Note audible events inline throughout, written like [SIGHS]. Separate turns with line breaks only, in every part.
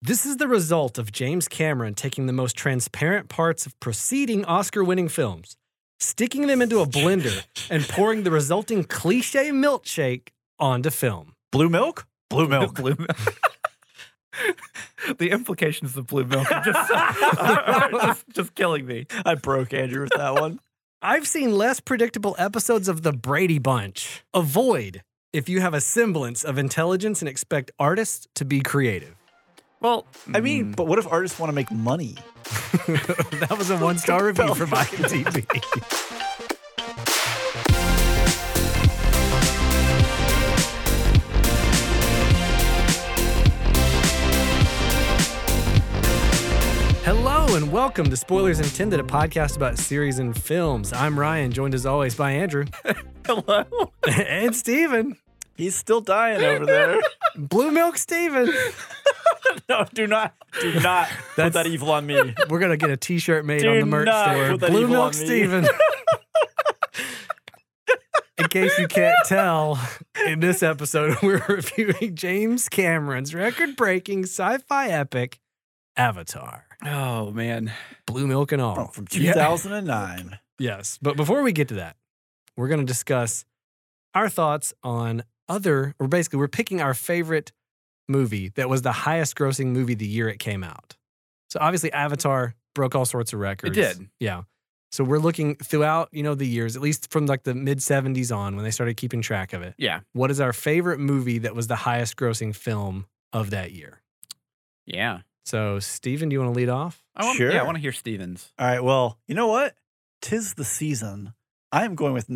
This is the result of James Cameron taking the most transparent parts of preceding Oscar winning films, sticking them into a blender, and pouring the resulting cliche milkshake onto film.
Blue milk? Blue milk.
Blue milk. [LAUGHS] the implications of blue milk are just,
[LAUGHS]
are [LAUGHS] just, just killing me.
I broke Andrew with that one.
I've seen less predictable episodes of The Brady Bunch. Avoid if you have a semblance of intelligence and expect artists to be creative.
Well, mm.
I mean, but what if artists want to make money?
that was a one star review from IMDb. Hello and welcome to Spoilers Intended, a podcast about series and films. I'm Ryan, joined as always by Andrew [LAUGHS]
hello.
and Steven.
He's still dying over there.
[LAUGHS]
Blue Milk Steven.
no, do not, do not put
That's-
that evil on me.
We're going to get a t shirt made
Do
on the merch
not
store.
put that
Blue
evil
Milk
on me.
Steven. In case you
[LAUGHS]
can't tell, in this episode, [LAUGHS] we're reviewing James Cameron's record breaking sci fi epic, Avatar.
Oh man.
Blue Milk and all.
Oh, from
Yeah.
2009.
Yes. But before we get to that, we're going to discuss our thoughts on other, or basically, we're picking our favorite movie that was the highest grossing movie the year it came out. So obviously, Avatar broke all sorts of records.
did.
Yeah. So we're looking throughout, you know, the years, at least from like the mid 70s on when they started keeping track of it.
Yeah.
What is our favorite movie that was the highest grossing film of that year?
Yeah.
So, Steven, do you want to lead off?
I want, Yeah, I
Sure.
want to hear Stevens.
All right. Well, you know what? Tis the season. I am going with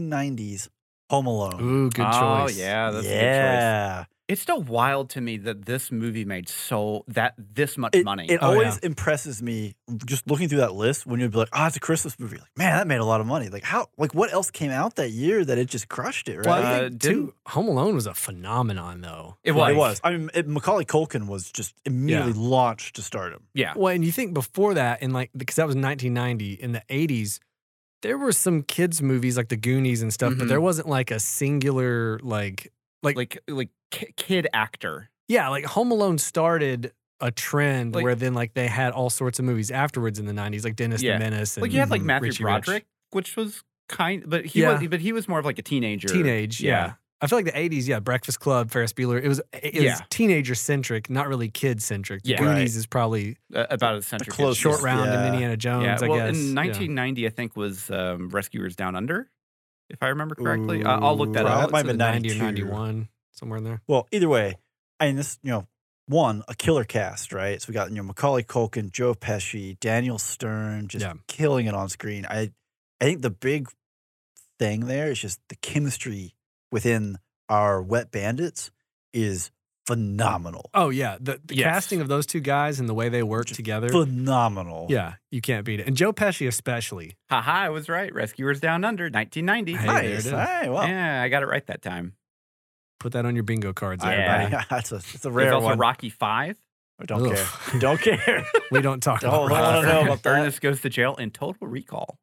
1990s Home Alone.
Ooh, good
oh,
choice.
yeah, that's a good choice.
yeah.
It's still wild to me that this movie made so that this much
It,
money.
it
Oh,
always impresses me just looking through that list when you'd be like, "Ah, it's a Christmas movie." Like, man, that made a lot of money. Like, how? Like, what else came out that year that it just crushed it? Right?
Well,
I
Uh,
think, too, Home Alone was a phenomenon, though.
It
Well,
was.
it was. I mean, it, Macaulay Culkin was just immediately launched to stardom.
yeah.
Well, and you think before that, in like because that was 1990, in the 80s, there were some kids' movies like The Goonies and stuff, but
Mhm.
there wasn't like a singular like
Like like ki- kid actor.
yeah, like Home Alone started a trend
Like-
where then like they had all sorts of movies afterwards in the 90s, like Dennis
Yeah.
the Menace and
Like you had like Matthew
Richie Rich.
Broderick, which was kind but he
Yeah.
was but he was more of like a teenager.
teenage, yeah.
Yeah.
I feel like the 80s, yeah, Breakfast Club, Ferris Bueller, it was it was
Yeah.
teenager centric, not really kid centric. The
Yeah.
Goonies
Right.
is probably
uh, about a century.
closest-
short round
Yeah.
and Indiana Jones,
Yeah,
I
well,
guess.
in
Yeah.
1990, I think was um, Rescuers Down Under, if I remember correctly. I- I'll look that
Ooh,
up.
that might have
It's
been
either 90 or
92.
91, somewhere in there.
Well, either way, I mean, this, you know, one, a killer cast, right? So we got, you know, Macaulay Culkin, Joe Pesci, Daniel Stern, just
Yeah.
killing it on screen. I, I think the big thing there is just the chemistry within our Wet Bandits is phenomenal.
Oh yeah, the, the
Yes.
casting of those two guys and the way they work
Just
together.
Phenomenal.
Yeah, you can't beat it. And Joe Pesci especially.
Haha, I was right. Rescuers Down Under, 1990.
Hey, there
Nice.
it is.
Hey, wow.
Yeah, I got it right that time.
Put that on your bingo cards,
I-
Yeah.
everybody.
I- [LAUGHS] that's a, it's a
There's
rare
also
one.
Rocky Five.
I don't
Ugh.
care. Don't care.
we don't
[LAUGHS]
talk
Don't
about
I wanna
Rocky.
know about that.
Ernest Goes to Jail and Total Recall.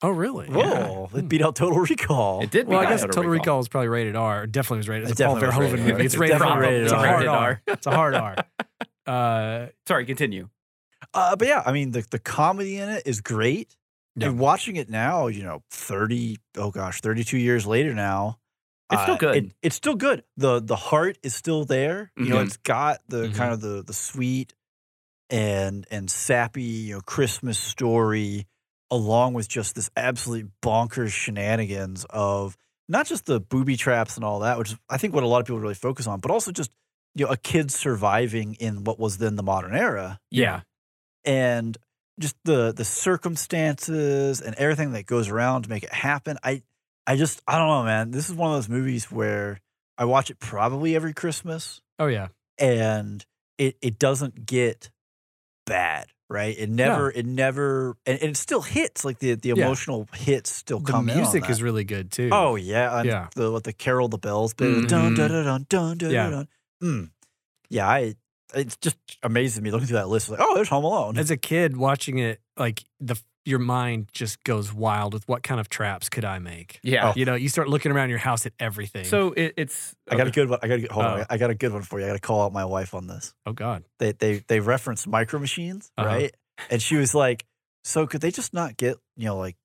Oh really?
Whoa.
[LAUGHS] Yeah. Hmm.
It beat out Total Recall.
It did.
Well,
beat
I guess
out
Total Recall. is probably rated R. It definitely was rated.
It
It's a Paul
definitely
Verhoeven
was rated
movie.
R.
It's
It
rated R.
definitely
Probably
It's a hard
rated
R.
R.
It's a hard
[LAUGHS]
R. Uh,
Sorry, continue.
Uh, but yeah, I mean the the comedy in it is great.
Yeah.
And watching it now, you know, thirty oh gosh, thirty two years later now, uh,
It's still
it-
good.
it's still good. the The heart is still there. You know,
Mhm.
it's got the
Mhm.
kind of the the sweet and and sappy you know Christmas story, along with just this absolute bonkers shenanigans of not just the booby traps and all that, which is I think what a lot of people really focus on, but also just you know a kid surviving in what was then the modern era
yeah.
and just the the circumstances and everything that goes around to make it happen. I I just I don't know, man. This is one of those movies where I watch it probably every Christmas
Oh yeah.
and it it doesn't get bad, right? It never it never and, and it still hits like the the
Yeah.
emotional hits still
The
come in.
music
on
is
that.
really good too.
Oh yeah, and
Yeah. Mm-hmm.
The what the Carol the Bells bit, dun dun
Mhm.
dun dun dun dun
Yeah.
dun. Mm. Yeah, I it's just amazing to me looking through that list. Like, oh, there's Home Alone.
as a kid watching it like the your mind just goes wild with what kind of traps could I make?
Yeah.
You know, you start looking around your house at everything.
Oh. So it, it's.
I got a
okay.
good one. I got a good, hold on.
Oh.
I got a good one for you. I got to call out my wife on this.
oh God,
They they they referenced micro machines,
Uh-huh.
right? And she was like, "So could they just not get you know like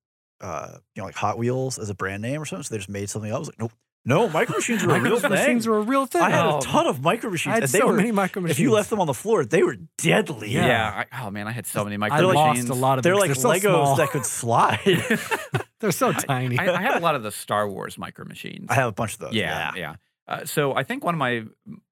uh you know like Hot Wheels as a brand name or something? So they just made something up." I was like, "Nope, no, micro machines are a
micro
real thing.
machines are a real thing.
I had
Oh.
a ton of micro
I
machines,
had
and they
so
were
many micro machines.
if you left them on the floor, they were deadly.
Yeah.
Yeah. I, oh man, I had so many
I
micro
lost
machines.
a
[LAUGHS]
lot of.
They're
them
like
'cause they're
Legos
so small.
that could slide.
[LAUGHS] they're so tiny.
I, I had a lot of the Star Wars micro machines.
I have a bunch of those.
yeah, yeah. Uh, so I think one of my,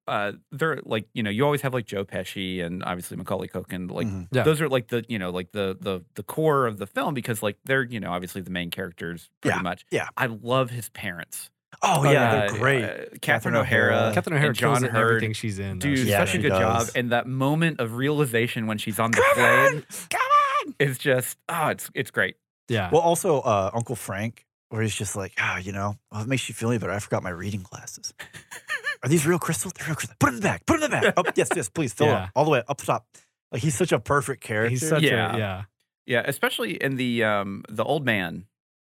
uh, they're like you know you always have like Joe Pesci and obviously Macaulay Culkin like
Mhm.
Yeah.
those are like the you know like the the the core of the film because like they're you know obviously the main characters pretty
Yeah,
much.
yeah.
I love his parents.
Oh, yeah,
Uh,
they're great.
uh, Catherine O'Hara,
Catherine
[LAUGHS] Catherine O'Hara
and John
kills it in
Hurd.
everything she's in. though.
Dude,
She's
Yeah,
such a
she
good job.
does.
And that moment of realization when she's on the
Come
plane
on! Come on!
is just oh, it's it's great.
yeah.
Well, also uh, Uncle Frank, where he's just like, ah, you know, well, it makes you feel any better. I forgot my reading glasses.
[LAUGHS]
Are these real crystals? They're real crystals. Put them in the back. Put them in the back. oh, yes, yes, please fill
Yeah.
up all the way up top. Like he's such a perfect character.
he's such
Yeah.
a yeah.
Yeah, especially in the um the old man,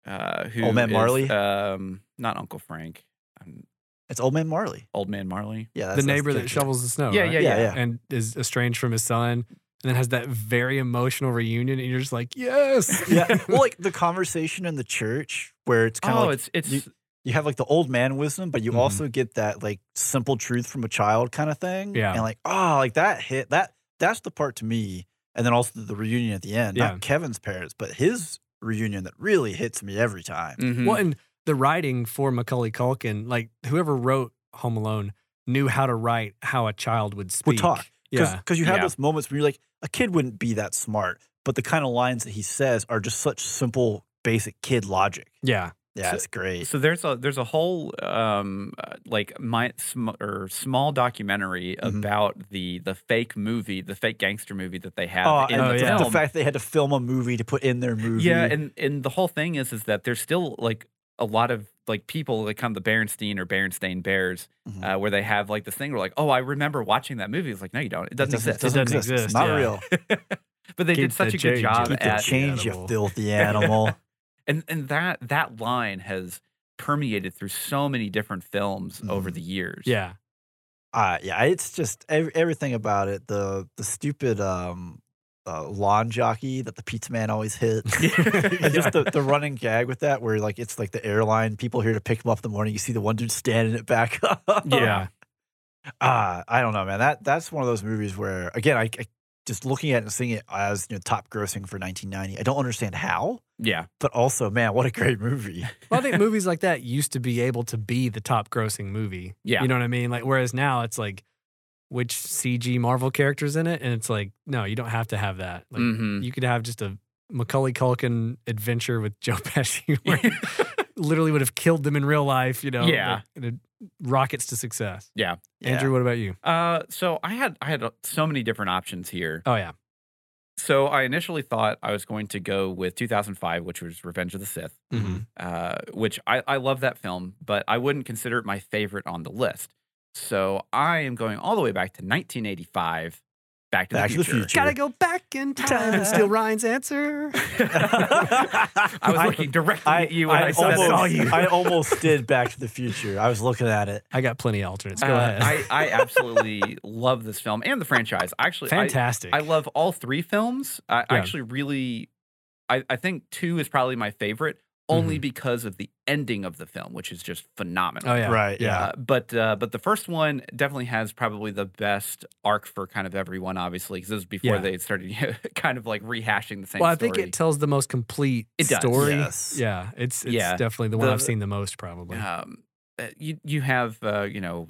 uh, who
Old Man
is,
Marley?
um, not Uncle Frank, um,
it's Old Man Marley.
Old Man Marley.
Yeah,
the
that's- that's
neighbor that
character.
shovels the snow.
Yeah,
Oh, right?
yeah,
Yeah, yeah.
and is estranged from his son, and then has that very emotional reunion, and you're just like, yes,
[LAUGHS]
[LAUGHS]
yeah. Well, like the conversation in the church where it's kind of
oh,
like
it's it's
you have like the old man wisdom, but you
Mhm.
also get that like simple truth from a child kind of thing.
Yeah.
And like, oh, like that hit that that's the part to me. And then also the reunion at the end.
Yeah.
Not Kevin's parents, but his reunion that really hits me every time.
mhm.
Well, and the writing for Macaulay Culkin, like whoever wrote Home Alone, knew how to write how a child would speak.
Would talk. Because
Yeah.
you have
Yeah.
those moments where you're like, a kid wouldn't be that smart, but the kind of lines that he says are just such simple, basic kid logic.
Yeah.
Yeah,
So-
it's great.
so there's a there's a whole um uh, like my sm- or small documentary
Mhm.
Mm-hmm.
about the the fake movie, the fake gangster movie that they have
Oh,
in
and
oh,
the
yeah.
the
film.
fact they had to film a movie to put in their movie.
Yeah, and and the whole thing is is that there's still like a lot of like people like kind of the Berenstain or Berenstain Bears,
Mhm.
Mm-hmm.
uh, where they have like this thing where like, oh, I remember watching that movie. It's like, no, you don't. It doesn't,
It doesn't exist,
It's not
yeah.
real.
exist. but they
Keep
did such
the
a good
change,
job
keep
Keep the
at
change, you
animal. [LAUGHS]
filthy animal.
and and that that line has permeated through so many different films over
Mhm.
the years.
Mm-hmm.
[LAUGHS]
Yeah.
uh, yeah, it's just ev- everything about it. The the stupid um, uh, lawn jockey that the pizza man always
[LAUGHS]
hit. [LAUGHS] and
[LAUGHS]
just the, the running gag with that, where like it's like the airline people here to pick him up in the morning. You see the one dude standing it back up.
Yeah.
[LAUGHS] Ah, I don't know, man. That that's one of those movies where, again, I, I just looking at it and seeing it as you know top grossing for 1990. I don't understand how,
yeah.
but also, man, what a great
[LAUGHS]
movie.
Well, I think movies like that used to be able to be the top grossing movie.
Yeah.
You know what I mean? Like, whereas now it's like, which CG Marvel characters in it? And it's like, no, you don't have to have that. Like,
Mhm.
you could have just a Macaulay Culkin adventure with Joe [LAUGHS] Pesci, where he literally would have killed them in real life, you know?
Yeah.
like, and it rockets to success.
Yeah.
Andrew, what about you?
Uh, so I had I had uh, so many different options here.
Oh, yeah.
So I initially thought I was going to go with 2005, which was Revenge of the Sith.
Mhm.
uh, which I, I love that film, but I wouldn't consider it my favorite on the list. So I am going all the way back to 1985, Back to,
Back
the,
to the
future.
Future.
Gotta go back
[LAUGHS]
in time and steal Ryan's answer.
I was looking directly
[LAUGHS]
at you when [LAUGHS] I, said
almost,
that.
I
[LAUGHS]
almost did Back to the Future. I was looking at it.
I got plenty of alternates. Go
Uh,
ahead.
I, I absolutely love this film and the franchise. Actually, I,
Fantastic.
I love all three films. I I
Yeah.
actually really, I, I think two is probably my favorite only because of the ending of the film, which is just phenomenal.
Mm-hmm. Oh, yeah.
Right, yeah.
Uh, but uh, but the first one definitely has probably the best arc for kind of everyone, obviously, because this was before
Yeah.
they started [LAUGHS] kind of like rehashing the same.
Well, I
story.
think it tells the most complete
It does.
story.
Yes.
Yeah, it's it's
Yeah.
definitely the one
The-
I've seen the most probably.
um, uh, you you have uh, you know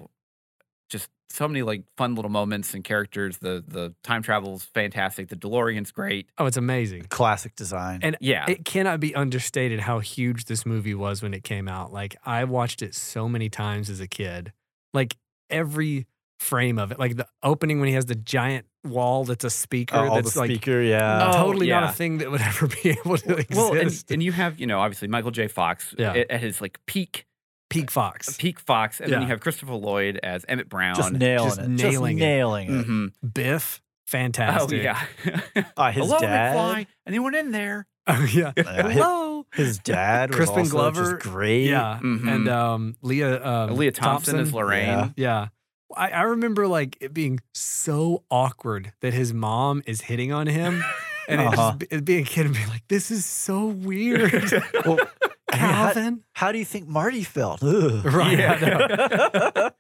just so many like fun little moments and characters. The the time travel's fantastic. The DeLorean's great.
Oh, it's amazing.
Classic design.
And-
Yeah,
It cannot be understated how huge this movie was when it came out. Like I watched it so many times as a kid. Like every frame of it, like the opening when he has the giant wall that's a speaker
Uh, all the
that's like
speaker, yeah.
Oh,
totally not
yeah.
a thing that would [LAUGHS] ever be able to exist.
well, and, and you have you know obviously Michael J. Fox
Yeah.
at, at his like peak
Peak Fox
peak Fox, and then
Yeah.
you have Christopher Lloyd as Emmett Brown.
just nailing
just
it.
nailing it.
just nailing it.
Mhm.
Biff Fantastic. [LAUGHS]
Oh yeah.
Uh, his
Hello,
dad.
McFly. Anyone in there?
Oh, yeah.
Uh, his,
Hello.
his dad was
Crispin
also
Glover.
just great.
Yeah. And um, Leah um,
mm-hmm. Leah Thompson, is Lorraine.
Yeah.
Yeah. I, I remember like it being so awkward that his mom is hitting on
[LAUGHS]
him. And it
Uh-huh.
just, it being a kid and being like, this is so
[LAUGHS]
weird.
Well, I mean, how,
Calvin.
how do you think Marty felt? Ugh.
Right. [LAUGHS] I know.
Yeah. but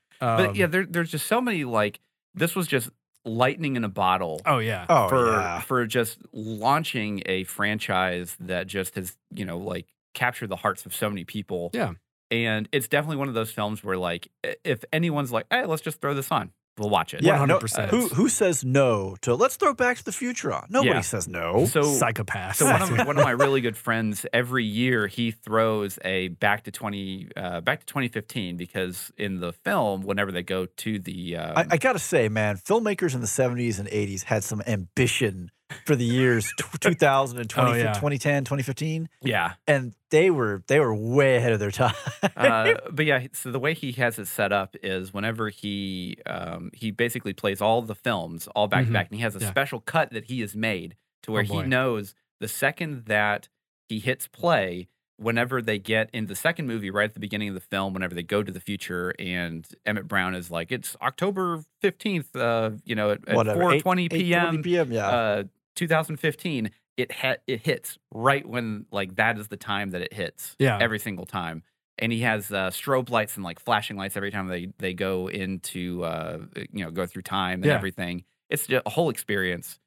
Um,
yeah, there, there's just so many like this was just lightning in a bottle
Oh, yeah.
[LAUGHS] Oh
for
yeah.
for just launching a franchise that just has you know like captured the hearts of so many people.
Yeah.
and it's definitely one of those films where like i- if anyone's like, hey, let's just throw this on, we'll watch it.
Yeah, no,
100%.
Who who says no to let's throw Back to the Future on? Nobody
Yeah.
says no.
So
Psychopath.
So
[LAUGHS]
one of
[LAUGHS]
one of my really good friends every year he throws a back to twenty uh, back to twenty fifteen because in the film whenever they go to the um,
I, I gotta say, man, filmmakers in the 70s and 80s had some ambition for the years t- 2000 and 20,
Oh, yeah.
2010, 2015,
yeah
and they were they were way ahead of their time. [LAUGHS]
[LAUGHS]
uh, but yeah so the way he has it set up is whenever he um, he basically plays all the films all back
Mhm.
to back and he has a
Yeah.
special cut that he has made to where
Oh,
he
boy.
knows the second that he hits play whenever they get in the second movie right at the beginning of the film whenever they go to the future and emmett brown is like it's october 15th uh, you know at, at
Whatever,
4.20
8:20
p.m
p.m. Yeah,
uh, 2015 it ha- it hits right when like that is the time that it hits
Yeah.
every single time and he has uh, strobe lights and like flashing lights every time they they go into uh, you know go through time and
Yeah.
everything it's ju- a whole experience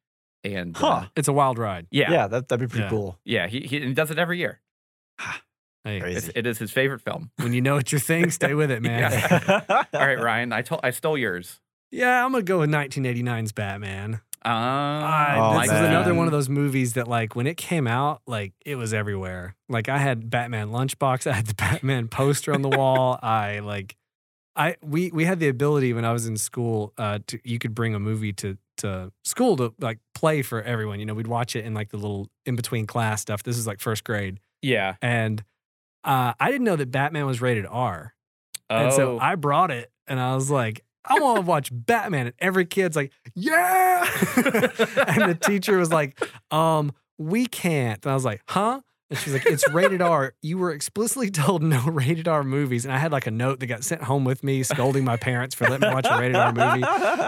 and
huh?
uh,
it's a wild ride.
yeah
yeah.
yeah,
that that'd be pretty
Yeah.
cool.
he, he and he does it every year
Hey,
it's,
[LAUGHS]
Crazy.
it is his favorite film
when you know it's your thing, stay with it, man.
[LAUGHS] Yeah.
Yeah, [LAUGHS]
all right ryan i told i stole yours
I'm going to go with 1989's Batman.
um,
I,
Oh,
this is
man.
another one of those movies that, like, when it came out, like, it was everywhere. Like, I had Batman lunchbox, [LAUGHS] I had the Batman poster on the
[LAUGHS]
wall. I like, I we we had the ability when I was in school, uh, to you could bring a movie to to school to like play for everyone. You know, we'd watch it in like the little in between class stuff. This is like first grade,
yeah
and uh, I didn't know that Batman was rated R. And so
Oh.
I brought it and I was like, I want to watch Batman. And every kid's like, yeah. [LAUGHS] and the teacher was like, um, we can't. And I was like, huh? And she's like, it's rated R. You were explicitly told no rated R movies. And I had like a note that got sent home with me scolding my parents for letting me watch a rated R movie.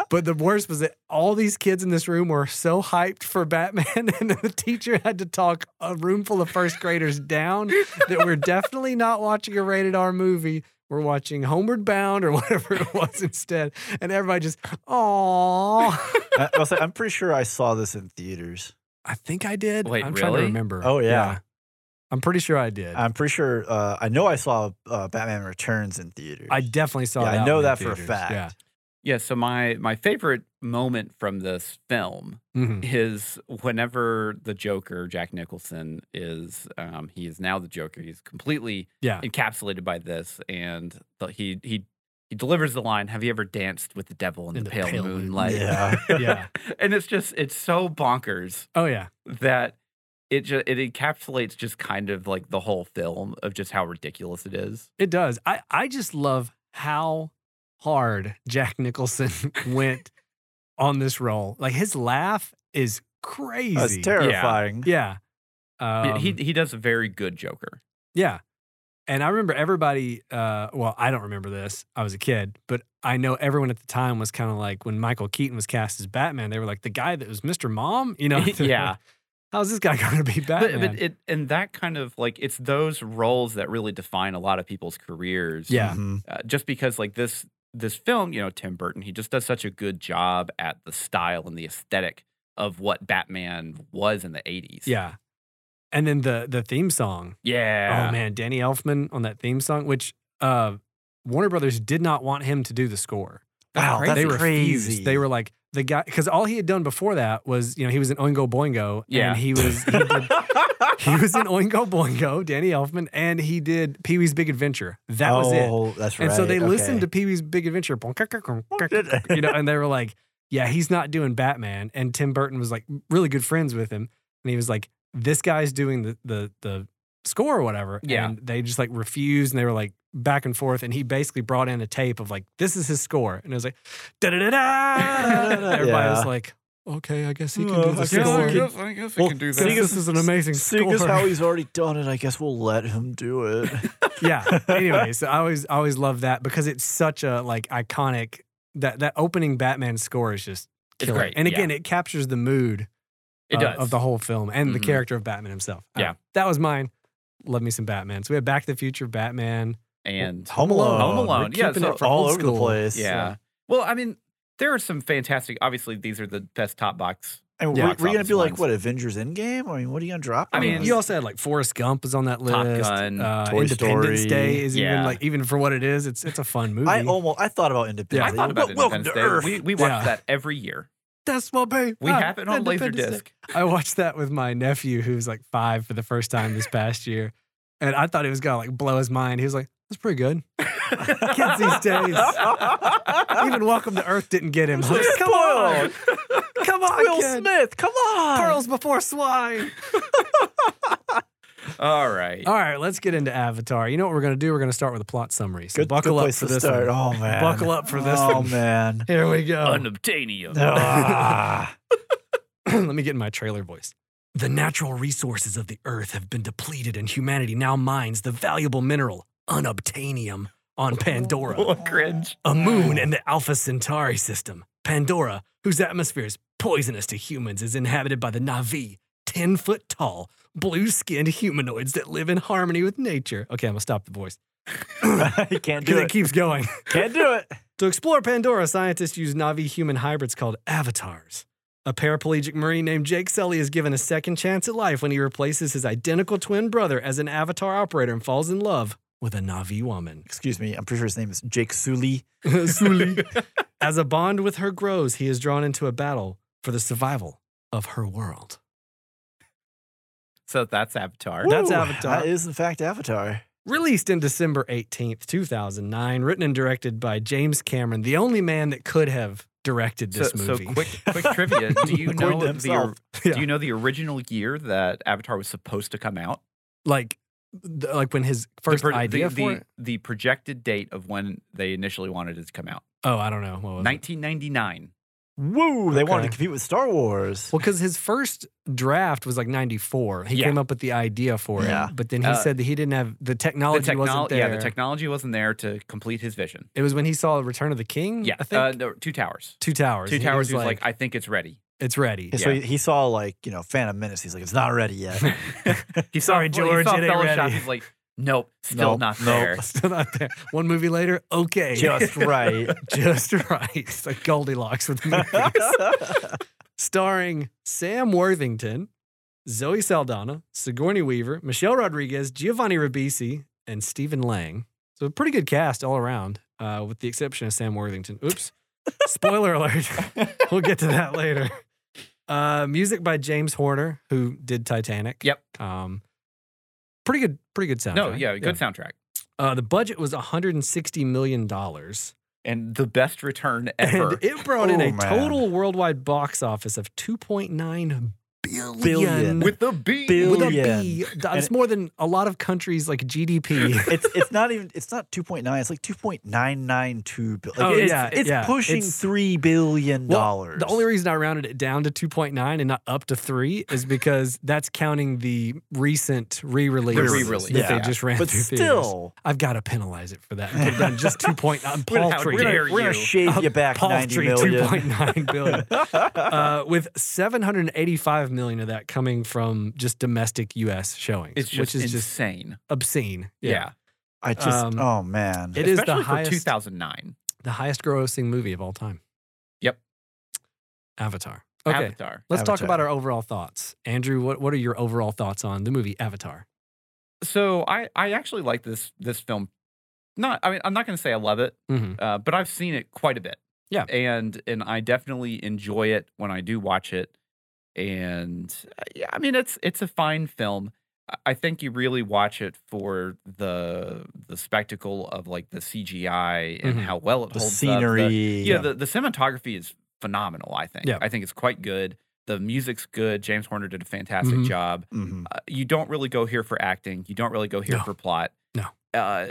But the worst was that all these kids in this room were so hyped for Batman, [LAUGHS] and then the teacher had to talk a room full of first graders down that we're definitely not watching a rated R movie. We're watching Homeward Bound or whatever it was instead. And everybody just,
[LAUGHS]
oh,
[LAUGHS] I, I was like, I'm pretty sure I saw this in theaters.
I think I did.
Wait,
I'm trying to
really?
remember.
Oh, yeah.
I'm pretty sure I did. i
I'm pretty sure. Uh, I know I saw uh, Batman Returns in theaters.
definitely saw
Yeah,
that.
I know
one in
that for a
theaters.
fact.
yeah so my my favorite moment from this film
Yeah. Mhm.
is whenever the Joker, Jack Nicholson, is um, he is now the Joker. He's completely
Yeah.
encapsulated by this, and the, he he he delivers the line, "Have you ever danced with the devil in, the, pale, moonlight?"
Yeah.
Yeah.
[LAUGHS] and it's just it's so bonkers
Oh, yeah.
that it just it encapsulates just kind of like the whole film of just how ridiculous it is.
It does. I, I just love how hard Jack Nicholson [LAUGHS] went on this role. Like his laugh is crazy.
That's terrifying.
Yeah.
He-
Um,
he he does a very good Joker.
yeah. And I remember everybody, uh, well, I don't remember this. I was a kid, but I know everyone at the time was kind of like when Michael Keaton was cast as Batman, they were like, the guy that was Mr. Mom, you know? they're
[LAUGHS] Yeah.
like, [LAUGHS] How's this guy going to be Batman?
But, but it and that kind of like it's those roles that really define a lot of people's careers.
Yeah.
Mhm.
uh, just because like this this film, you know, Tim Burton, he just does such a good job at the style and the aesthetic of what Batman was in the 80s.
yeah. Oh, And then the the theme song
Yeah.
Oh
[LAUGHS]
man, Danny Elfman on that theme song, which uh, Warner Brothers did not want him to do the score.
Wow,
Right?
that's
they refused.
crazy.
They were like the guy because all he had done before that was you know he was in Oingo Boingo
Yeah.
and he was he, did, he was in Oingo Boingo, Danny Elfman, and he did Pee Wee's Big Adventure. That was it.
Oh, That's right.
And so they listened to Pee Wee's Big Adventure,
[LAUGHS]
[LAUGHS] you know, and they were like, "Yeah, he's not doing Batman." And Tim Burton was like really good friends with him, and he was like, "This guy's doing the the the score or whatever."
Yeah.
and they just like refused, and they were like back and forth, and he basically brought
[LAUGHS]
in a tape of like, "This is his score," and it was like, da da da da. Everybody
Yeah.
was like, okay, I guess he can
Oh,
do the
I guess I
score.
can-
I guess
Well,
I can do
Since
that.
Seeing as-
this is an amazing
Seeing
score.
as how he's already done it, I guess we'll let him do it.
[LAUGHS] yeah.
[LAUGHS]
Anyway, so I always I always love that because it's such a like iconic that that opening Batman score is just
It's
killer.
great,
And again, it captures the mood
It
uh,
does.
of the whole film and the
Mhm.
character of Batman himself. Uh,
Yeah.
that was mine. Love me some Batman. So we have Back to the Future, Batman.
and
Home Alone.
Home
We're
Alone. Yeah,
keeping
so
it for
all
old
over the
school.
place.
yeah. Well, I mean, there are some fantastic. Obviously, these are the best top box.
And
Yeah.
we're,
Box
we're gonna
office
be like,
ones.
what, Avengers Endgame? I mean, what are you gonna drop?
I
on
mean,
us?
You also had like Forrest Gump is on that list.
Top Gun,
uh,
Toy
Independence
Story.
Day is even
Yeah.
like even for what it is, it's it's a fun movie.
I almost I thought about Independence.
I thought about
Wel- Welcome to
Independence Day.
Earth.
We, we watch
Yeah.
that every year.
That's my baby.
We
Ah,
have it on
Independence Day.
Laserdisc.
I watched that with my nephew who's like five for the first time this past year. And I thought it was gonna like blow his mind. He was like, That's pretty
[LAUGHS]
good. Kids these days. Even Welcome to Earth didn't get him. I was like, come
[LAUGHS] Oh,
on. Come on,
Will
kid.
Smith, come on.
Pearls before swine.
All right.
All right, let's get into Avatar. You know what we're gonna do? We're gonna start with a plot summary. So
Good,
buckle
good
up
place
for
to
this
start.
one.
Oh man.
Buckle up for this
Oh
one. [LAUGHS]
man.
Here we go. [LAUGHS]
Unobtainium.
Ah.
[CLEARS THROAT]
[LAUGHS]
let me get in my trailer voice. The natural resources of the earth have been depleted, and humanity now mines the valuable mineral, unobtainium, on Pandora,
Oh, cringe.
a moon in the Alpha Centauri system. Pandora, whose atmosphere is poisonous to humans, is inhabited by the Navi, 10 foot tall, blue skinned humanoids that live in harmony with nature. Okay, I'm gonna stop the voice [LAUGHS]
You can't [LAUGHS] do
because it
it.
keeps going.
[LAUGHS] Can't do it.
To explore Pandora, scientists use Navi human hybrids called avatars. A paraplegic Marine named Jake Sully is given a second chance at life when he replaces his identical twin brother as an avatar operator and falls in love with a Navi woman. [LAUGHS]
Excuse me. I'm pretty sure his name is Jake Sully.
Sully. As a bond with her grows, he is drawn into a battle for the survival of her world.
So that's Avatar.
That's
Woo.
Avatar.
That is in fact Avatar.
Released in December 18th, 2009, written and directed by James Cameron, the only man that could have directed
So,
this
so
movie.
quick, quick trivia. Do you
According
know
to
the or-
himself.
[LAUGHS] Yeah.
Do you know the original year that Avatar was supposed to come out?
like th- like when his
The
first
pro- the,
idea
the,
for it?
the projected date of when they initially wanted it to come out.
Oh, I don't know. What was it?
1999.
Woo! They wanted to
Okay.
compete with Star Wars.
Well, because his first draft was like '94. He
Yeah.
came up with the idea for it,
Yeah.
but then he
Uh,
said that he didn't have the
The
technology. Oh, wasn't
technology,
there.
yeah, the technology wasn't there to complete his vision.
It was when he saw Return of the King.
Yeah,
I think
uh, no, two towers.
Two Towers.
Two
He
towers. He was like, I think it's ready.
it's ready.
Yeah, so
Yeah.
he, he saw like you know Phantom Menace. He's like, it's not ready
[LAUGHS]
yet.
[LAUGHS]
He
Sorry,
saw,
George,
He saw
it ain't
Fellowship.
ready.
He's like, nope, still
Nope,
not
[LAUGHS]
nope.
there.
Still not there. One movie later, okay, [LAUGHS]
Just right.
just right. It's like Goldilocks
[LAUGHS]
with movies. starring Sam Worthington, Zoe Saldana, Sigourney Weaver, Michelle Rodriguez, Giovanni Ribisi, and Stephen Lang. So a pretty good cast all around, uh, with the exception of Sam Worthington.
[LAUGHS]
Oops. Spoiler alert. [LAUGHS] we'll get to that later. Uh, music by James Horner, who did Titanic.
Yep.
Um, pretty good, pretty good soundtrack.
no, yeah, good soundtrack
Uh, the budget was 160 million dollars.
and the best [LAUGHS] return ever.
And it brought in
Oh,
a
man.
total worldwide box office of 2.9 billion.
Billion.
with the B.
Bill-
With a
billion.
B.
And
That's
it-
more than a lot of countries like GDP.
it's it's not even it's not 2.9 it's like 2.992 billion
Oh,
like, it's,
yeah,
it's
yeah.
pushing
It's-
3 billion dollars
the only reason I rounded it down to 2.9 and not up to 3 is because that's counting the recent re-release,
The re-release,
that they
yeah.
just ran
but
through theaters.
still
I've got to penalize it for that. and put it down just 2.9
Well, how
paltry.
we're gonna,
dare
we're gonna
you.
shave you back 90
paltry
[LAUGHS] million
2.9 billion. uh, with 785 million of that coming from just domestic U.S. showings,
It's
which
just
is just
insane.
obscene.
yeah.
i just
Um,
oh man
it is
Especially
the
for
highest,
2009
the highest grossing movie of all time.
Yep.
Avatar. Okay,
Avatar.
let's talk
Avatar.
about our overall thoughts, Andrew. What what are your overall thoughts on the movie Avatar?
So I I actually like this this film. Not I mean I'm not going to say I love it,
Mm-hmm.
uh, but I've seen it quite a bit.
Yeah.
and and I definitely enjoy it when I do watch it. And uh, yeah, I mean it's it's a fine film. I- I think you really watch it for the the spectacle of like the CGI and
Mhm.
how well it
the
holds
scenery
up. The- yeah, The, the cinematography is phenomenal. I think.
Yeah.
I think it's quite good. The music's good. James Horner did a fantastic
Mhm.
job
Mhm.
uh, you don't really go here for acting. You don't really go here
No.
for plot.
No.
Uh,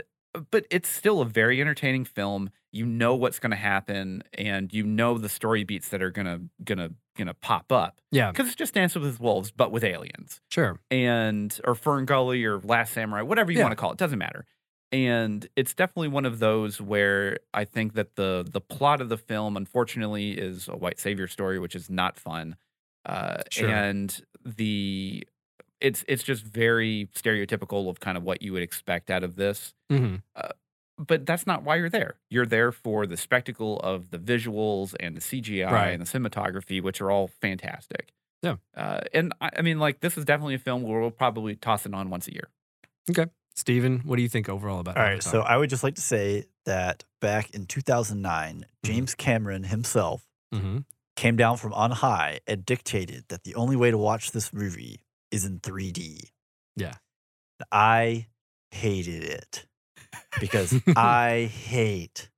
but it's still a very entertaining film. you know what's going to happen and you know the story beats that are going to going to going to pop up
Yeah,
because it's just Dances with Wolves but with aliens
sure.
and or Fern Gully or Last Samurai, whatever you
Yeah.
want to call it, doesn't matter. And it's definitely one of those where I think that the the plot of the film, unfortunately, is a white savior story, which is not fun. Uh,
Sure.
And the it's it's just very stereotypical of kind of what you would expect out of this
hmm
but that's not why you're there. You're there for the spectacle of the visuals and the CGI
Right.
and the cinematography, which are all fantastic.
Yeah.
Uh, and I, I mean, like, this is definitely a film where we'll probably toss it on once a year.
Steven, what do you think overall about
All right.
Avatar?
So I would just like to say that back in 2009, James Cameron himself
Mhm.
came down from on high and dictated that the only way to watch this movie is in 3D.
Yeah.
I hated it
[LAUGHS]
because I hate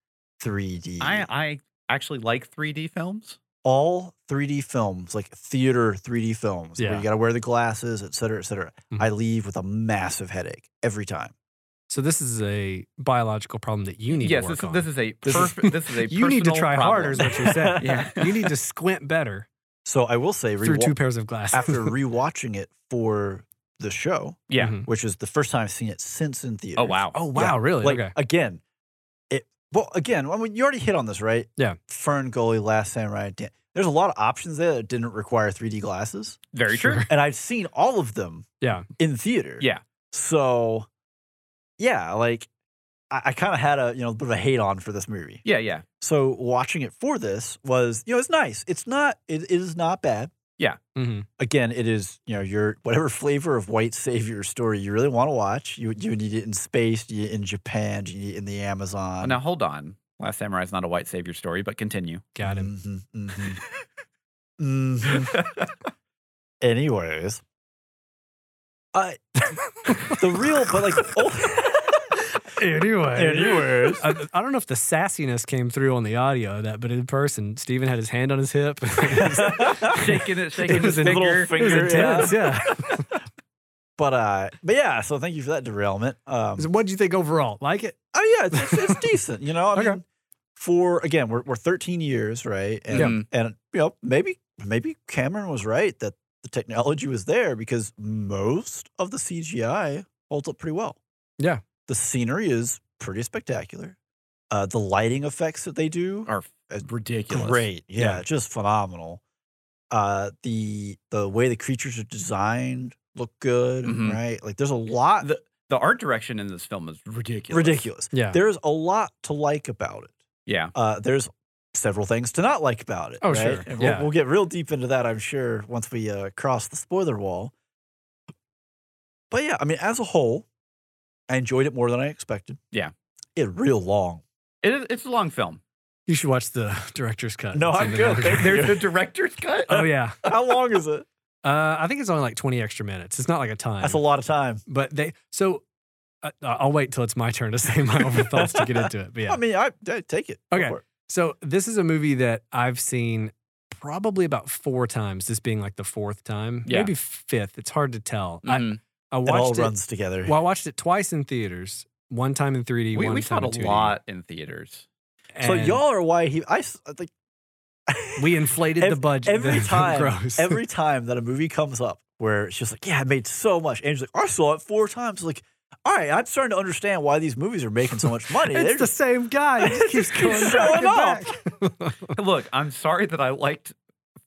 3D.
I, I actually like 3D films.
All 3D films, like theater 3D films,
Yeah.
where you got to wear the glasses, et cetera, et cetera,
Mhm.
I leave with a massive headache every time.
So this is a biological problem that you need
yes,
to
this
work
is,
on.
this is a
This is- [LAUGHS]
perfect. This is a
you need to try
personal
harder, is
problem.
what you're saying.
Yeah.
you need to squint better
[LAUGHS] So I will say,
through
rewa-
two pairs of glasses. [LAUGHS]
after rewatching it for the show,
[LAUGHS] Yeah.
Mhm.
which is the first time I've seen it since in theaters.
Oh, wow.
Oh wow, really?
Like
okay.
again, it well again. I mean, you already hit on this, right?
Yeah.
Fern Gully, Last Samurai. Dan- There's a lot of options there that didn't require 3D glasses,
Very true.
and I've seen all of them.
Yeah.
In theater.
Yeah.
So, yeah, like I, I kind of had a you know bit of a hate on for this movie.
Yeah, yeah.
So watching it for this was you know it's nice. It's not it, it is not bad.
hmm
Again, it is you know your whatever flavor of white savior story you really want to watch. You you need it in space. You need it in Japan. You need it in the Amazon.
now, hold on. Last Samurai is not a white savior story,
[LAUGHS]
but continue.
Got
[LAUGHS]
him.
Mhm, mhm.
[LAUGHS]
Mhm. Anyways, uh, the real,
[LAUGHS]
but like, oh,
Anyway. [LAUGHS]
anyways,
I, I don't know if the sassiness came through on the audio of that, but in person, Steven had his hand on his hip. [LAUGHS] it
shaking it, shaking
It was
his
a little
finger.
was
yeah.
intense, yeah.
but uh, but yeah. So thank you for that derailment. Um,
So what do you think overall? Like it?
oh yeah, it's, it's, it's decent. You know, I
Okay.
mean, for again, we're we're 13 years, right? And
Yeah.
and you know, maybe maybe Cameron was right that the technology was there because most of the CGI holds up pretty well.
Yeah.
the scenery is pretty spectacular. Uh, the lighting effects that they do
Are ridiculous.
Great. Yeah,
Yeah.
just phenomenal. Uh the the way the creatures are designed look good,
Mhm.
right? Like there's a lot
The- The art direction in this film is ridiculous.
ridiculous.
Yeah.
There's a lot to like about it.
Yeah.
Uh there's several things to not like about it.
Oh,
right?
sure.
And
Yeah.
we'll, we'll get real deep into that, I'm sure, once we uh, cross the spoiler wall. But yeah, I mean, as a whole, I enjoyed it more than I expected.
Yeah.
It real long. [LAUGHS]
It is, it's a long film.
You should watch the director's cut.
No,
It's
I'm
even
good.
longer.
Thank you.
There's the director's cut.
[LAUGHS] Oh yeah.
How long is it?
Uh, I think it's only like 20 extra minutes. It's not like a time.
That's a lot of time.
But they so uh, I'll wait till it's my turn to [LAUGHS] say my over thoughts to get into it. But yeah.
[LAUGHS] I mean, I, I take it. Go
Okay.
for it.
So this is a movie that I've seen probably about four times. This being like the fourth time,
Yeah.
maybe fifth. It's hard to tell.
Mhm.
I, I
Mm-hmm. it all
watched it.
runs together.
well, I watched it twice in theaters. One time in 3D.
we
one
we saw
time in
it a
2D.
lot
[LAUGHS]
in theaters.
so
And
y'all are why he. I s- [LAUGHS] like
we inflated the
Ev-
budget
every
the [LAUGHS]
time.
gross.
every time that a movie comes up where it's just like, yeah, I made so much. And he's like, I saw it four times. Like, all right, I'm starting to understand why these movies are making so much money.
[LAUGHS] [LAUGHS] it's
They're
the
just-
same guy. He just
[LAUGHS]
keeps
Keeps
going back
[LAUGHS]
and back.
Look, I'm sorry that I liked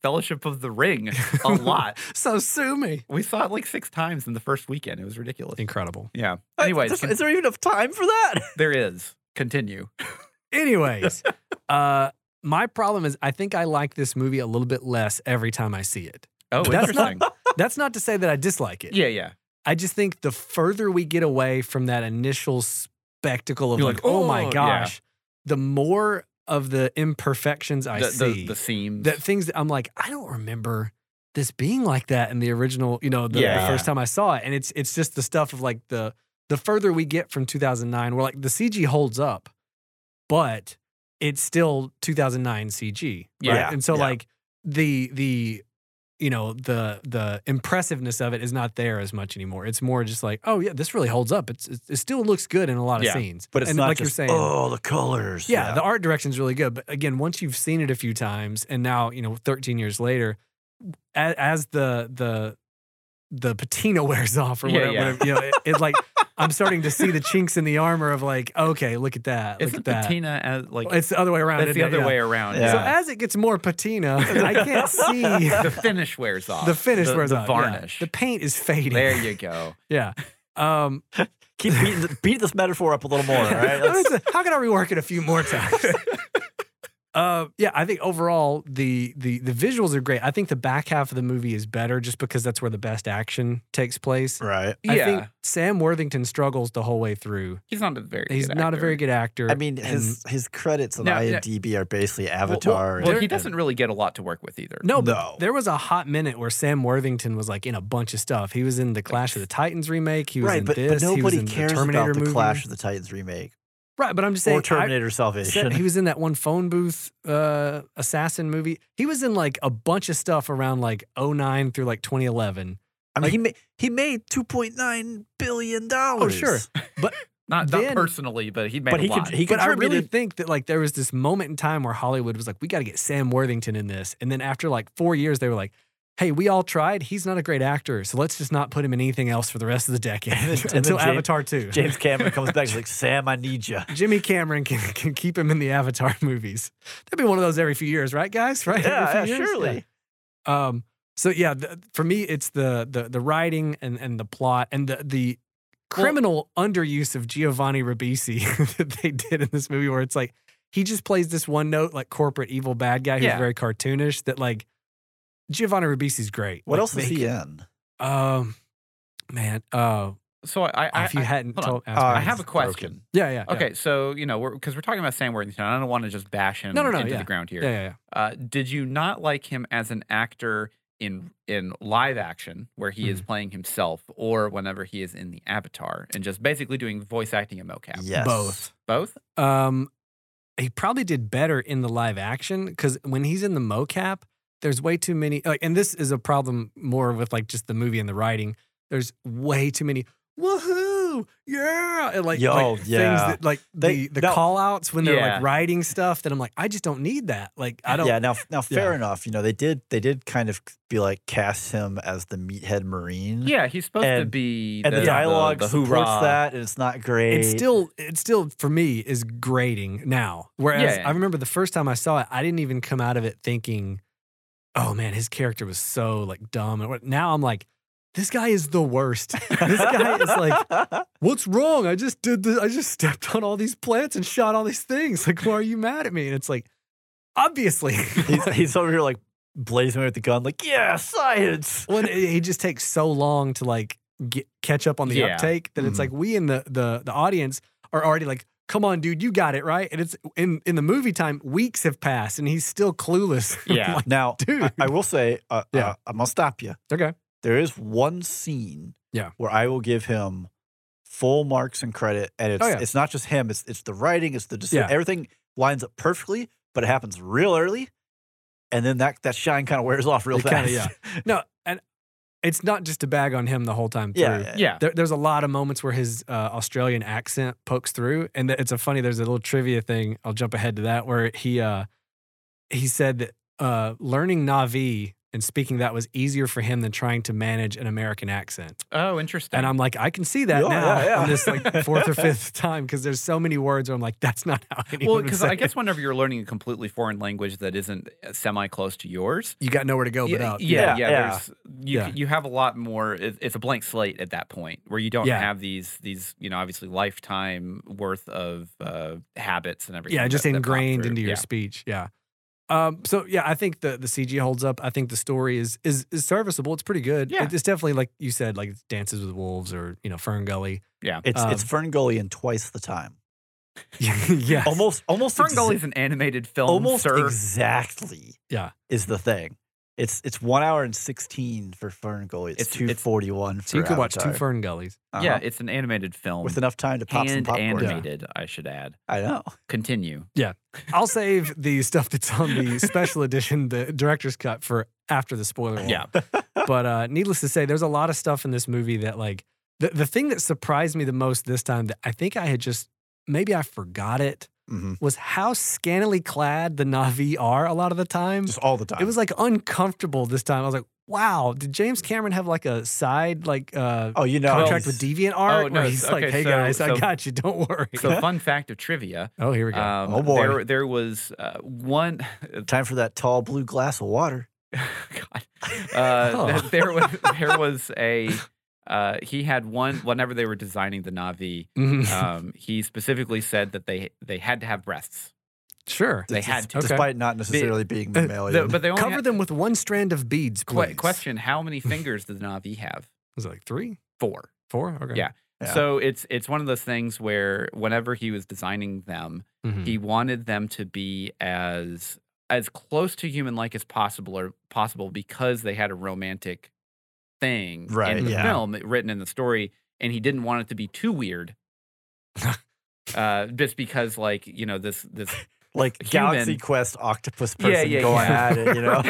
Fellowship of the Ring
[LAUGHS]
a lot.
so sue me.
we saw it like six times in the first weekend. It was ridiculous.
Incredible.
Yeah.
Uh,
I-
Anyways,
just-
con-
is there even enough time for that?
there is. Continue. [LAUGHS]
Anyways, uh, my problem is I think I like this movie a little bit less every time I see it.
Oh,
That's not-
interesting.
[LAUGHS] That's not to say that I dislike it.
yeah, yeah.
I just think the further we get away from that initial spectacle of
You're
like,
like,
oh,
"Oh,"
my
yeah.
gosh, the more of the imperfections I
The,
see,
the, the seams.
that things that I'm like, I don't remember this being like that in the original, you know, the, the
Yeah.
first time I saw it. And it's it's just the stuff of like the the further we get from 2009, we're like the CG holds up, but it's still 2009 CG. right?
Yeah.
And so
Yeah.
like the the you know the the impressiveness of it is not there as much anymore. It's more just like, oh yeah, this really holds up. It's, it's it still looks good in a lot of
Yeah,
scenes.
But it's
and
not
like
just,
you're saying.
oh, the colors.
yeah, the art direction's really good. But again, once you've seen it a few times, and now you know, 13 years later, as, as the the the patina [LAUGHS] wears off or
Yeah,
whatever,
yeah.
whatever, you know, it, it
[LAUGHS]
like I'm starting to see the chinks in the armor of like, okay, look at that,
It's
look at that.
patina as like
it's the other way around.
that's
isn't
the
it?
other
Yeah.
way around.
Yeah.
So
Yeah.
as it gets more
[LAUGHS]
patina, I can't see [LAUGHS]
the finish [LAUGHS] wears off.
the finish
the,
wears
the
off. yeah.
varnish.
The paint is fading.
there you go.
[LAUGHS] Yeah. Um,
[LAUGHS] Keep beating, th- beat this metaphor up a little
[LAUGHS]
more. All [LAUGHS] right.
let me
Let's-
say- how can I rework it a few more
[LAUGHS]
times? Uh, yeah, I think overall the the the visuals are great. I think the back half of the movie is better just because that's where the best action takes place.
right.
Yeah,
I think Sam Worthington struggles the whole way through.
he's not a very.
He's
good
not a
actor.
very good actor.
I mean, his his credits on
No, yeah.
IMDb are basically
well,
Avatar.
well,
Well,
There-
he doesn't really get a lot to work with either.
no, but
no.
there was a hot minute where Sam Worthington was like in a bunch of stuff. He was in the Clash of the Titans remake. He was
right,
in
but, but
this. he was
nobody
in
cares
the Terminator
about the
movie.
Clash of the Titans remake
Right, but I'm just saying.
or
I-
Terminator
Sa-
Salvation.
He was in that one phone booth uh, assassin movie. He was in like a bunch of stuff around like 09 through like 2011.
I mean, he made he made two point nine billion dollars.
sure.
not
Then-
not personally, but he made
but
a
he
lot.
could he
But I really
contributed
think that like there was this moment in time where Hollywood was like, we got to get Sam Worthington in this. And then after like four years, they were like, hey, we all tried. He's not a great actor. So let's just not put him in anything else for the rest of the decade
[LAUGHS] And then- and
until
then James-
Avatar 2.
[LAUGHS] James Cameron comes [LAUGHS] back. He's like, Sam, I need [LAUGHS] you.
Jimmy Cameron can, can keep him in the Avatar [LAUGHS] movies. That'd be one of those every few years, right, guys? Right? Every few years? Um, so yeah, th for me, it's the the the writing and and the plot and the the criminal underuse of Giovanni Ribisi [LAUGHS] that they did in this movie, where it's like he just plays this one note like corporate evil bad guy who's
Yeah.
very cartoonish. That like Giovanni Ribisi's great.
What
Like,
else is
they
he
can-
in?
Um, man. Oh,
so I, I,
if you
I-
hadn't
hold on.
told,
Uh,
asked me
I
this.
have a question.
Broken.
yeah, yeah, yeah.
Okay, so you know, we're because we're talking about Sam Worthington. I don't want to just bash him
No, no, no,
into
yeah.
the ground here.
yeah, yeah, yeah.
Uh, did you not like him as an actor in in live action, where he
Mm-hmm.
is playing himself, or whenever he is in the Avatar and just basically doing voice acting and mocap?
Yes.
Both.
Both.
Um, he probably did better in the live action because when he's in the mocap, there's way too many. Like, and this is a problem more with like just the movie and the writing. There's way too many. Woohoo! Yeah, and like,
Yo,
like things
yeah.
that like
They-
the, the
no.
call outs when they're
Yeah.
like writing stuff that I'm like, I just don't need that. Like, I don't.
Yeah. Now, now, fair
Yeah.
enough. You know, they did they did kind of be like cast him as the meathead marine.
Yeah, he's supposed to
Mm-hmm. And-
be.
And the, dialogue
the,
supports
hoorah.
that, and it's not great.
It's
[LAUGHS]
still, it still for me is grating now. Whereas
Yeah.
I remember the first time I saw it, I didn't even come out of it thinking, "Oh man, his character was so like dumb." And what- Now I'm like, this guy is the
[LAUGHS]
worst. this guy is like,
[LAUGHS]
"What's wrong? I just did this. I just stepped on all these plants and shot all these things. Like, why are you mad at me?" And it's like, obviously,
he's, he's over here like blazing away with the gun, like yeah, science.
when it, it just takes so long to like get, catch up on the
Yeah. Mm-hmm.
uptake that it's
Mhm.
like we in the the the audience are already like come on dude you got it right and it's in in the movie time weeks have passed and he's still clueless [LAUGHS]
Yeah.
Like,
Now,
dude
[LAUGHS]
I, I will say, uh,
Yeah.
uh, I'm gonna stop you.
okay
There is one scene,
Yeah.
where I will give him full marks and credit, and it's
Oh, yeah.
it's not just him. It's it's the writing. It's the just
Yeah.
everything lines up perfectly, but it happens real early, and then that that shine kind of wears off real
It
fast.
kinda-
[LAUGHS]
no and it's not just a bag on him the whole time through.
yeah,
Yeah.
There, there's a lot of moments where his uh, Australian accent pokes through, and that- it's a funny. There's a little trivia thing. I'll jump ahead to that where he uh, he said that uh, learning Navi and speaking that was easier for him than trying to manage an American accent.
Oh, interesting.
And I'm like, I can see that
Yeah,
now
yeah, yeah.
on this
[LAUGHS]
like fourth or fifth time because there's so many words where I'm like, that's not how [LAUGHS] anyone
well,
would
because
say
I guess
it.
whenever you're learning a completely foreign language that isn't semi close to yours,
you got nowhere to go but
yeah,
up.
yeah,
Yeah,
yeah,
yeah.
There's, you
Yeah.
you have a lot more. It, it's a blank slate at that point where you don't
Yeah.
have these these you know obviously lifetime worth of uh, habits and everything.
Yeah, just
that- that pop
ingrained
through.
into your
Yeah.
speech. Yeah. Um, so yeah, I think the the CG holds up. I think the story is is, is serviceable. It's pretty good.
Yeah.
It's definitely like you said, like it's Dances with Wolves or you know Fern Gully. [LAUGHS]
It's it's
Um,
Fern Gully in twice the time.
yeah.
Almost almost
Fern
exa-
Gully's an animated film,
almost
sir.
exactly.
Yeah.
is the thing. It's it's one hour and sixteen for Fern Gully. It's,
It's-
two
it's-
forty one.
So you could watch two Fern Gullies.
Uh-huh.
Yeah, it's an animated film.
with enough time to pop some
hand
popcorn.
uh-huh. Yeah.
animated, I should add.
I know.
Oh.
[LAUGHS]
Continue.
I'll save the [LAUGHS] stuff that's on the
[LAUGHS]
special edition, the director's cut, for after the spoiler. warning.
Yeah.
But uh, needless to say, there's a lot of stuff in this movie that, like, the, the thing that surprised me the most this time that I think I had just maybe I forgot it
Mhm.
was how scantily clad the Navi are a lot of the time.
Just all the time.
It was like uncomfortable this time. I was like, wow, did James Cameron have like a side, like, uh,
oh, you know,
contract with
he's-
Deviant Art?
Oh, no,
where he's
okay,
like, hey
so-
guys, I
so-
got you. Don't worry.
[LAUGHS] So, fun fact of trivia.
oh, here we go.
Um,
Oh, boy.
There, there was uh, one. [LAUGHS]
Time for that tall blue glass of water.
God. Uh,
Oh.
th-
[LAUGHS]
there was there was a uh, he had one whenever they were designing the Navi.
Mhm.
Um, he specifically said that they they had to have breasts.
sure.
They had to.
Okay.
despite not necessarily being
Uh,
mammalian.
[LAUGHS] The- but they only
Cover
had-
them with one strand of beads,
que-
please.
question: How many fingers did the Navi have?
Was it like three,
Four.
four? Okay.
Yeah.
Yeah.
So it's it's one of those things where whenever he was designing them,
Mhm.
Mm-hmm.
he wanted them to be as as close to human like as possible or possible because they had a romantic thing
Right,
in the
yeah.
film written in the story and he didn't want it to be too
[LAUGHS]
weird. uh, just because like, you know, this this
like
human-
Galaxy Quest octopus
Yeah,
person
yeah,
going
yeah.
at it, you
[LAUGHS]
know?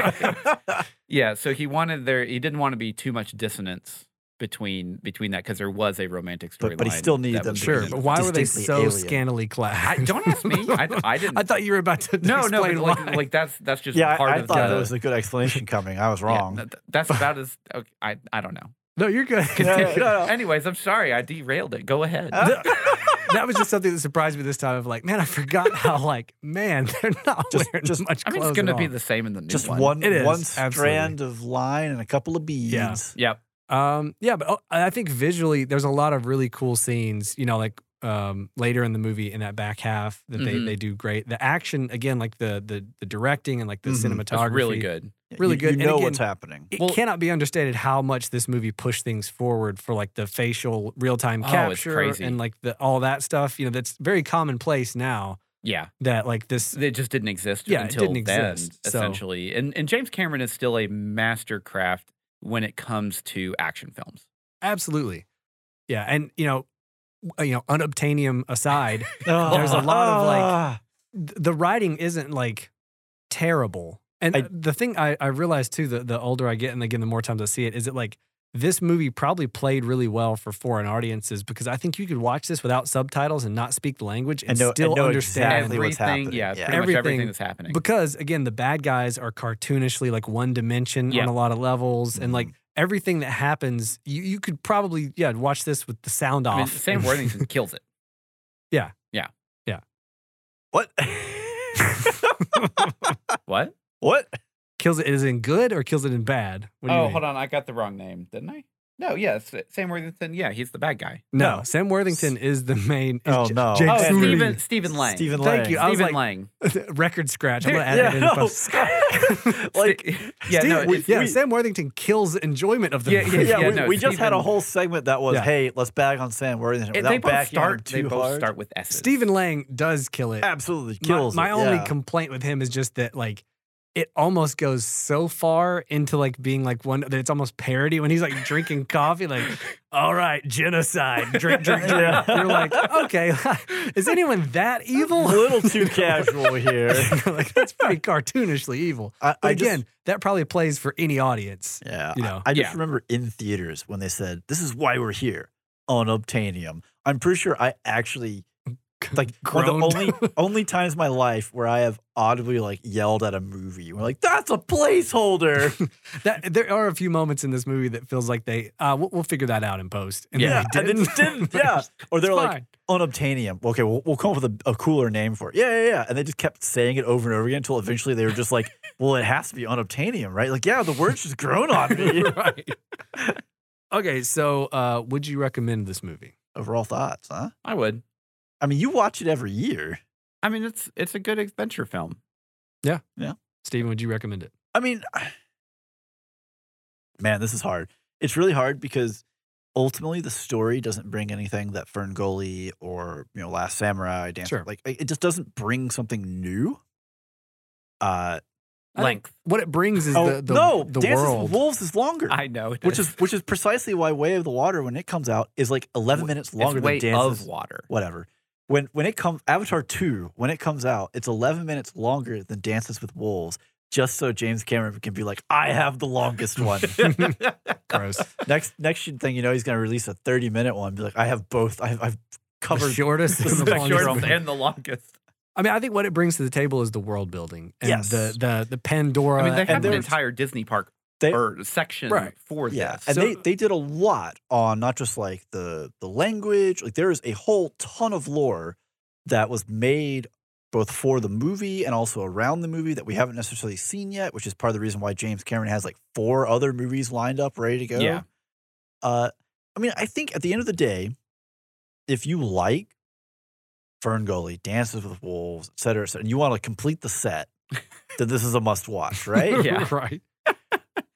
yeah, so he wanted there he didn't want to be too much dissonance between between that because there was a romantic storyline.
But- but he still needed
that
them
was-
to
Sure,
be
but why were they
distinctly
so
alien.
scantily clad?
I, don't ask [LAUGHS] me. I,
[LAUGHS]
I didn't.
I thought you were about to
no, no, but
explain why.
like, like that's that's just
yeah,
part
I, I
of
thought
the,
there was a good
[LAUGHS]
explanation coming. I was
yeah,
wrong.
th- th- that's about as okay, I I don't know.
no, you're
[LAUGHS]
good.
No, no, no.
Anyways, I'm sorry I derailed it. Go ahead. [LAUGHS]
that was just something that surprised me this time. Of like, man, I forgot how like, man, [LAUGHS] they're not
Just-
wearing
just-
much
I
clothes.
mean, it's
at
going to be
all.
the same in the new
Just
one.
one
It is,
one
absolutely.
strand of line and a couple of beads.
Yeah.
Yep.
Um, yeah, but oh, I think visually there's a lot of really cool scenes. You know, like um, later in the movie in that back half that they,
Mhm.
they do great. The action again, like the the the directing and like the
Mhm.
cinematography,
Mm-hmm. It's really good.
Really
You-
good. And
You know
again-
what's happening.
[LAUGHS]
It
Well-
cannot be understated how much this movie pushed things forward for like the facial real time
Oh, it's
capture
crazy.
and like the all that stuff. You know, that's very commonplace now.
Yeah.
That like this,
It just didn't exist
Yeah, it
until
didn't
then,
exist, so-
essentially. And, and James Cameron is still a master craft when it comes to action films.
absolutely, yeah, and you know, w- you know, unobtainium aside, There's a lot of, like-
Ah.
th- the writing isn't like terrible. And uh,
I-
the thing I, I realized too, the, the older I get and again, the more times I see it, is it like this movie probably played really well for foreign audiences because I think you could watch this without subtitles and not speak the language and,
And know- and
still
know
understand.
exactly what's happening. Yeah.
yeah, pretty much
Everything-
everything that's happening.
[LAUGHS] Because again, the bad guys are cartoonishly like one dimension
Yeah.
on a lot of levels. And like
Mm-hmm.
everything that happens, you, you could probably, yeah, watch this with the sound
I mean,
off. [LAUGHS]
Sam Worthington kills it. [LAUGHS]
what?
What?
what?
kills it is in good or kills it in bad. What do you
oh,
mean?
hold on. I got the wrong name, didn't I? No, yes. Sam Worthington. Yeah, he's the bad guy.
No,
No.
Sam Worthington is the main. is
Oh,
J-
no.
Jake
Oh,
Exactly.
Sully.
Stephen, Stephen Lang.
Stephen
Thank
Lang.
you. I was
Stephen
like-
Lang.
record scratch. I'm gonna add it in.
Yeah,
the
no.
post.
[LAUGHS] like,
[LAUGHS] yeah, no,
Steve, we-
it's-
yeah,
we-
Sam Worthington kills enjoyment of the
Yeah,
movie.
yeah,
yeah,
we,
no,
we just had a
Stephen-
whole segment that was,
Yeah.
hey, let's bag on Sam Worthington
And
without
they both
backing
start.
him
They
too
both
hard.
start with S's.
Stephen Lang does kill it.
Absolutely
My-
kills.
My,
it,
only
yeah.
complaint with him is just that like it almost goes so far into like being like one that it's almost parody when he's like
[LAUGHS]
drinking coffee, like, all right, genocide. Drink,
[LAUGHS]
drink, drink.
Yeah.
You're like, okay, [LAUGHS] is anyone that
a
evil?
little
[LAUGHS]
too casual [LAUGHS] here.
like that's pretty cartoonishly evil.
[LAUGHS] I,
But
I just-
again, that probably plays for any audience.
yeah,
you
I-
know.
I, just
Yeah.
remember in theaters when they said, "This is why we're here on Obtanium." I'm pretty sure I
[LAUGHS]
actually like one of the
Groaned. [LAUGHS]
only only times in my life where I have audibly like yelled at a movie. We're like, "That's a placeholder."
[LAUGHS] That there are a few moments in this movie that feels like they uh we'll, we'll figure that out in post. And
yeah,
they
and it
[LAUGHS]
didn't. Yeah, or they're
It's
like
fine.
unobtainium. Okay, we'll, we'll come up with a, a cooler name for it. Yeah, yeah, yeah. And they just kept saying it over and over again until eventually they were just like, [LAUGHS] "Well, it has to be unobtainium, right?" Like, yeah, the word's just grown on me.
[LAUGHS]
[LAUGHS]
right. Okay, so uh would you recommend this movie?
Overall thoughts, huh?
I would.
I mean, you watch it every year.
I mean, it's it's a good adventure film.
Steven, would you recommend it?
I mean, [SIGHS] man, this is hard. It's really hard because ultimately the story doesn't bring anything that Fern Gully or you know Last Samurai, Dance
Sure.
like it it just doesn't bring something new. Uh,
I think
length.
What it brings is
oh
the, the,
no,
the
Dances
world.
with Wolves is longer.
[LAUGHS] I know, it
which is which is precisely why Way of the Water when it comes out is like 11
Wh-
minutes
it's
longer
way
than Dances
of
[LAUGHS]
water.
whatever. When when it comes Avatar 2, when it comes out, it's 11 minutes longer than Dances with Wolves just so James Cameron can be like I have the longest
[LAUGHS]
one. [LAUGHS]
Gross.
next next thing you know he's going to release a 30 minute one be like I have both. I I've
the
covered
shortest and the
The
the
longest.
shortest and the longest.
I mean, I think what it brings to the table is the world building and
Yes.
the the the Pandora.
I mean, they have
and
an
the-
Uh, there's-
entire Disney park
They-
or section
Right.
for
Yeah,
this.
and
So-
they they did a lot on not just like the the language. Like there is a whole ton of lore that was made both for the movie and also around the movie that we haven't necessarily seen yet, which is part of the reason why James Cameron has like four other movies lined up ready to go.
Yeah.
Uh, I mean, I think at the end of the day, if you like Fern Gully, Dances with Wolves, et cetera, et cetera, and you want to complete the set, then this is a must
[LAUGHS]
watch, right?
[LAUGHS] Yeah.
[LAUGHS] right.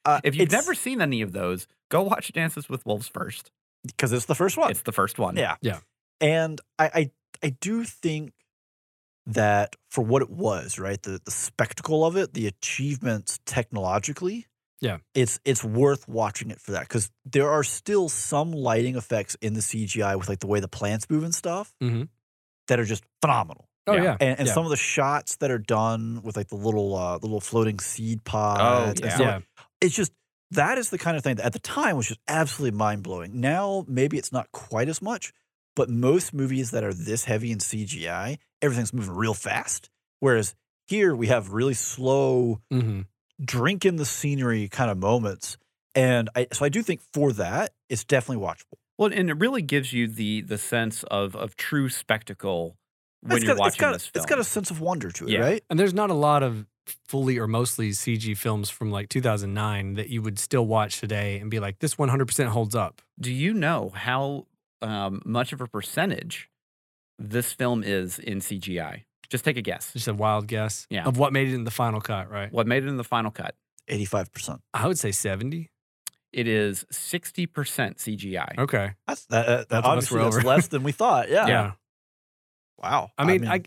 Uh,
If you've
it's-
never seen any of those, go watch Dances with Wolves first.
because it's the first one.
It's the first one.
Yeah.
Yeah.
And I, I I do think that for what it was, right? The the spectacle of it, the achievements technologically.
Yeah.
It's it's worth watching it for that. Because there are still some lighting effects in the CGI with like the way the plants move and stuff
Mhm.
that are just phenomenal.
Oh
Yeah.
yeah.
And, and
Yeah.
some of the shots that are done with like the little uh, the little floating seed pods and
yeah.
stuff
Oh, yeah.
it's just that is the kind of thing that at the time was just absolutely mind blowing. Now maybe it's not quite as much, but most movies that are this heavy in CGI, everything's moving real fast. Whereas here we have really slow,
hmm
drink in the scenery kind of moments. And I, so I do think for that, it's definitely watchable.
Well, and it really gives you the the sense of of true spectacle when
It's
you're
got- it's
watching
got,
this film.
It's got a sense of wonder to it,
Yeah.
right?
And there's not a lot of fully or mostly CG films from like 2009 that you would still watch today and be like, this 100% holds up.
Do you know how um, much of a percentage this film is in CGI? Just take a guess.
Just a wild guess
Yeah.
of what made it in the final cut, right?
What made it in the final cut?
85%.
I would say 70.
It is 60% CGI.
Okay.
That's, that, that,
That's
obviously
almost
that's
over.
less than we thought. Yeah.
Yeah.
Wow.
I mean, I,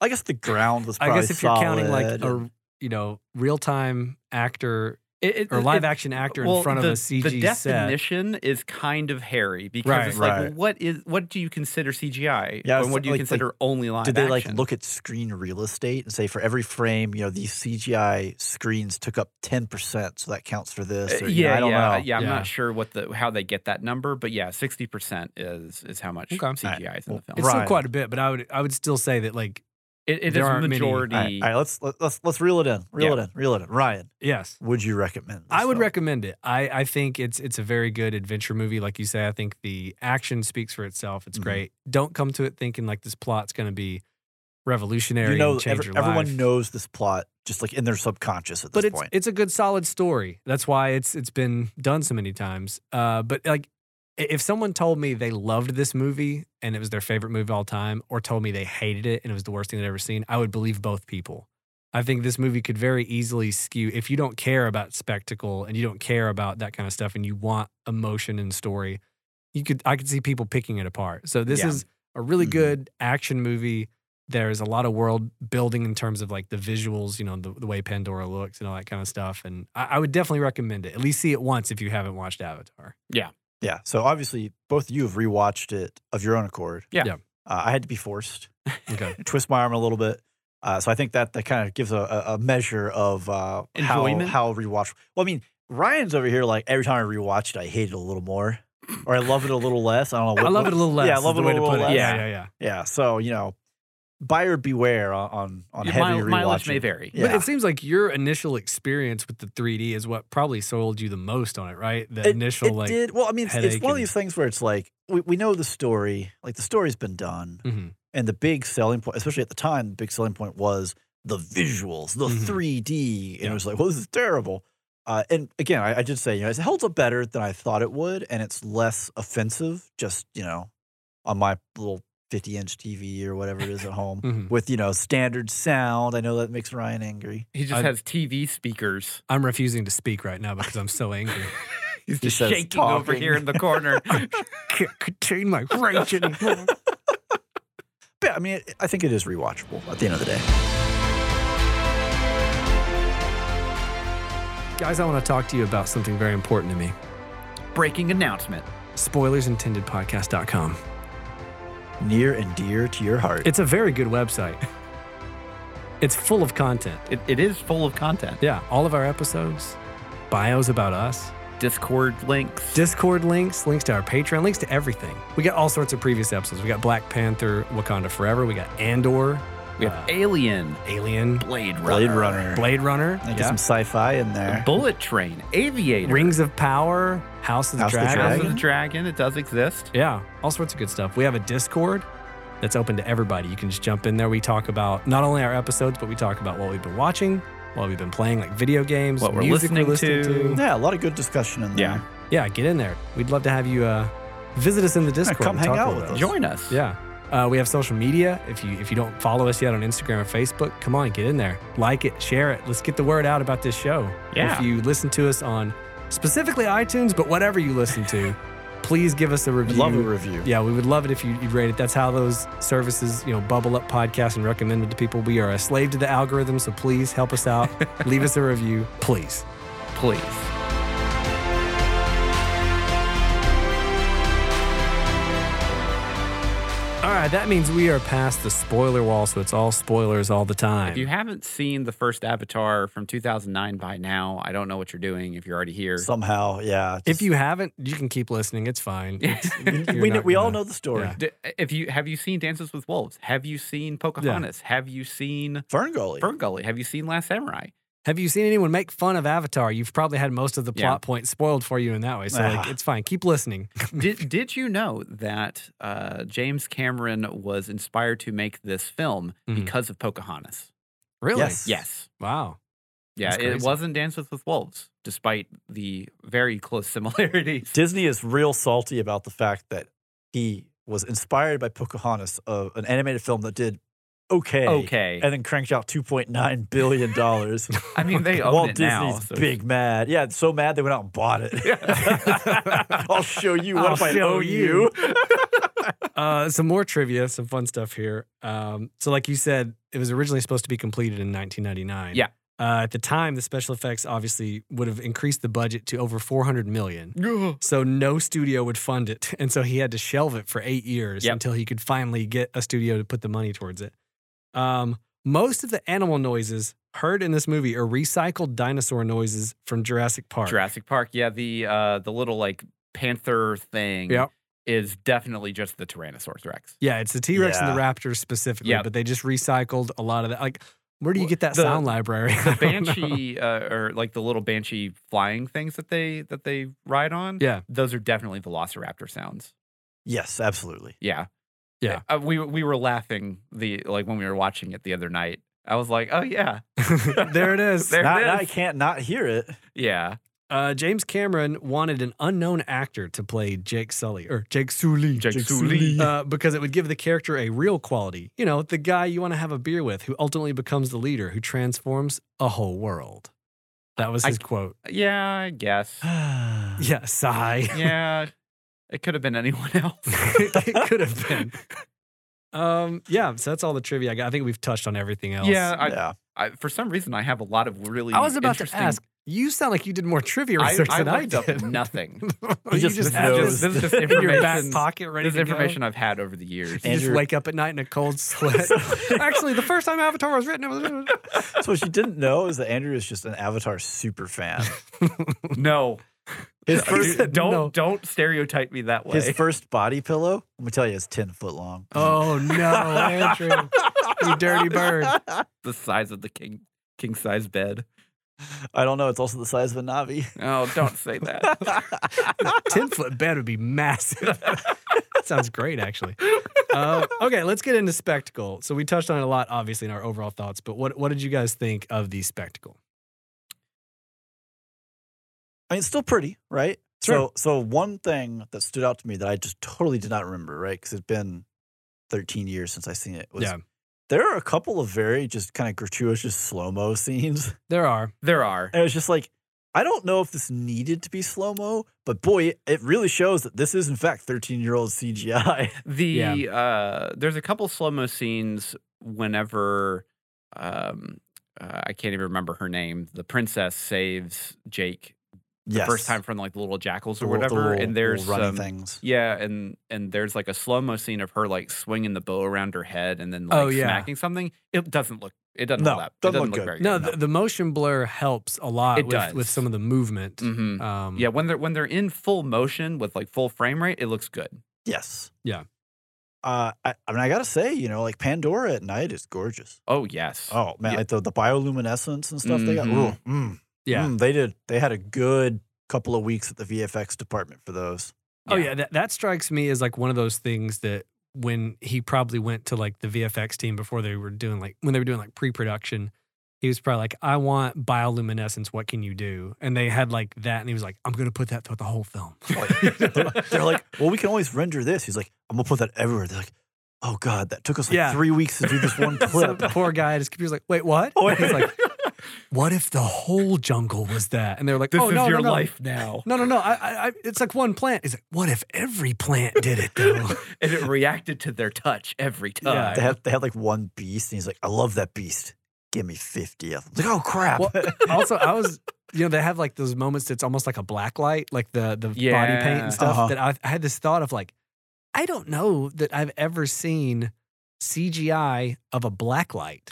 I guess the ground was
I,
probably
guess if you're counting like
solid and-
a, you know, real time actor
It- it-
or
it-
live action actor
well,
in front
the,
of a CG
The
set.
definition is kind of hairy because
Right,
it's like,
right.
well, what is what do you consider CGI?
Yeah, I was
and what do you
like- like,
consider only live
Did they like
action?
look at screen real estate and say for every frame, you know, these CGI screens took up ten percent, so that counts for
Uh,
this? Or, you know,
yeah,
I don't
yeah,
know.
yeah. I'm
Yeah.
not sure what the how they get that number, but yeah, sixty percent is is how much
Okay. All right.
CGI is in the
Well,
film.
It's
Right.
still quite a bit, but I would I would still say that like
It, it
there
is
aren't many-
majority.
All right, all right, let's let, let's let's reel it in, reel it in, reel it in. Ryan,
yes,
would you recommend? This
I would
film?
recommend it. I, I think it's it's a very good adventure movie, like you say. I think the action speaks for itself. It's
Mhm.
great. Don't come to it thinking like this plot's going to be revolutionary
You know,
and change
every-
your
everyone
life.
knows this plot, just like in their subconscious at this
but it's
point.
it's a good solid story. That's why it's it's been done so many times. Uh, but like i- if someone told me they loved this movie and it was their favorite movie of all time, or told me they hated it and it was the worst thing they'd ever seen, I would believe both people. I think this movie could very easily skew if you don't care about spectacle and you don't care about that kind of stuff and you want emotion and story. You could I could see people picking it apart. So this
Yeah.
is a really
Mhm.
good action movie. There's a lot of world building in terms of like the visuals, you know, the, the way Pandora looks and all that kind of stuff. And I, I would definitely recommend it. At least see it once if you haven't watched Avatar.
yeah. So obviously, both of you have rewatched it of your own accord.
Yeah.
Yeah.
Uh, I had to be forced.
Okay.
twist my arm a little bit. Uh, so I think that that kind of gives a, a, a measure of uh, how
Enjoyment?
how rewatch. Well, I mean, Ryan's over here like every time I rewatch it, I hate it a little more, or I love it a little less. I don't
[LAUGHS]
know.
I
what-
love it
what-
a little less.
Yeah, I
is
love
the
it a
way to
little
put
less.
It.
Yeah.
Yeah, yeah, yeah.
Yeah. So you know, buyer beware on on, on
Your
heavy
mile- mileage may
rewatching.
vary.
Yeah.
But it seems like your initial experience with the 3D is what probably sold you the most on it, right? The
It-
initial
it
like.
did. Well, I mean, it's, it's
headache
one of
and-
these things where it's like we, we know the story, like the story's been done,
Mhm.
and the big selling point, especially at the time, the big selling point was the visuals, the
Mhm.
3D, and
Yeah.
it was like, well, this is terrible. Uh, and again, I, I did say, you know, it holds up better than I thought it would, and it's less offensive. Just you know, on my little 50 inch TV or whatever it is at
[LAUGHS]
home,
Mhm.
with you know standard sound. I know that makes Ryan angry.
He just
I-
has TV speakers.
I'm refusing to speak right now because I'm so angry.
[LAUGHS]
He's
He
just
says
shaking over
talking.
here in the
[LAUGHS]
corner.
can't [LAUGHS] contain my rage anymore.
But I mean, it, I think it is rewatchable at the end of the day.
Guys, I want to talk to you about something very important to me.
Breaking announcement.
SpoilersIntendedPodcast.com.
Near and dear to your heart.
It's a very good website. [LAUGHS] It's full of content.
It, it is full of content.
Yeah, all of our episodes, bios about us,
Discord links.
Discord links, links to our Patreon, links to everything. We got all sorts of previous episodes. We got Black Panther, Wakanda Forever. We got Andor,
we have Alien,
Alien,
Blade Runner,
uh, Blade Runner.
Blade Runner,
I get
yeah.
some sci-fi in there.
Bullet Train, Aviator,
Rings of Power, House of the
House of the
Dragon.
House of the Dragon. It does exist.
Yeah, all sorts of good stuff. We have a Discord that's open to everybody. You can just jump in there. We talk about not only our episodes, but we talk about what we've been watching, what we've been playing, like video games,
What we're
music we're
listening
listening
to.
to.
Yeah, a lot of good discussion in there.
Yeah.
Yeah, get in there. We'd love to have you uh, visit us in the Discord.
come
and
hang
talk
out
with
with
us.
us.
Join us.
Yeah. Uh, we have social media. If you if you don't follow us yet on Instagram or Facebook, come on, get in there. Like it, share it. Let's get the word out about this show.
Yeah.
If you listen to us on specifically iTunes, but whatever you listen
[LAUGHS]
to, please give us a
We'd
review.
Love a review.
Yeah, we would love it if you, you'd rate it. That's how those services, you know, bubble up podcasts and recommend it to people. We are a slave to the algorithm, so please help us
[LAUGHS]
out. Leave us a review, please.
Please.
All right, that means we are past the spoiler wall, so it's all spoilers all the time.
If you haven't seen the first Avatar from 2009 by now, I don't know what you're doing if you're already here.
Somehow, yeah.
if you haven't, you can keep listening. It's
[LAUGHS]
fine. It's- you're
we, kn-
not
we all
gonna-
know the story.
Yeah.
D- if you have you seen Dances with Wolves? Have you seen Pocahontas? Have you seen
Ferngully.
Ferngully? Have you seen
[LAUGHS]
Last Samurai?
Have you seen anyone make fun of Avatar? You've probably had most of the
Yeah.
plot points spoiled for you in that way. So like,
Ah.
it's fine. Keep listening.
did did you know that uh, James Cameron was inspired to make this film
Mhm.
because of Pocahontas?
Really?
Yes.
Yes.
Wow.
Yeah,
That's
it
crazy.
wasn't Dances with Wolves, despite the very close [LAUGHS] similarities.
Disney is real salty about the fact that he was inspired by Pocahontas, of an animated film that did okay,
Okay.
and then cranked out two point nine billion dollars.
I
[LAUGHS]
mean, they [LAUGHS] own
Walt
it
Disney's
now. so- [GASPS]
big mad. Yeah, so mad they went out and bought it. [LAUGHS] I'll show you what
I'll
if I
show
owe
you.
you. [LAUGHS]
Uh, some more trivia, some fun stuff here. Um, so, like you said, it was originally supposed to be completed in 1999.
Yeah.
Uh, at the time, the special effects obviously would have increased the budget to over 400 million. So no studio would fund it, [LAUGHS] and so he had to shelve it for eight years
Yep.
until he could finally get a studio to put the money towards it. Um, most of the animal noises heard in this movie are recycled dinosaur noises from Jurassic Park.
Jurassic Park. Yeah, the uh, the little like panther thing
Yep.
is definitely just the Tyrannosaurus Rex.
Yeah, it's the T Rex and the
Yeah.
Raptors specifically,
Yep.
but they just recycled a lot of that. Like, where do you
Wh-
get that
the-
sound library? [LAUGHS] [LAUGHS] I
The
don't know.
banshee uh, or like the little banshee flying things that they that they ride on.
Yeah. [LAUGHS]
those are definitely Velociraptor sounds.
Yes, absolutely.
Yeah,
Yeah.
Uh, we we were laughing the like when we were watching it the other night. I was like, oh yeah, [LAUGHS]
there it is.
There
now,
it
now I
is.
can't not hear it. [SIGHS]
yeah.
Uh, James Cameron wanted an unknown actor to play Jake Sully or Jake Sully.
Jake Jake Sully. Sully.
Uh, because it would give the character a real quality. You know, the guy you want to have a beer with who ultimately becomes the leader who transforms a whole world. That was
I-
his quote.
Uh, Yeah, I guess.
Yeah, sigh. [LAUGHS]
yeah, it could have been anyone [LAUGHS] else.
it could have
[LAUGHS]
been. Um, yeah, so that's all the trivia I got. I think we've touched on everything else.
yeah, I,
yeah.
I, for some reason, I have a lot of really.
I was about to
interesting-
ask. You sound like you did more trivia
I,
research
I
than I
looked
[LAUGHS]
up
did.
[LAUGHS] nothing.
you just
just
This
have
is
knows.
this
just-
[LAUGHS]
this is just
In
in your back [LAUGHS]
information-
pocket ready
this is
to go?
information I've had over the years.
You just
Andrew-
wake up at night in a cold
[LAUGHS]
sweat. Actually, the first time Avatar was written, it was.
So what she didn't know is that Andrew is just an Avatar
[LAUGHS]
super fan.
[LAUGHS] no,
His
Dude,
first
[LAUGHS]
don't
no.
don't stereotype me that way.
his first body pillow, let me tell you, is ten foot long.
Oh no, Andrew, you [LAUGHS] dirty bird!
the size of the king king size bed.
I don't know. It's also the size of a Navi. [LAUGHS]
Oh, don't say that.
[LAUGHS] Ten foot bed would be massive. [LAUGHS] that sounds great, actually. Uh, okay, let's get into spectacle. So we touched on it a lot, obviously, in our overall thoughts. But what what did you guys think of the spectacle?
I mean, it's still pretty, right?
Sure.
So, so one thing that stood out to me that I just totally did not remember, right? Because it's been 13 years since I seen it. Was
Yeah.
There are a couple of very just kind of gratuitous slow mo scenes, [LAUGHS]
There are.
there are.
and it's just like, I don't know if this needed to be slow mo, but boy, it really shows that this is in fact 13 year old [LAUGHS] CGI.
The
Yeah.
uh there's a couple slow-mo scenes whenever um uh, I can't even remember her name. The princess saves Jake the
yes.
first time from like the little jackals
The
or
little- the
whatever.
little-
and there's
little runny
some-
things.
yeah, and and there's like a slow mo scene of her like swinging the bow around her head and then like
Oh, yeah.
smacking something. It doesn't look. It doesn't
No,
hold up.
doesn't
it doesn't
look
look,
good.
No,
very good.
the, the motion blur helps a lot
It
with,
does.
with some of the movement.
Mhm.
Um,
Yeah, when they're when they're in full motion with like full frame rate, it looks good.
Yes.
Yeah.
Uh, I, I mean, I gotta say, you know, like Pandora at night is gorgeous.
Oh yes.
Oh man,
Yeah.
like the, the bioluminescence and stuff they got.
Mhm.
Ooh, mm,
Mm-hmm. Yeah.
mm, they did. They had a good couple of weeks at the VFX department for those.
Oh
[LAUGHS]
[LAUGHS]
yeah, that, that strikes me as like one of those things that when he probably went to like the VFX team before they were doing like when they were doing like pre-production, he was probably like, "I want bioluminescence. What can you do?" And they had like that, and he was like, "I'm gonna put that throughout the whole
[LAUGHS]
film."
[LAUGHS] They're, they're like, well, we can always render this. He's like, I'm gonna put that everywhere. They're like, oh god, that took us like
Yeah.
three weeks to do
[LAUGHS]
this one
So
clip.
the poor guy at his computer's like, "Wait, what?"
Oh,
He's
[LAUGHS]
like, "What if the whole jungle was that?" And they're like,
this
"Oh
is
no, no,
your
no.
life now.
No, no, no. I, I, I, it's like one plant. He's like, "What if every plant did it though?"
[LAUGHS] and it reacted to their touch every
Yeah.
time.
they had they had like one beast, and he's like, I love that beast. Give me fifty of them. Like, oh crap.
Well,
[LAUGHS]
also, I was, you know, they have like those moments that's almost like a black light, like the the body paint
Yeah.
and stuff.
Uh-huh.
That I, I had this thought of like, I don't know that I've ever seen CGI of a black light.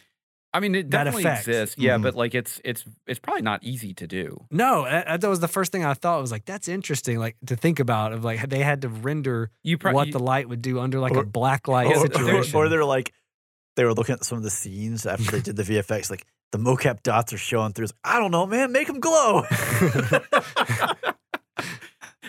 I mean, it
That
definitely
effect. Mm-hmm.
exists. Yeah,
Mhm.
but like it's it's it's probably not easy to do.
No, that, that was the first thing I thought. was like, that's interesting, like to think about of like they had to render
You probably
what
[LAUGHS]
the light would do under like
Or-
a black light
or, [LAUGHS] or-
situation.
or they're like, they were looking at some of the scenes after they did the VFX, like the mocap dots are showing through. It's like, I don't know, man, make
[LAUGHS]
them glow.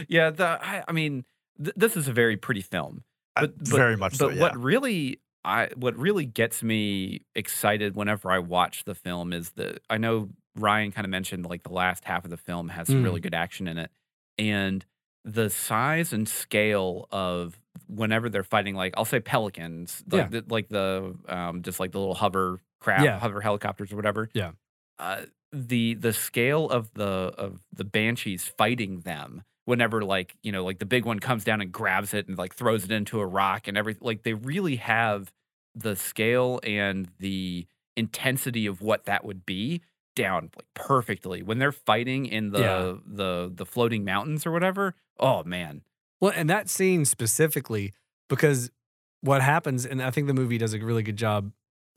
yeah, the I, I mean, th- this is a very pretty film. But- but-
Very much so.
but
yeah.
what really I what really gets me excited whenever I watch the film is the I know Ryan kind of mentioned like the last half of the film has some
Mm.
really good action in it and the size and scale of whenever they're fighting like I'll say pelicans like the, like the um just like the little hover craft
Yeah.
hover helicopters or whatever
Yeah.
uh, the the scale of the of the banshees fighting them whenever like you know like the big one comes down and grabs it and like throws it into a rock and everything like they really have the scale and the intensity of what that would be down like perfectly when they're fighting in the
Yeah.
the the floating mountains or whatever oh man
Well, and that scene specifically, because what happens, and I think the movie does a really good job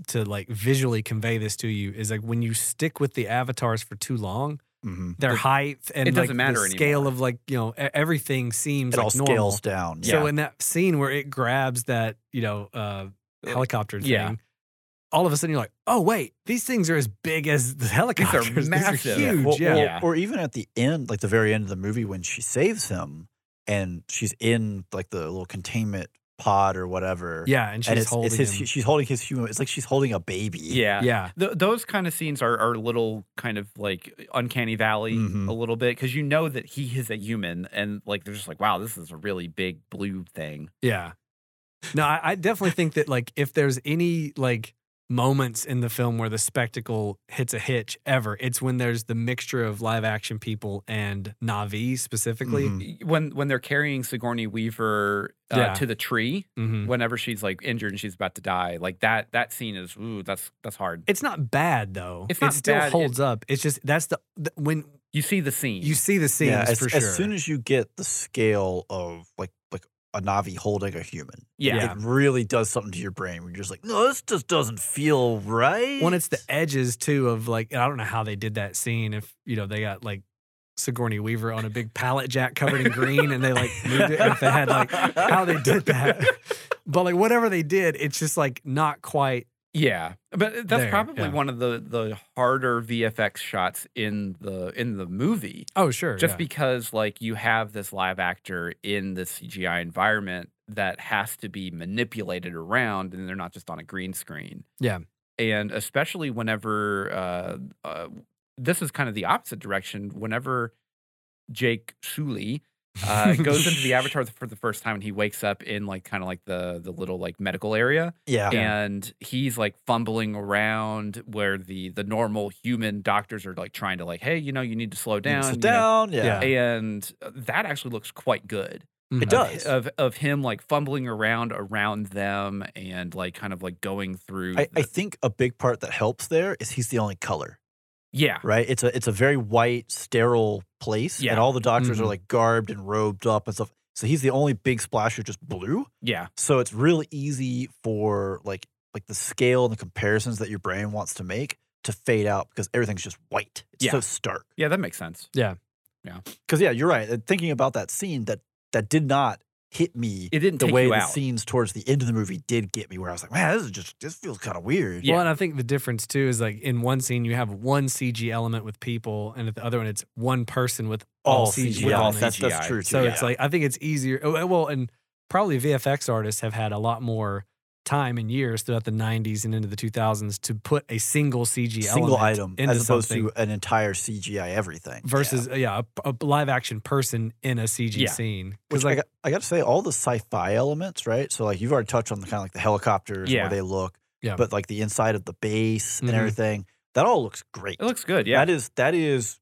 to like visually convey this to you, is like when you stick with the avatars for too long,
Mhm.
their
It-
height and
it
like,
doesn't matter
the scale
anymore.
of like you know e- everything seems
It all
like normal.
scales down. Yeah.
So in that scene where it grabs that you know uh, helicopter thing.
yeah.
All of a sudden, you're like, "Oh wait, these things are as big as the helicopters. [LAUGHS] These
massive. Yeah.
huge.
Well,
Yeah,
Or,
Yeah.
or even at the end, like the very end of the movie when she saves him and she's in like the little containment pod or whatever.
yeah." And she's
and it's,
holding
it's his,
him.
she's holding his human. It's like she's holding a baby.
yeah
yeah,
Th- those kind of scenes are, are little kind of like uncanny valley
Mhm.
a little bit because you know that he is a human and like they're just like wow this is a really big blue thing
Yeah. No, I, I definitely think that like if there's any like moments in the film where the spectacle hits a hitch ever, it's when there's the mixture of live action people and Navi specifically.
Mhm.
when when they're carrying Sigourney Weaver uh,
Yeah.
to the tree
Mhm.
whenever she's like injured and she's about to die like that that scene is ooh that's that's hard
It's not bad though.
It's not
it still
bad. It-
holds up. It's just that's the, the when
you see the scene
you see the scenes
Yeah, as,
for sure.
as soon as you get the scale of like like a Navi holding a human,
yeah,
Yeah.
it really does something to your brain. Where you're just like, no, this just doesn't feel right.
when it's the [LAUGHS] edges too of like and I don't know how they did that scene if you know they got like Sigourney Weaver on a big pallet jack covered in green and they like moved it if they had like [LAUGHS] how they did that. But like whatever they did, it's just like not quite
yeah but that's
There,
probably
yeah.
one of the the harder VFX shots in the in the movie
Oh sure.
just because like you have this live actor in the CGI environment that has to be manipulated around and they're not just on a green screen.
Yeah.
And especially whenever uh, uh, this is kind of the opposite direction, whenever Jake Sully uh, goes into [LAUGHS] the avatar for the first time and he wakes up in like kind of like the the little like medical area
[LAUGHS] yeah,
and he's like fumbling around where the the normal human doctors are like trying to like hey you know you need to slow down
sit
you know,
down. Yeah,
Yeah.
and that actually looks quite good.
Mhm.
It does.
of of him like fumbling around around them and like kind of like going through.
I, I
the-
think a big part that helps there is he's the only color,
yeah,
right? It's a it's a very white, sterile place,
Yeah.
and all the doctors
Mhm.
are like garbed and robed up and stuff. So he's the only big splash who's just blue.
yeah,
So it's really easy for like like the scale and the comparisons that your brain wants to make to fade out because everything's just white. It's
Yeah.
so stark.
yeah. That makes sense.
Because yeah, you're right. And Thinking about that scene, that that did not hit me
It didn't
the
take
way
you
the
out.
scenes towards the end of the movie did get me, where I was like, man, this is just this feels kind of weird.
Yeah.
Well, and I think the difference too is like in one scene you have one CG element with people, and at the other one it's one person with all, CG,
with all
elements.
That's, that's
CGI.
true. Too.
So
yeah.
it's like I think it's easier. oh, Well, and probably VFX artists have had a lot more time and years throughout the 90s and into the 2000s to put a single CG
single
element
item
into
as opposed
something
to an entire CGI everything
versus yeah, a, a live action person in a CG
Yeah.
scene.
Which
Because
like, I,
like
got, I got to say, all the sci-fi elements, right? So like you've already touched on the kind of like the helicopters and
Yeah. Mm-hmm.
where they look,
Yeah.
but like the inside of the base
Mhm.
and everything, that all looks great.
It looks good. Yeah,
That is that is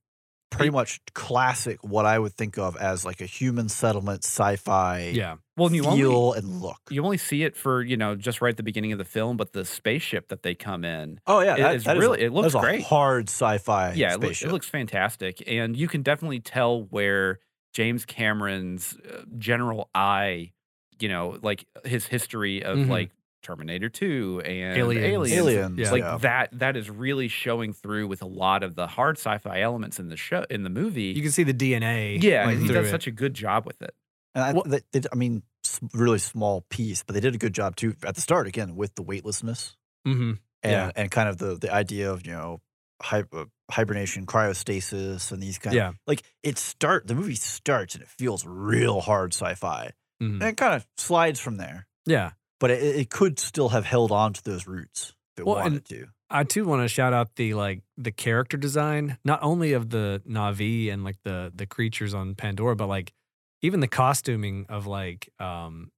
pretty much classic what I would think of as like a human settlement sci-fi
yeah,
well, and you
feel
only
and look.
you only see it for you know just right at the beginning of the film, but the spaceship that they come in.
oh yeah,
it
that,
is
that is
really-
a,
it looks
that is
great.
A hard sci-fi
yeah, it, loo-
spaceship.
it looks fantastic, and you can definitely tell where James Cameron's uh, general eye, you know, like uh, his history of
Mhm.
like Terminator Two and
Aliens.
aliens.
Yeah.
like
yeah.
that that is really showing through with a lot of the hard sci-fi elements in the show in the movie
you can see the DNA.
yeah
like,
he
through
does
it.
such a good job
[LAUGHS]
with it
And I,
Well-
they, they, I mean, s- really small piece, but they did a good job too at the start again with the weightlessness
mm-hmm,
Mhm.
and,
Yeah.
and kind of the the idea of you know hi, uh, hibernation, cryostasis, and these kind.
yeah.
Of, like it start the movie starts and it feels real hard sci-fi
Mhm.
and
mm-hmm.
it kind of slides from there,
yeah.
but it, it could still have held on to those roots if it
Well, and-
wanted to.
I too want to shout out the like the character design, not only of the Navi and like the the creatures on Pandora, but like even the costuming of like um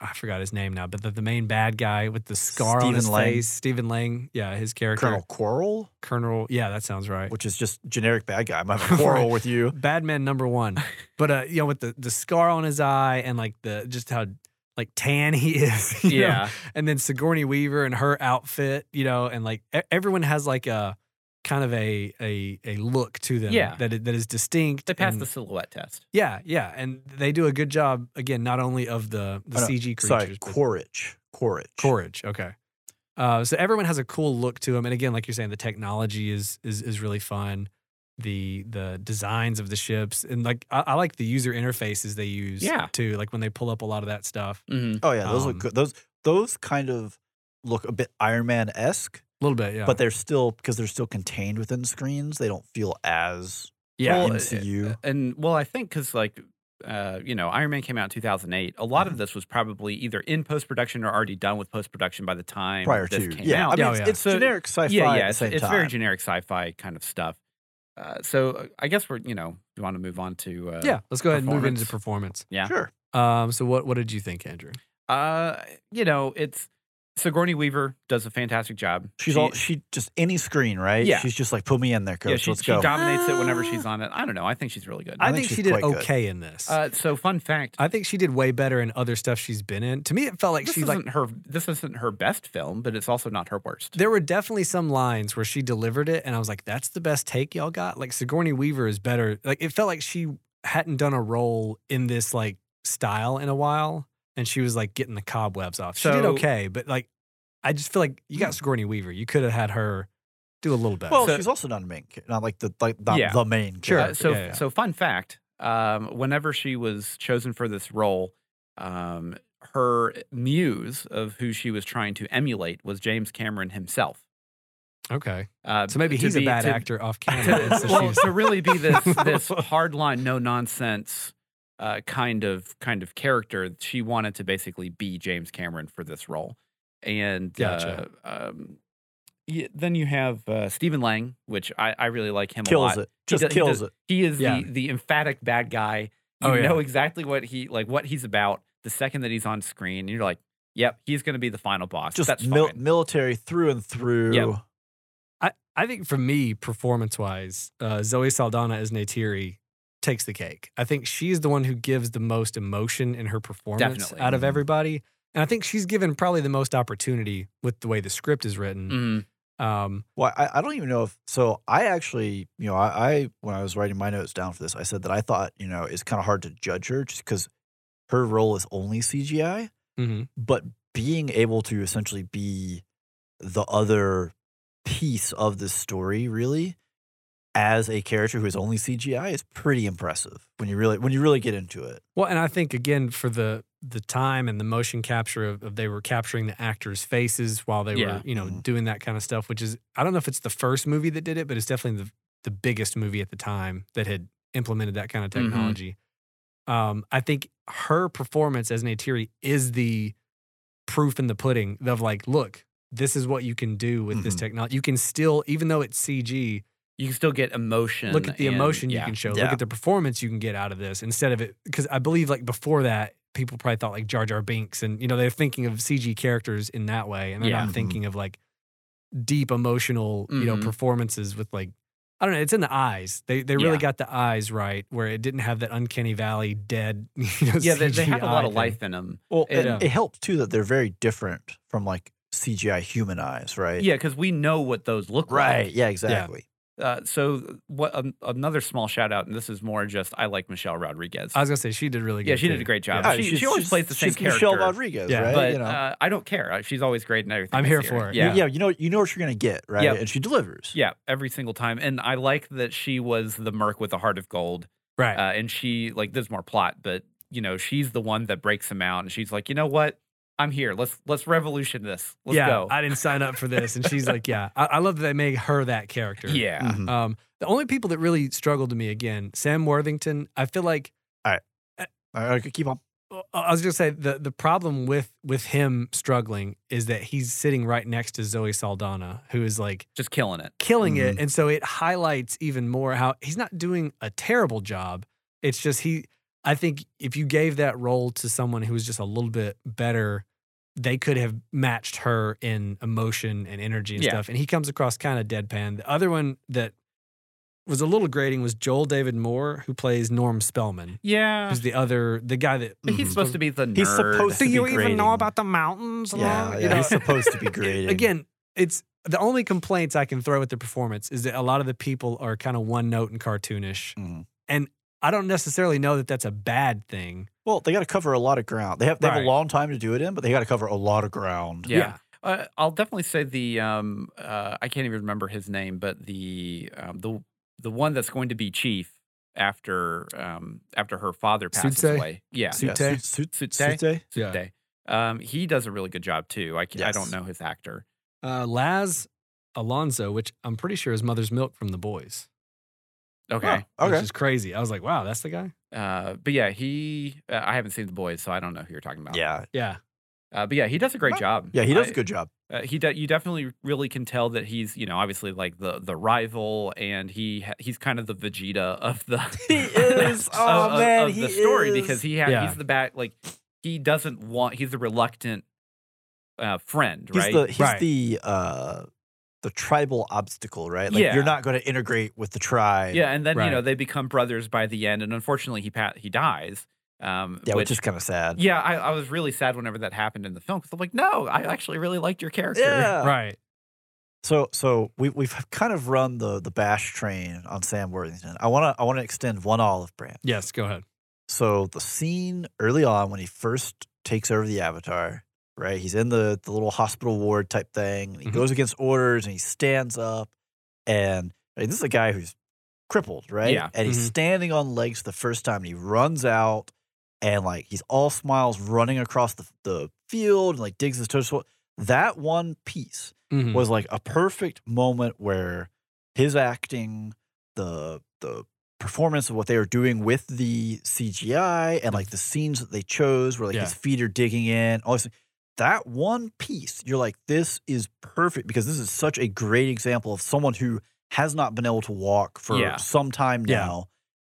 I forgot his name now, but the, the main bad guy with the scar on
Stephen
his
Lang.
face, Stephen Lang. Yeah, his character
Colonel Quarrel,
Colonel- yeah, that sounds right.
which is just generic
[LAUGHS]
bad guy. I'm having a quarrel with you.
Bad man number one.
[LAUGHS]
But uh, you know, with the the scar on his eye and like the just how like tan he is. [LAUGHS] you know?
yeah
and then Sigourney Weaver and her outfit, you know, and like e- everyone has like a kind of a a a look to them
Yeah.
that i- that is distinct.
they passed
and-
the silhouette test
yeah, yeah, and they do a good job again, not only of the the
Oh, no,
CG creatures,
Sorry,
but
Quaritch. Quaritch.
Courage. Okay. Uh, so everyone has a cool look to them, and again, like you're saying, the technology is is is really fun. The the designs of the ships, and like I, I like the user interfaces they use.
Yeah.
Too like when they pull up a lot of that stuff,
Mhm.
Oh yeah, those
Um,
look good. Those those kind of look a bit Iron Man esque,
a little bit. Yeah.
but they're still because they're still contained within screens. They don't feel as
yeah.
Well, uh,
MCU.
and well i think because like uh, you know iron man came out in 2008 a
Mm-hmm.
lot of this was probably either in post-production or already done with post-production by the time
prior
this
to.
came
Yeah,
out
I mean
Yeah,
it's,
Oh, yeah.
it's
So-
generic sci-fi.
yeah,
At
yeah.
the
It's,
same
it's
time.
very generic sci-fi kind of stuff. Uh, so uh, I guess we're you know you want to move on to uh,
yeah. Let's go ahead and move into
performance.
performance.
Yeah.
Sure.
Um, so what what did you think, Andrew?
Uh, you know it's Sigourney Weaver does a fantastic job.
She's
She-
all she just any screen, right?
Yeah.
She's just like put me in there, coach.
yeah. She,
Let's
she
go.
dominates it whenever
Ah.
[GASPS]
she's on it. I don't know. I think she's really good.
I,
think
think,
she's
she did
quite good.
okay in this.
Uh, so fun fact.
I think she did way better in other stuff she's been in. To me, it felt like
this
she
isn't
like
her. This isn't her best film, but it's also not her worst.
there were definitely some lines where she delivered it, and I was like, "That's the best take y'all got." Like Sigourney Weaver is better. Like it felt like she hadn't done a role in this like style in a while, and she was like getting the cobwebs off. She did
So- Hmm.
okay, but like I just feel like you got Sigourney Weaver. You could have had her do a little better.
Well,
So-
she's also not a main, ca- not like the like not
Yeah.
the main.
Sure.
Uh,
character.
so,
Yeah, yeah.
so fun fact: um, whenever she was chosen for this role, um, her muse of who she was trying to emulate was James Cameron himself.
okay,
Uh,
so maybe
to
he's
be-
a bad
to-
actor
[LAUGHS]
off camera. and
To,
so she
well,
was-
to really be
[LAUGHS]
this this hardline, no nonsense uh, kind of kind of character, she wanted to basically be James Cameron for this role. And
Gotcha.
uh, um, yeah, then you have uh, Stephen Lang, which I, I really like him a lot.
kills it. Just
does- he
kills
does-
it.
He is
Yeah.
the the emphatic bad guy. You
Oh, yeah.
know exactly what he like what he's about the second that he's on screen. And you're like, yep, he's going to be the final boss.
Just
That's
mil-
fine.
military through and through.
I think for me, performance wise, uh, Zoe Saldana as Neytiri takes the cake. I think she's the one who gives the most emotion in her performance
Definitely.
out of
Mhm.
everybody. And I think she's given probably the most opportunity with the way the script is written.
Mhm.
Um,
Well, I, I don't even know if so. I actually, you know, I, I when I was writing my notes down for this, I said that I thought, you know, it's kind of hard to judge her just because her role is only CGI,
mhm.
but being able to essentially be the other piece of this story, really, as a character who is only CGI, is pretty impressive when you really when you really get into it.
Well, and I think again for the the time and the motion capture of, of they were capturing the actors' faces while they were
Yeah.
you know
Mhm.
doing that kind of stuff, which is I don't know if it's the first movie that did it, but it's definitely the the biggest movie at the time that had implemented that kind of
Mhm.
technology. Um, I think her performance as Neytiri is the proof in the pudding of like, look, this is what you can do with this
Mhm.
technology. You can still, even though it's CG,
You can still get emotion.
look at the
and-
emotion you
yeah.
can [LAUGHS] show. Look
Yeah.
at the performance you can get out of this instead of it. Because I believe like before that, people probably thought like Jar Jar Binks, and you know they're thinking of CG characters in that way, and they're
Yeah.
not
Mhm.
thinking of like deep emotional, you know,
Mhm.
performances with like I don't know. It's in the eyes. They they really
Yeah.
got the eyes right, where it didn't have that uncanny valley dead. [LAUGHS] You know,
Yeah, they, they had a
CGI
lot of
thing.
life in them.
Well,
And-
and it helped too that they're very different from like CGI human eyes, right?
Yeah, because we know what those look like.
Right. Yeah. Exactly.
Uh, so what? Um, another small shout out, and this is more just I like Michelle Rodriguez.
I was gonna say she did really good.
yeah, she did
too.
a great job.
Yeah.
Oh,
she,
she's-
she always
she's-
plays the same
she's
character.
Michelle Rodriguez,
Yeah.
right?
But
you know,
uh, I don't care. Uh, She's always great and everything.
I'm
this
here
year.
for it.
yeah.
Yeah.
yeah, you know, you know what you're gonna get, right?
Yeah.
And she delivers.
Yeah, every single time. And I like that she was the merc with a heart of gold.
Right.
Uh, and she, like, there's more plot, but, you know, she's the one that breaks him out. And she's like, you know what? I'm here. Let's let's revolution this. Let's
yeah,
go.
I didn't sign up for this, and she's
[LAUGHS]
like, "Yeah, I, I love that they made her that character."
yeah.
Mhm.
Um, the only people that really struggled to me again, Sam Worthington. I feel like
All right, okay, keep on.
I- I was gonna say the the problem with with him struggling is that he's sitting right next to Zoe Saldana, who is like
Just killing it.
killing it, and so it highlights even more how he's not doing a terrible job. It's just he. I think if you gave that role to someone who was just a little bit better, they could have matched her in emotion and energy and
Yeah.
stuff. And he comes across kind of deadpan. The other one that was a little grating was Joel David Moore, who plays Norm Spellman,
Yeah.
who's the other the guy that
But he's supposed to be the nerd.
He's supposed
do
to be
you even know
grading.
about the mountains?
Yeah,
Lon?
yeah,
You know,
he's
[LAUGHS]
supposed to be grading.
again, it's the only complaints I can throw at the performance is that a lot of the people are kind of one note and cartoonish.
Mhm.
I don't necessarily know that that's a bad thing.
Well, they got to cover a lot of ground. They have they have
Right.
a long time to do it in, but they got to cover a lot of ground.
Yeah. Uh, I'll definitely say the um uh I can't even remember his name, but the um the the one that's going to be chief after um after her father passes
Tsutsui?
away. Yeah.
Tsutsui.
Yeah,
Sute?
Su- Su-
Sute?
Sute?
Yeah.
Tsutsui. Um he does a really good job too. I, ca- I don't
Yes.
know his actor.
Uh, Laz Alonso, which I'm pretty sure is Mother's Milk from The Boys,
Okay.
Oh,
which
okay.
is crazy. I was like, wow, that's the guy.
Uh but yeah, he uh, I haven't seen the boys so I don't know who you're talking about.
Yeah.
Yeah,
Uh, but yeah, he does a great
Well,
job.
Yeah. He does
I-
a good job.
Uh, he de- you definitely really can tell that he's you know obviously like the the rival and he ha- he's kind of the Vegeta of the
[LAUGHS] He is. Oh,
[LAUGHS] of- of-
man,
of the
he
story
is.
because he ha-
Yeah.
he's the bad like he doesn't want he's the reluctant uh, friend
He's
right
the he's
Right.
the uh the tribal obstacle, right? Like
Yeah.
you're not going to integrate with the tribe.
yeah and then you know
Right.
they become brothers by the end and unfortunately he pa- he dies um,
Yeah,
which,
which is kind of sad.
yeah I, I was really sad whenever that happened in the film because I'm like no I actually really liked your character
Yeah.
right.
So so we we've kind of run the the bash train on Sam Worthington. I want to I want to extend one olive branch.
Yes, go ahead.
So the scene early on when he first takes over the avatar, right? He's in the the little hospital ward type thing. And he
Mhm.
goes against orders and he stands up and I mean, this is a guy who's crippled, right?
Yeah.
And he's
Mhm.
standing on legs the first time and he runs out and like he's all smiles running across the, the field and like digs his toes. That one piece
Mhm.
was like a perfect moment where his acting, the the performance of what they were doing with the CGI and like the scenes that they chose where like
Yeah.
his feet are digging in, all this that one piece, you're like, this is perfect because this is such a great example of someone who has not been able to walk for
Yeah.
some time
Yeah.
now,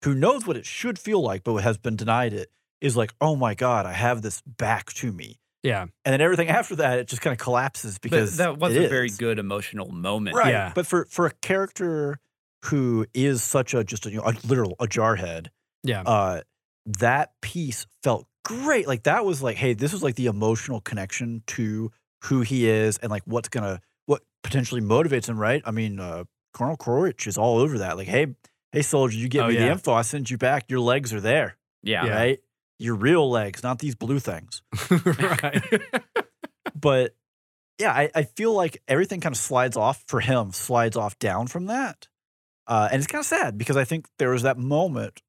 who knows what it should feel like, but has been denied it, is like, oh my God, I have this back to me.
Yeah,
And then everything [LAUGHS] after that, it just kind of collapses because
but that was
it
a very
is.
good emotional moment
Right.
Yeah.
But for for a character who is such a just a, you know, a literal a jarhead,
Yeah.
uh, that piece felt great. Like that was like, hey, this was like the emotional connection to who he is and like what's gonna what potentially motivates him, right? I mean, uh, Colonel Krorich is all over that. Like, hey, hey, soldier, you give
Oh,
me the
yeah.
info, I send you back. Your legs are there,
Yeah.
Yeah.
right? Your real legs, not these blue things.
[LAUGHS]
[LAUGHS]
right.
But yeah, I, I feel like everything kind of slides off for him, slides off down from that. Uh, and it's kind of sad because I think there was that moment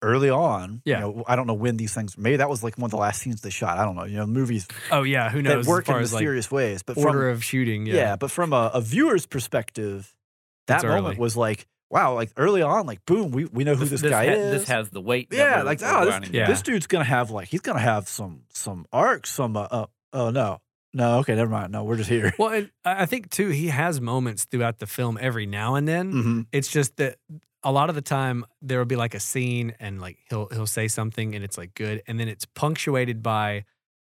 early on.
Yeah.
You know, I don't know when these things, maybe that was like one of the last scenes they shot. I don't know. You know, movies
Oh yeah. Who knows?
that work
as far
in
as like
mysterious ways. But from,
order of shooting.
yeah.
Yeah.
but from a, a viewer's perspective, that
It's
moment
early.
was like, wow, like early on, like boom, we, we know who this, guy
ha-
is.
This has the weight. that
Yeah,
we're-
like,
we're
oh,
running
yeah.
This dude's gonna have like he's gonna have some some arcs, some uh, uh oh no. No, okay, never mind. No, we're just here.
Well, and I I think too he has moments throughout the film every now and
Mm.
then.
[LAUGHS]
hmm
It's just that a lot of the time there will be like a scene and like he'll he'll say something and it's like good and then it's punctuated by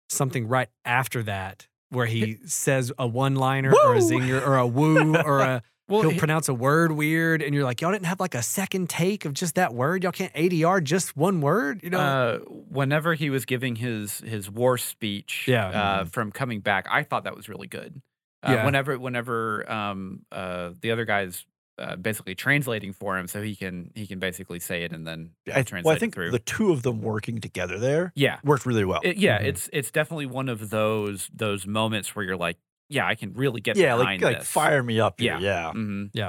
something right after that where he says a one liner or a
Woo!
zinger or a
[LAUGHS]
woo or a
Well,
he'll
he-
pronounce a word weird and you're like y'all didn't have like a second take of just that word y'all can't ADR just one word you know
uh, whenever he was giving his his war speech
Yeah.
uh,
Mm-hmm.
from coming back, I thought that was really good. Uh,
Yeah.
Whenever whenever um, uh, the other guy's uh, basically translating for him, so he can he can basically say it and then uh,
I,
translate
well, I
it
think
through.
the two of them working together there
yeah,
worked really well.
It- yeah,
Mhm.
it's it's definitely one of those those moments where you're like, yeah, I can really get
yeah, like
behind
like
this.
fire me up. here,
Yeah.
yeah.
hmm
Yeah.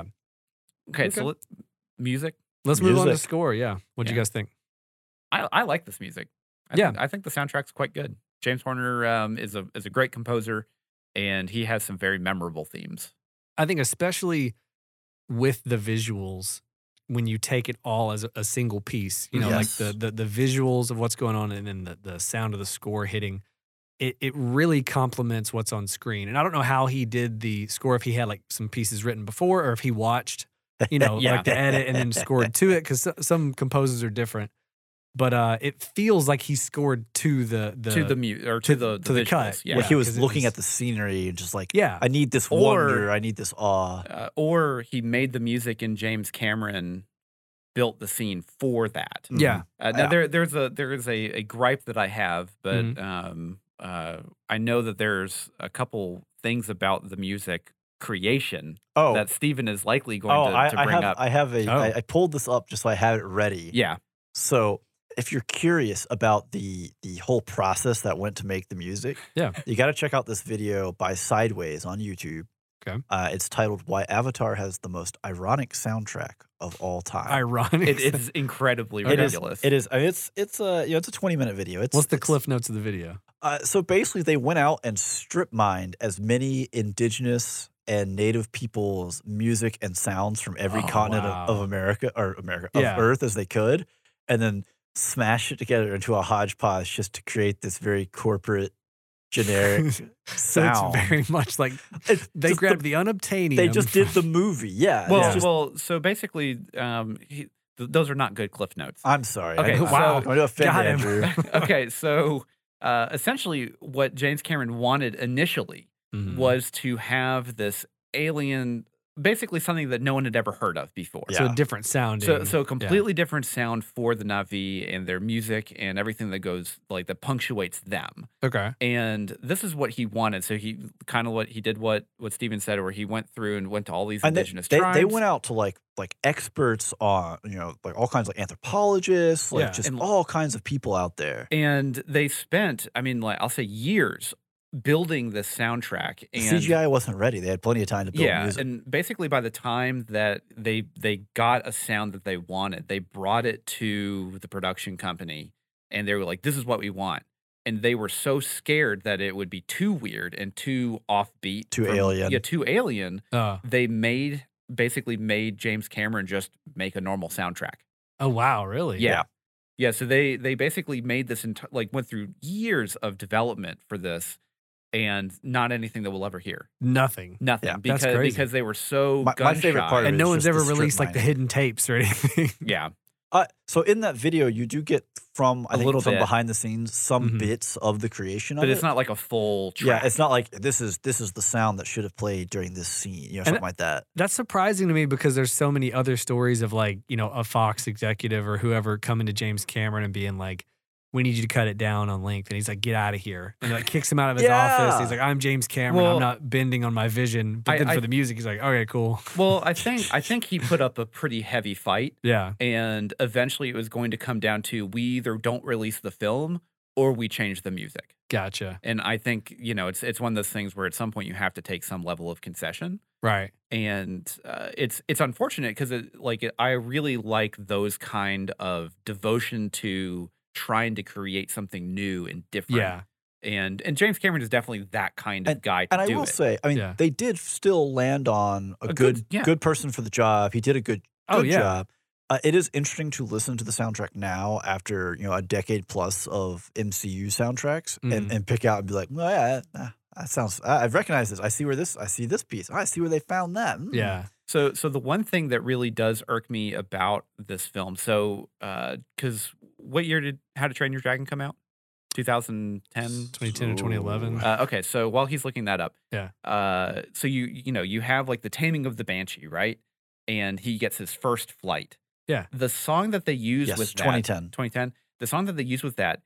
Okay,
Okay.
so let, music.
let's move on to
music.
score yeah what'd you
Yeah.
guys think
I, I like this music. I
Yeah.
think, I think the soundtrack's quite good. James Horner um, is a is a great composer, and he has some very memorable themes.
I think especially with the visuals, when you take it all as a, a single piece, you know,
Yes.
like the, the the visuals of what's going on and then the, the sound of the score hitting, it, it really complements what's on screen. And I don't know how he did the score, if he had like some pieces written before or if he watched, you know,
Yeah.
like the edit and then scored to it, because some composers are different. But uh, it feels like he scored to the the,
to the mute or to,
to-
the,
to the cut,
visuals, Yeah.
Like he was
'cause it
looking
was-
at the scenery and just like,
yeah
I need this
Or-
wonder, I need this awe.
Uh, or he made the music, and James Cameron built the scene for that.
Mm-hmm.
yeah
Uh,
Yeah.
now
Mm-hmm.
there there's a there is a, a gripe that I have, but
Mhm.
um, uh, I know that there's a couple things about the music creation
Oh,
that Steven is likely going
oh,
to,
I,
to
I
bring
have
up.
I have a I
Oh.
I pulled this up just so I have it ready. [LAUGHS]
yeah,
So if you're curious about the the whole process that went to make the music,
Yeah.
you got to check out this video by Sideways on YouTube.
Okay.
uh, it's titled "Why Avatar Has the Most Ironic Soundtrack of All Time."
ironic.
it, it's incredibly
It is-
ridiculous.
it is. I mean, it's it's a you know, it's a 20 minute video. It's
what's the
it's-
cliff notes of the video?
Uh, so basically, they went out and strip mined as many indigenous and native peoples' music and sounds from every
Oh,
continent of,
wow.
of America or America of
Yeah.
Earth as they could, and then smash it together into a hodgepodge just to create this very corporate,
[LAUGHS]
generic
So it's
sound.
very much like
It's [LAUGHS]
they
just the-
grabbed the, unobtainium.
they just did the movie. Yeah. it's
Well,
just-
well, so basically, um, he, th- those are not good cliff notes.
I'm sorry.
Okay,
I,
wow.
I'm going to offend
Got him. [LAUGHS]
Andrew.
[LAUGHS] okay, so uh, essentially, what James Cameron wanted initially
Mm-hmm.
Mhm.
was to have this alien, basically something that no one had ever heard of before.
so
Yeah.
different sounding.
So, so completely different sound for the Navi and their music and everything that goes like that punctuates them.
okay.
And this is what he wanted. So he kind of what he did what what Steven said, where he went through and went to all these
and they,
indigenous
they,
tribes.
they went out to like like experts on you know like all kinds of anthropologists like
Yeah.
just
And-
all kinds of people out there
and they spent i mean like i'll say years building this soundtrack
The
and
cgi wasn't ready they had plenty of time to build
yeah
music
and basically by the time that they they got a sound that they wanted they brought it to the production company and they were like this is what we want and they were so scared that it would be too weird and too offbeat
Too
from-
alien.
yeah too alien
Uh,
they made basically made james cameron just make a normal soundtrack
oh wow, really?
yeah. Yeah, so they they basically made this enti- like went through years of development for this and not anything that we'll ever hear.
Nothing.
Nothing
Yeah.
That's
because
crazy.
because they were so
My- my favorite
gun-shy.
part of
And
it
no
was
one's
just
ever
the strip
released like the
mining.
hidden tapes or anything.
yeah.
uh, so in that video you do get from I
A
think
little
from
bit. Mm-hmm.
behind the scenes some
Mhm.
bits of the creation of
but it's
it.
not like a full track.
yeah, it's not like this is this is the sound that should have played during this scene, you know,
And-
something like that.
[LAUGHS] That's surprising to me because there's so many other stories of like, you know, a Fox executive or whoever coming to James Cameron and being like, we need you to cut it down on length. And he's like, get out of here. And like kicks him out of his office.
Yeah.
He's like, I'm James Cameron.
Well,
I'm not bending on my vision. But
I-
then for
I-
the music, he's like, okay, cool.
well, I think I think he put up a pretty heavy fight,
Yeah.
and eventually it was going to come down to we either don't release the film or we change the music.
Gotcha.
And I think you know it's it's one of those things where at some point you have to take some level of concession,
Right.
and uh, it's it's unfortunate because it, like I really like those kind of devotion to trying to create something new and different.
Yeah.
and and James Cameron is definitely that kind of guy to
And I
do
will
it.
say, I mean,
Yeah.
they did still land on a,
A good-
good
yeah.
good person for the job. He did a good
Oh,
good
yeah.
job. Uh, it is interesting to listen to the soundtrack now after you know a decade plus of MCU soundtracks and,
Mhm.
and pick out and be like, well, yeah, that, that sounds. I, I recognize this. I see where this. I see this piece. I see where they found that. Mm.
Yeah.
So, so the one thing that really does irk me about this film, so because what year did How to Train Your Dragon come out?
Mm.
2010.
2010 or 2011.
Uh, okay, so while he's looking that up,
Yeah.
Uh, so you you know you have like the Taming of the Banshee, right? And he gets his first flight.
Yeah.
The song that they use
yes,
with that,
2010.
2010. The song that they use with that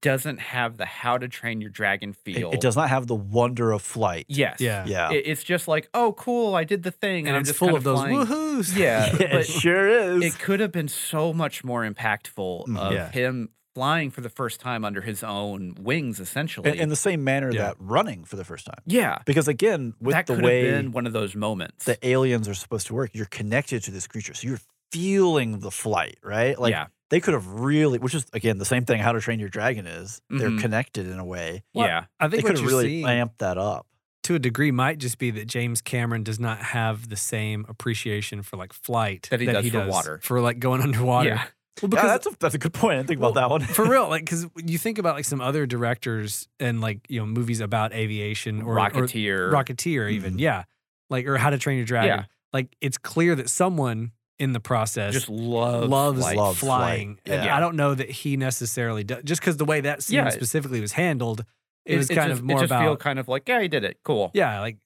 doesn't have the How to Train Your Dragon
It-
feel.
It, does not have the wonder of flight.
Yes.
Yeah.
Yeah.
It, it's just like, oh, cool, I did the thing, and,
And
I'm
it's
just
full
kinda
of those
flying.
woohoos.
[LAUGHS] Yeah,
Yeah, Uh, it
but
sure is.
it could have been so much more impactful
Mhm.
of
Yeah.
him flying for the first time under his own wings, essentially.
in, in the same manner
Yeah.
that running for the first time.
yeah,
Because again, with
that
the
could
way
have been one of those moments.
the aliens are supposed to work, you're connected to this creature, so you're feeling the flight, right? Like
yeah,
they could have really, which is again the same thing. How to Train Your Dragon is
Mhm.
they're connected in a way.
Well,
yeah,
Mm-hmm. I think
they
what
could
you're
have really
seeing
amped that up.
to a degree might just be that James Cameron does not have the same appreciation for like flight
That he does for water.
for like going [LAUGHS] underwater.
yeah.
Well,
Yeah,
because
that's a, that's a good point. I didn't think about
[LAUGHS]
that one.
for real, like because you think about like some other directors and like you know movies about aviation or or
Rocketeer. Mm-hmm.
Rocketeer even
Mhm.
yeah, like or How to Train Your Dragon.
Yeah.
Like it's clear that someone in the process
just loves,
loves
flight.
Loves
flying,
flight,
and
yeah.
I don't know that he necessarily does just because the way that scene
Yeah.
specifically was handled, it, was
it
kind
just,
of more
it just
about
feel kind of like yeah, he did it. Cool.
Yeah, like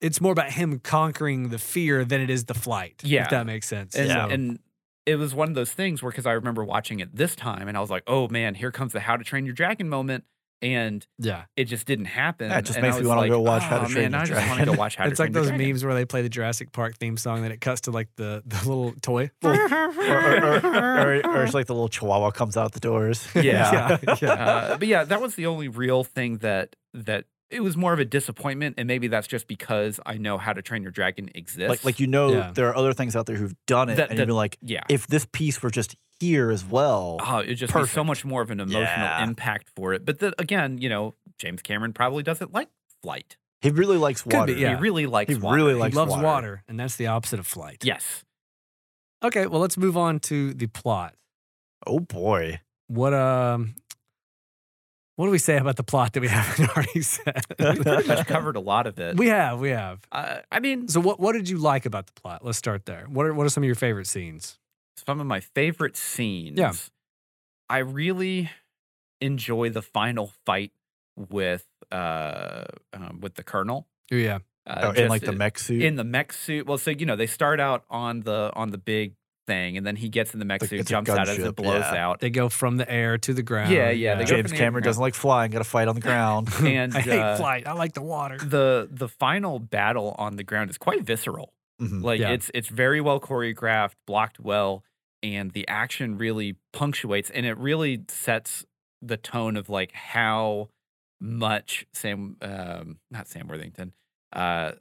it's more about him conquering the fear than it is the flight.
Yeah.
If that makes sense.
And,
So-
and it was one of those things where, because I remember watching it this time and I was like, oh man, here comes the How to Train Your Dragon moment. And
yeah.
it just didn't happen.
Yeah, it just
and I
makes me
was
wanna
like,
go watch How to
"Aw,
Train
man,
Your
I just want to
Dragon."
go
[LAUGHS]
watch How to
It's like
Train Your
those
Dragon.
memes where they play the Jurassic Park theme song, then it cuts to like the, the little
[LAUGHS]
toy.
Or, or, or- or- or it's like the little chihuahua comes out the doors. [LAUGHS]
[LAUGHS] Yeah.
[LAUGHS] [LAUGHS] yeah. yeah.
uh, but yeah, that was the only real thing that that it was more of a disappointment, and maybe that's just because I know How to Train Your Dragon exists.
Like like you know
Yeah.
there are other things out there who've done it
That-
and
that-
you'd be like,
yeah.
if this piece were just here as well.
Ah.
Oh, it'd just be so
Perfect.
much more of an emotional
Yeah.
impact for it. But the, again, you know, James Cameron probably doesn't like flight.
He really likes
be,
water.
Yeah.
He really likes
He
water.
really
He
likes
loves
water.
water. and that's the opposite of flight.
Yes.
Okay, well let's move on to the plot.
Oh boy.
What um what do we say about the plot that we [LAUGHS] haven't already said?
We pretty
[LAUGHS]
much covered a lot of it.
we have, we have.
uh, I mean,
So what what did you like about the plot? Let's start there. What are what are some of your favorite scenes?
some of my favorite scenes. I really enjoy the final fight with uh um, with the colonel.
Oh yeah.
Uh,
Oh, in
just
like the mech suit.
in the mech suit. Well, so you know they start out on the on the big thing, and then he gets in the mech
Like,
suit,
it's a
jumps out as
gunship,
it blows
yeah.
out.
They go from the air to the ground.
Yeah, yeah, they go
James
from the
Cameron
underground.
doesn't like flying, gotta fight on the
[LAUGHS]
ground. [LAUGHS]
[LAUGHS]
And
I hate
uh,
flight. I like the water.
the the final battle on the ground is quite visceral.
Mhm.
Like
Yeah.
it's it's very well choreographed, blocked well, and the action really punctuates and it really sets the tone of like how much Sam um not Sam Worthington, uh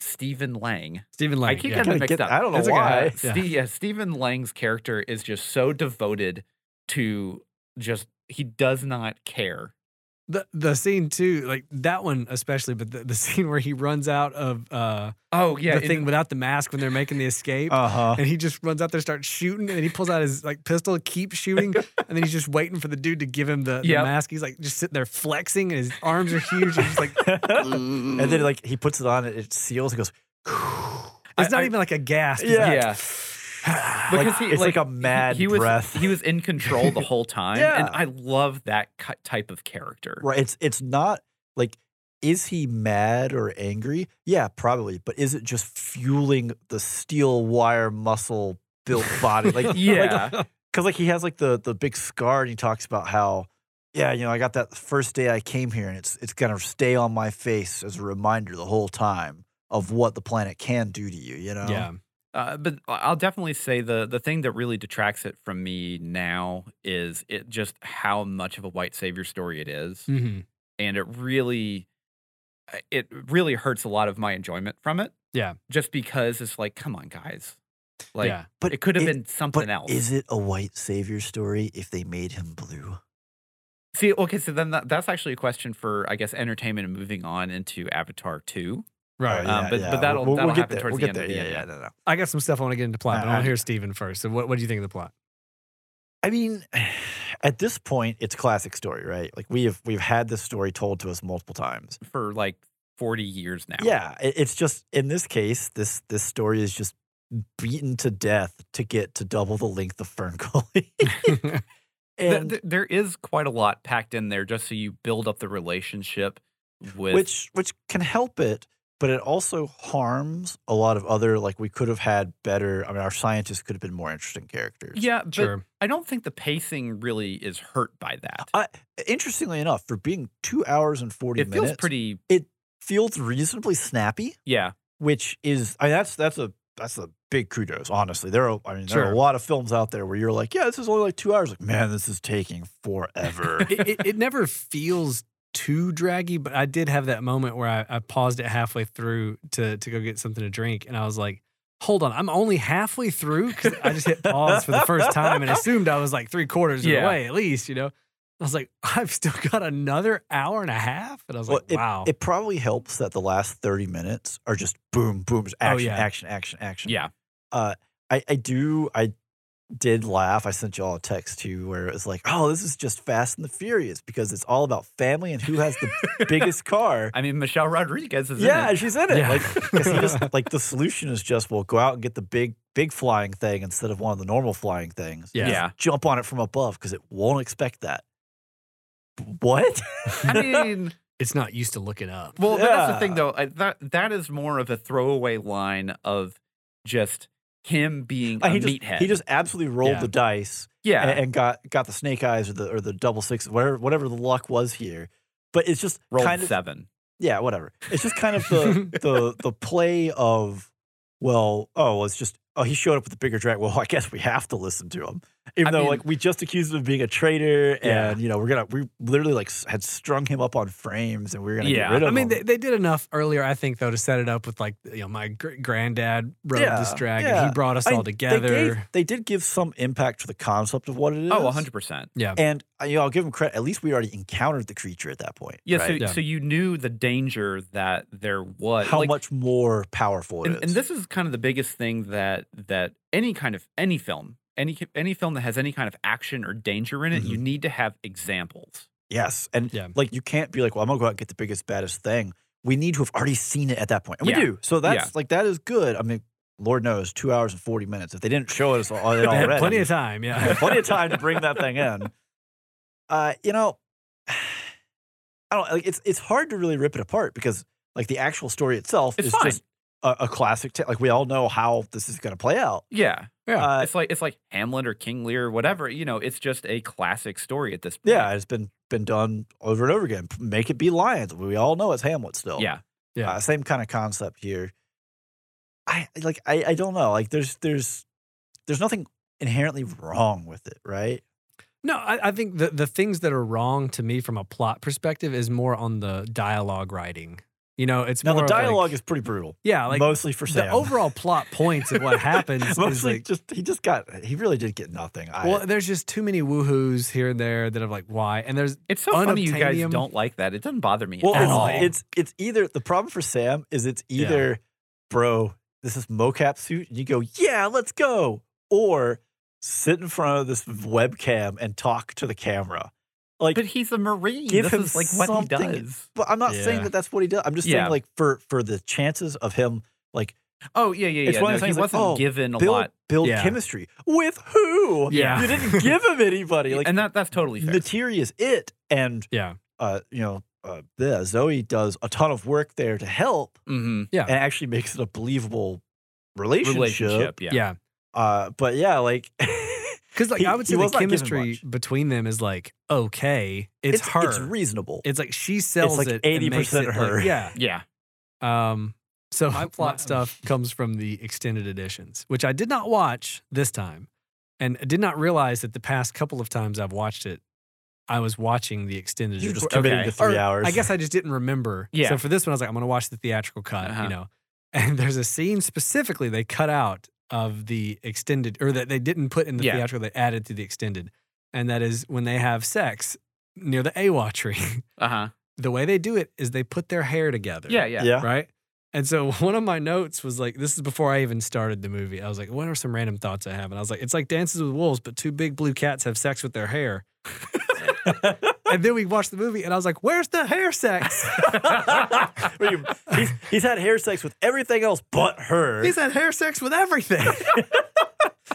Stephen Lang.
Stephen Lang.
I keep
yeah.
getting
Kinda
it mixed
get-
up.
I don't know
It's okay.
why.
Uh, Ste- yeah, Stephen Lang's character is just so devoted to just he does not care.
the the scene too, like that one especially, but the, the scene where he runs out of uh
Oh yeah,
the thing without the mask when they're making the escape.
Uh
[LAUGHS]
huh.
and he just runs out there, starts shooting, and then he pulls out his like pistol, keeps shooting, and then he's just waiting for the dude to give him the, the
Yep.
mask. He's like just sitting there flexing, and his arms are huge. And he's like,
and then like he puts it on, it, it seals, it goes. [SIGHS]
it's
I-
not
[LAUGHS] I-
even like [LAUGHS] a gasp. He's
Yeah.
like,
yeah.
Like,
because he
it's like,
like,
a mad
he, he was
breath.
he was in control the whole time, and
Yeah.
I love that ki- type of character.
[LAUGHS] right. It's it's not like is he mad or angry? Yeah, probably. But is it just fueling the steel wire muscle built body? Like
[LAUGHS] Yeah.
because like he has like the the big scar and he talks about how yeah you know i got that first day i came here and it's it's gonna stay on my face as a reminder the whole time of what the planet can do to you you know
yeah.
Uh, but I- I'll definitely say the the thing that really detracts it from me now is it just how much of a white savior story it is,
Mm.
hmm
and it really uh, it really hurts a lot of my enjoyment from it.
Yeah.
just because it's like, come on, guys, like
yeah.
but
it could have
it-
been
but
something else.
is it a white savior story if they made him blue
See, okay, so then that, that's actually a question for I guess entertainment and moving on into Avatar two.
Right.
Oh,
Um,
yeah,
but-
yeah.
but that'll-
we'll,
that'll
we'll get
happen
there.
towards
we'll
the
get
end of
there.
the
yeah,
end,
yeah,
yeah.
no, no.
I got some stuff I want to get into plot, but I want
Uh,
to hear Steven first. So, what, what do you think of the plot?
I mean, [SIGHS] at this point, it's classic story, right? Like we have we've had this story told to us multiple times.
for like forty years now.
Yeah, it, it's just in this case, this this story is just beaten to death to get to double the length of Fern [LAUGHS] Gully.
[LAUGHS]
Th-
and
th- there is quite a lot packed in there just so you build up the relationship with
which which can help it, but it also harms a lot of other like we could have had better. I mean, our scientists could have been more interesting characters.
yeah, but
sure.
I don't think the pacing really is hurt by that.
I- Interestingly enough, for being two hours and forty
it
minutes,
feels pretty
feels reasonably snappy.
yeah.
which is I mean that's that's a that's a big kudos honestly there are I mean there are
Sure.
a lot of films out there where you're like yeah this is only like 2 hours like man this is taking forever
it, it, it never feels too draggy, but I did have that moment where I, I paused it halfway through to to go get something to drink, and I was like, "Hold on, I'm only halfway through because I just hit pause for the first time and assumed I was like three quarters of
Yeah.
the way at least." You know, I was like, [LAUGHS] "I've still got another hour and a half," and I was
Well,
like,
Oh.
"Wow,
it probably helps that the last 30 minutes are just boom boom just
Oh,
action
yeah.
action action action
Yeah.
I I do I did laugh I sent you all a text too where it was like oh this is just Fast and the Furious because it's all about family and who has the
[LAUGHS]
biggest car
I mean Michelle Rodriguez is in
yeah,
it.
she's in it.
Yeah.
Like, 'cause he
[LAUGHS]
just, like the solution is just well, go out and get the big, big flying thing instead of one of the normal flying things.
Yeah.
[LAUGHS]
Yeah.
jump on it from above because it won't expect that. What?
I
[LAUGHS]
mean,
[LAUGHS] it's not used to looking up."
well, but that's the thing
Yeah.
though. I, that that is more of a throwaway line of just him being a
Uh, he just
meathead.
he just absolutely rolled
Yeah.
the dice a-
yeah,
and, got got the snake eyes or the or the double six whatever whatever the luck was here. But it's just
rolled
kind of
seven.
yeah, whatever. It's just kind of
[LAUGHS]
[LAUGHS]
the the the play of well, oh, well, it's just oh, he showed up with a bigger drag. Well, I guess we have to listen to him, even
I
though
mean-
like we just accused him of being a traitor,
Yeah.
and you know we're gonna we literally like s- had strung him up on frames, and we were gonna
Yeah.
get rid of
I mean,
him.
they, they did enough earlier, I think, though, to set it up with like, you know, my gr- granddad rode
Yeah,
this dragon.
yeah.
He brought us
I mean,
all together.
They, gave, they did give some impact to the concept of what it is.
Oh, 100 percent.
And uh, you know, I'll give him credit. At least we already encountered the creature at that point.
Yeah,
right?
so
Yeah.
so you knew the danger that there was.
how
Uh, Like,
much more powerful it is.
and, and this is kind of the biggest thing that that any kind of any film any any film that has any kind of action or danger in it
Mm-hmm.
you need to have examples
Yes. And
Yeah.
like you can't be like, well, I'm gonna go out and get the biggest, baddest thing. We need to have already seen it at that point. And
Yeah.
we do. So that's like that is good. I mean, Lord knows, two hours and forty minutes. If they didn't show
[LAUGHS]
us all it
They had
already,
plenty of time. Yeah. [LAUGHS]
plenty of time to bring that thing
[LAUGHS]
in. Uh, you know, [SIGHS] I don't like it's it's hard to really rip it apart because like the actual story itself
It's
is
fine.
just a, a classic. ta- like we all know how this is gonna play out.
yeah
Yeah.
Uh,
it's like it's like hamlet or king lear whatever you know it's just a classic story at this point
yeah, it's been been done over and over again. Make it be lions. We all know it's Hamlet still.
yeah
Yeah.
Uh, same kind of concept here. I like I, I don't know. Like there's there's there's nothing inherently wrong with it, right?
No, I, I think the, the things that are wrong to me from a plot perspective is more on the dialogue writing. You know, it's
Now
more
the
of, like-
dialogue is pretty brutal.
yeah, like
mostly for
the
Sam. [LAUGHS]
overall plot points of what happens [LAUGHS] is
mostly
like
just he just got he really did get nothing. I,
well, there's just too many woohoos here and there that are like why, and there's
it's so funny you guys
Unobtainium.
don't like that it doesn't bother me
well
at
it's,
all
it's it's either the problem for Sam is it's
Yeah.
either bro, this is mocap suit, and you go, yeah, let's go, or sit in front of this webcam and talk to the camera. Like
but he's a marine
Give
this
him
is like what he
something.
does
But I'm not saying
Yeah.
that that's what he does. I'm just
Yeah.
saying like for for the chances of him like
Oh yeah, yeah, yeah.
It's one of the
no, he
things like,
wasn't
oh,
given a
build
lot,
build
Yeah.
chemistry with who?
Yeah.
you didn't give him
[LAUGHS]
anybody. Like
and that that's totally fair.
Natiri is it, and
Yeah.
uh, you know, uh, yeah, Zoe does a ton of work there to help,
hmm
Yeah.
and actually makes it a believable relationship.
Relationship, yeah.
Yeah.
Uh, but yeah, like [LAUGHS]
Because like
He-
I would
he
say the
was not given
chemistry
much.
between them is like okay, it's, her.
It's reasonable.
It's like she sells
like
it. and makes
80%
it, like-
her.
yeah.
yeah.
Um, so my
my-
plot stuff comes from the extended editions, which I did not watch this time, and did not realize that the past couple of times I've watched it, I was watching the extended.
You're just
edition.
committing
okay.
to three
Or,
hours.
I [LAUGHS] guess I just didn't remember.
Yeah.
So for this one, I was like, I'm going to watch the theatrical cut,
Uh-huh.
you know. And there's a scene specifically they cut out of the extended, or that they didn't put in the
Yeah.
theatrical, they added to the extended. And that is when they have sex near the AWA tree.
Uh huh.
the way they do it is they put their hair together.
Yeah, yeah.
yeah.
Right. And so [LAUGHS] one of my notes was like, this is before I even started the movie. I was like, what are some random thoughts I have? And I was like, it's like Dances with Wolves, but two big blue cats have sex with their hair. and then we watched the movie and I was like, where's the hair sex?
[LAUGHS] Where you- he's, he's had hair sex with everything else but her.
He's had hair sex with everything.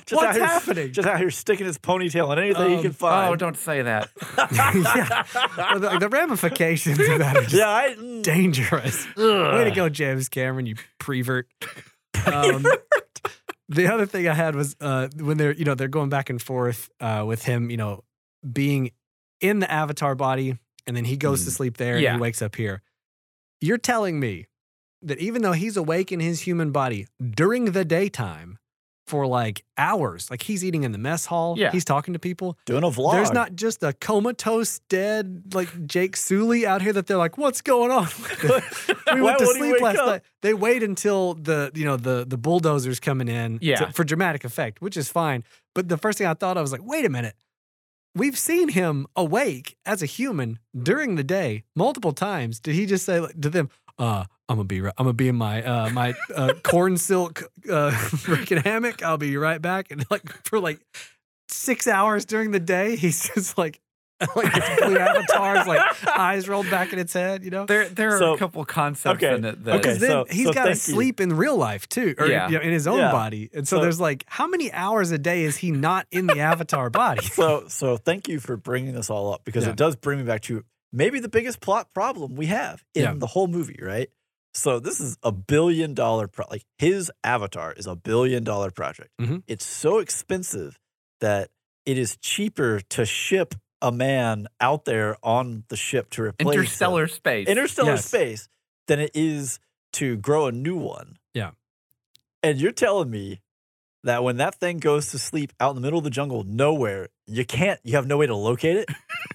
Just out
What's
here-
happening?
Just out here sticking his ponytail on anything he
Um,
can
[LAUGHS] oh,
find.
don't say that.
[LAUGHS] yeah. Well, the, the ramifications of that are just
yeah, I, mm,
dangerous. Way to go, James Cameron, you
[LAUGHS]
prevert. Um, the other thing I had was uh, when they're you know they're going back and forth uh, with him, you know, being in the avatar body, and then he goes to
Mhm.
sleep there
Hmm. Yeah.
and he wakes up here. You're telling me that even though he's awake in his human body during the daytime for like hours, like he's eating in the mess hall,
Yeah.
he's talking to people.
doing a vlog.
There's not just a comatose dead like Jake Sully out here that they're like, what's going on? [LAUGHS] we
Why
went to
won't he
sleep
wake
last
up?
night. They wait until the you know the the bulldozers coming in
Yeah.
to- for dramatic effect, which is fine. But the first thing I thought I was like, wait a minute, we've seen him awake as a human during the day multiple times. Did he just say like, to them, uh, "I'm gonna be right, I'm gonna be in my uh, my uh, corn silk uh, [LAUGHS] freaking hammock. I'll be right back." And like for like six hours during the day, [LAUGHS] he's just like. like this blue avatar's like eyes rolled back in its head, you know.
There, there are
So-
a couple concepts
okay,
in it that.
okay.
Because then
so-
he's
so
got to
thank you.
sleep in real life too, or
Yeah.
you know, in his own
Yeah.
body. And so,
So-
there's like, how many hours a day is he not in the avatar
[LAUGHS]
body?
so, so thank you for bringing this all up because
Yeah.
it does bring me back to maybe the biggest plot problem we have in
Yeah.
the whole movie, right? So this is a billion dollar pro- like his avatar is a billion dollar project.
Mhm.
It's so expensive that it is cheaper to ship a man out there on the ship to replace him.
Interstellar space.
interstellar
Yes.
space than it is to grow a new one.
Yeah.
And you're telling me that when that thing goes to sleep out in the middle of the jungle, nowhere, you can't, you have no way to
[LAUGHS]
locate it.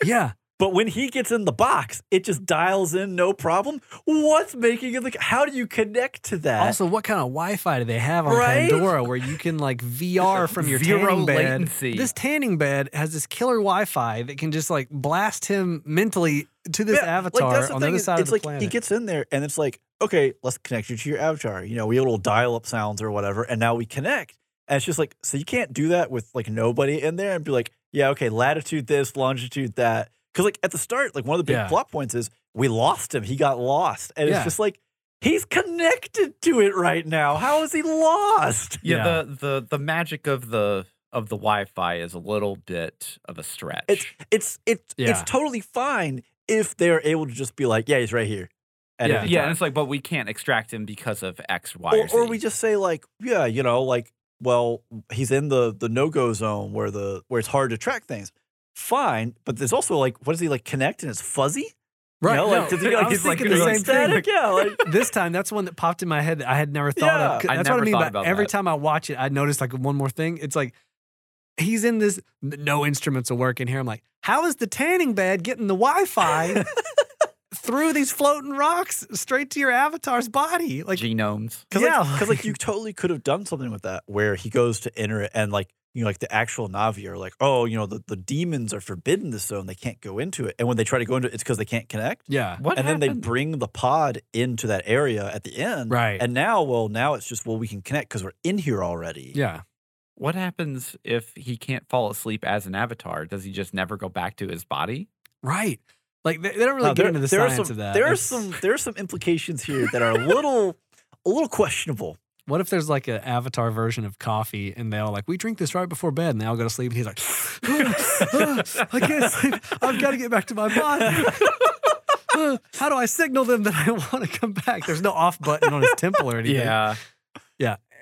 yeah,
But when he gets in the box, it just dials in no problem. What's making it like, how do you connect to that?
Also, what kind of Wi-Fi do they have on
Right?
Pandora where you can like VR from your
Zero
tanning bed?
latency.
This tanning bed has this killer Wi-Fi that can just like blast him mentally to this
Yeah, like, that's
avatar on the
thing
other
is,
side of
it's
the
like
planet.
he gets in there and it's like, okay, let's connect you to your avatar. You know, we little dial up sounds or whatever, and now we connect. And it's just like, so you can't do that with like nobody in there and be like, yeah, okay, latitude this, longitude that. Cause like at the start, like one of the big
Yeah.
plot points is we lost him. He got lost. And
Yeah.
it's just like, he's connected to it right now. How is he lost?
yeah,
Yeah.
The, the the magic of the of the Wi-Fi is a little bit of a stretch.
It's it's it's
Yeah.
it's totally fine if they're able to just be like, yeah, he's right here. at
Yeah.
any
yeah,
time.
and it's like, but we can't extract him because of X, Y,
or,
or,
or
Z.
we just say like yeah you know like well he's in the the no-go zone where the where it's hard to track things fine but there's also like what is he like connect and it's fuzzy
right?
you know,
no, [LAUGHS]
like, does he, like,
I was
he's like,
thinking the
like
same thing.
static? yeah like
this time, that's one that popped in my head that I had never thought of. 'Cause
Yeah. I
That's
never
what I mean
thought
by
about
every
that.
time I watch it, I notice like one more thing. It's like he's in this no instruments will work in here. I'm like, how is the tanning bed getting the Wi-Fi
[LAUGHS]
through these floating rocks straight to your avatar's body? Like,
genomes.
because
yeah,
like, [LAUGHS] 'cause, like, you totally could have done something with that where he goes to enter it and like you know like the actual navi are like oh you know the, the demons are forbidden this zone they can't go into it and when they try to go into it it's because they can't connect
[LAUGHS] yeah,
What?
and then
happened?
they bring the pod into that area at the end
right,
and now well now it's just well we can connect because we're in here already
yeah.
What happens if he can't fall asleep as an avatar? Does he just never go back to his body?
right. Like they, they don't really
Now,
get into the
there are
science [LAUGHS]
some-
of that.
There are
It's-
some there are some implications here that are a little a little questionable.
What if there's like an avatar version of coffee and they all like, we drink this right before bed and they all go to sleep and he's like, "Ah, I can't sleep. I've got to get back to my body. [LAUGHS] Uh, How do I signal them that I want to come back? There's no off button on his temple or anything.
Yeah.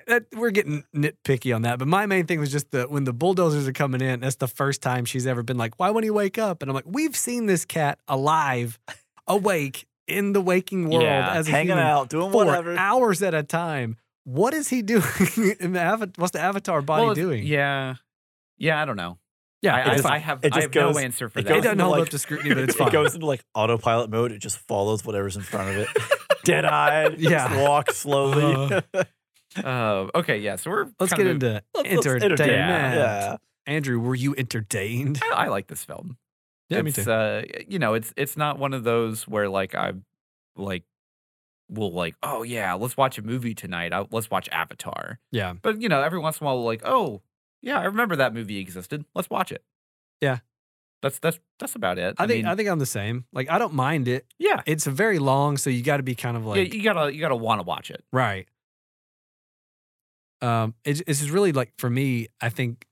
That, we're getting nitpicky on that. But my main thing was just that when the bulldozers are coming in, that's the first time she's ever been like, why won't he wake up? And I'm like, we've seen this cat alive, awake in the waking world
Yeah,
[LAUGHS] as a
hanging
human
out, doing
for
whatever.
hours at a time. What is he [LAUGHS] doing? in the ava- What's the avatar body
Well,
doing?
Yeah. Yeah, I don't know.
yeah,
I,
it's
I,
fine.
I have,
It
I
just
have
goes-
no answer for
it
that.
it
goes
doesn't
into,
hold
like-
up to scrutiny, but
[LAUGHS]
it's
[LAUGHS] it
fine.
goes into like autopilot mode. It just follows whatever's in front
[LAUGHS]
of it. Dead eyed.
Yeah.
walk slowly. [LAUGHS]
Uh,
Uh, okay, yeah. So we're
Let's get
kinda move-
into
Let's- let's
entertainment.
entertain.
Yeah.
Yeah.
Andrew, were you entertained?
I, I like this film.
Yeah, me
it's, Uh, you know, it's it's not one of those where like I like will like oh yeah, let's watch a movie tonight. I, let's watch Avatar.
Yeah.
But you know, every once in a while, like oh yeah, I remember that movie existed. Let's watch it.
Yeah.
That's that's that's about it.
I think
mean,
I think I'm the same. Like I don't mind it. [LAUGHS]
yeah.
It's very long, so you got to be kind of like
yeah, you gotta you gotta want to watch it.
Right. Um, it's it's just really like for me, I think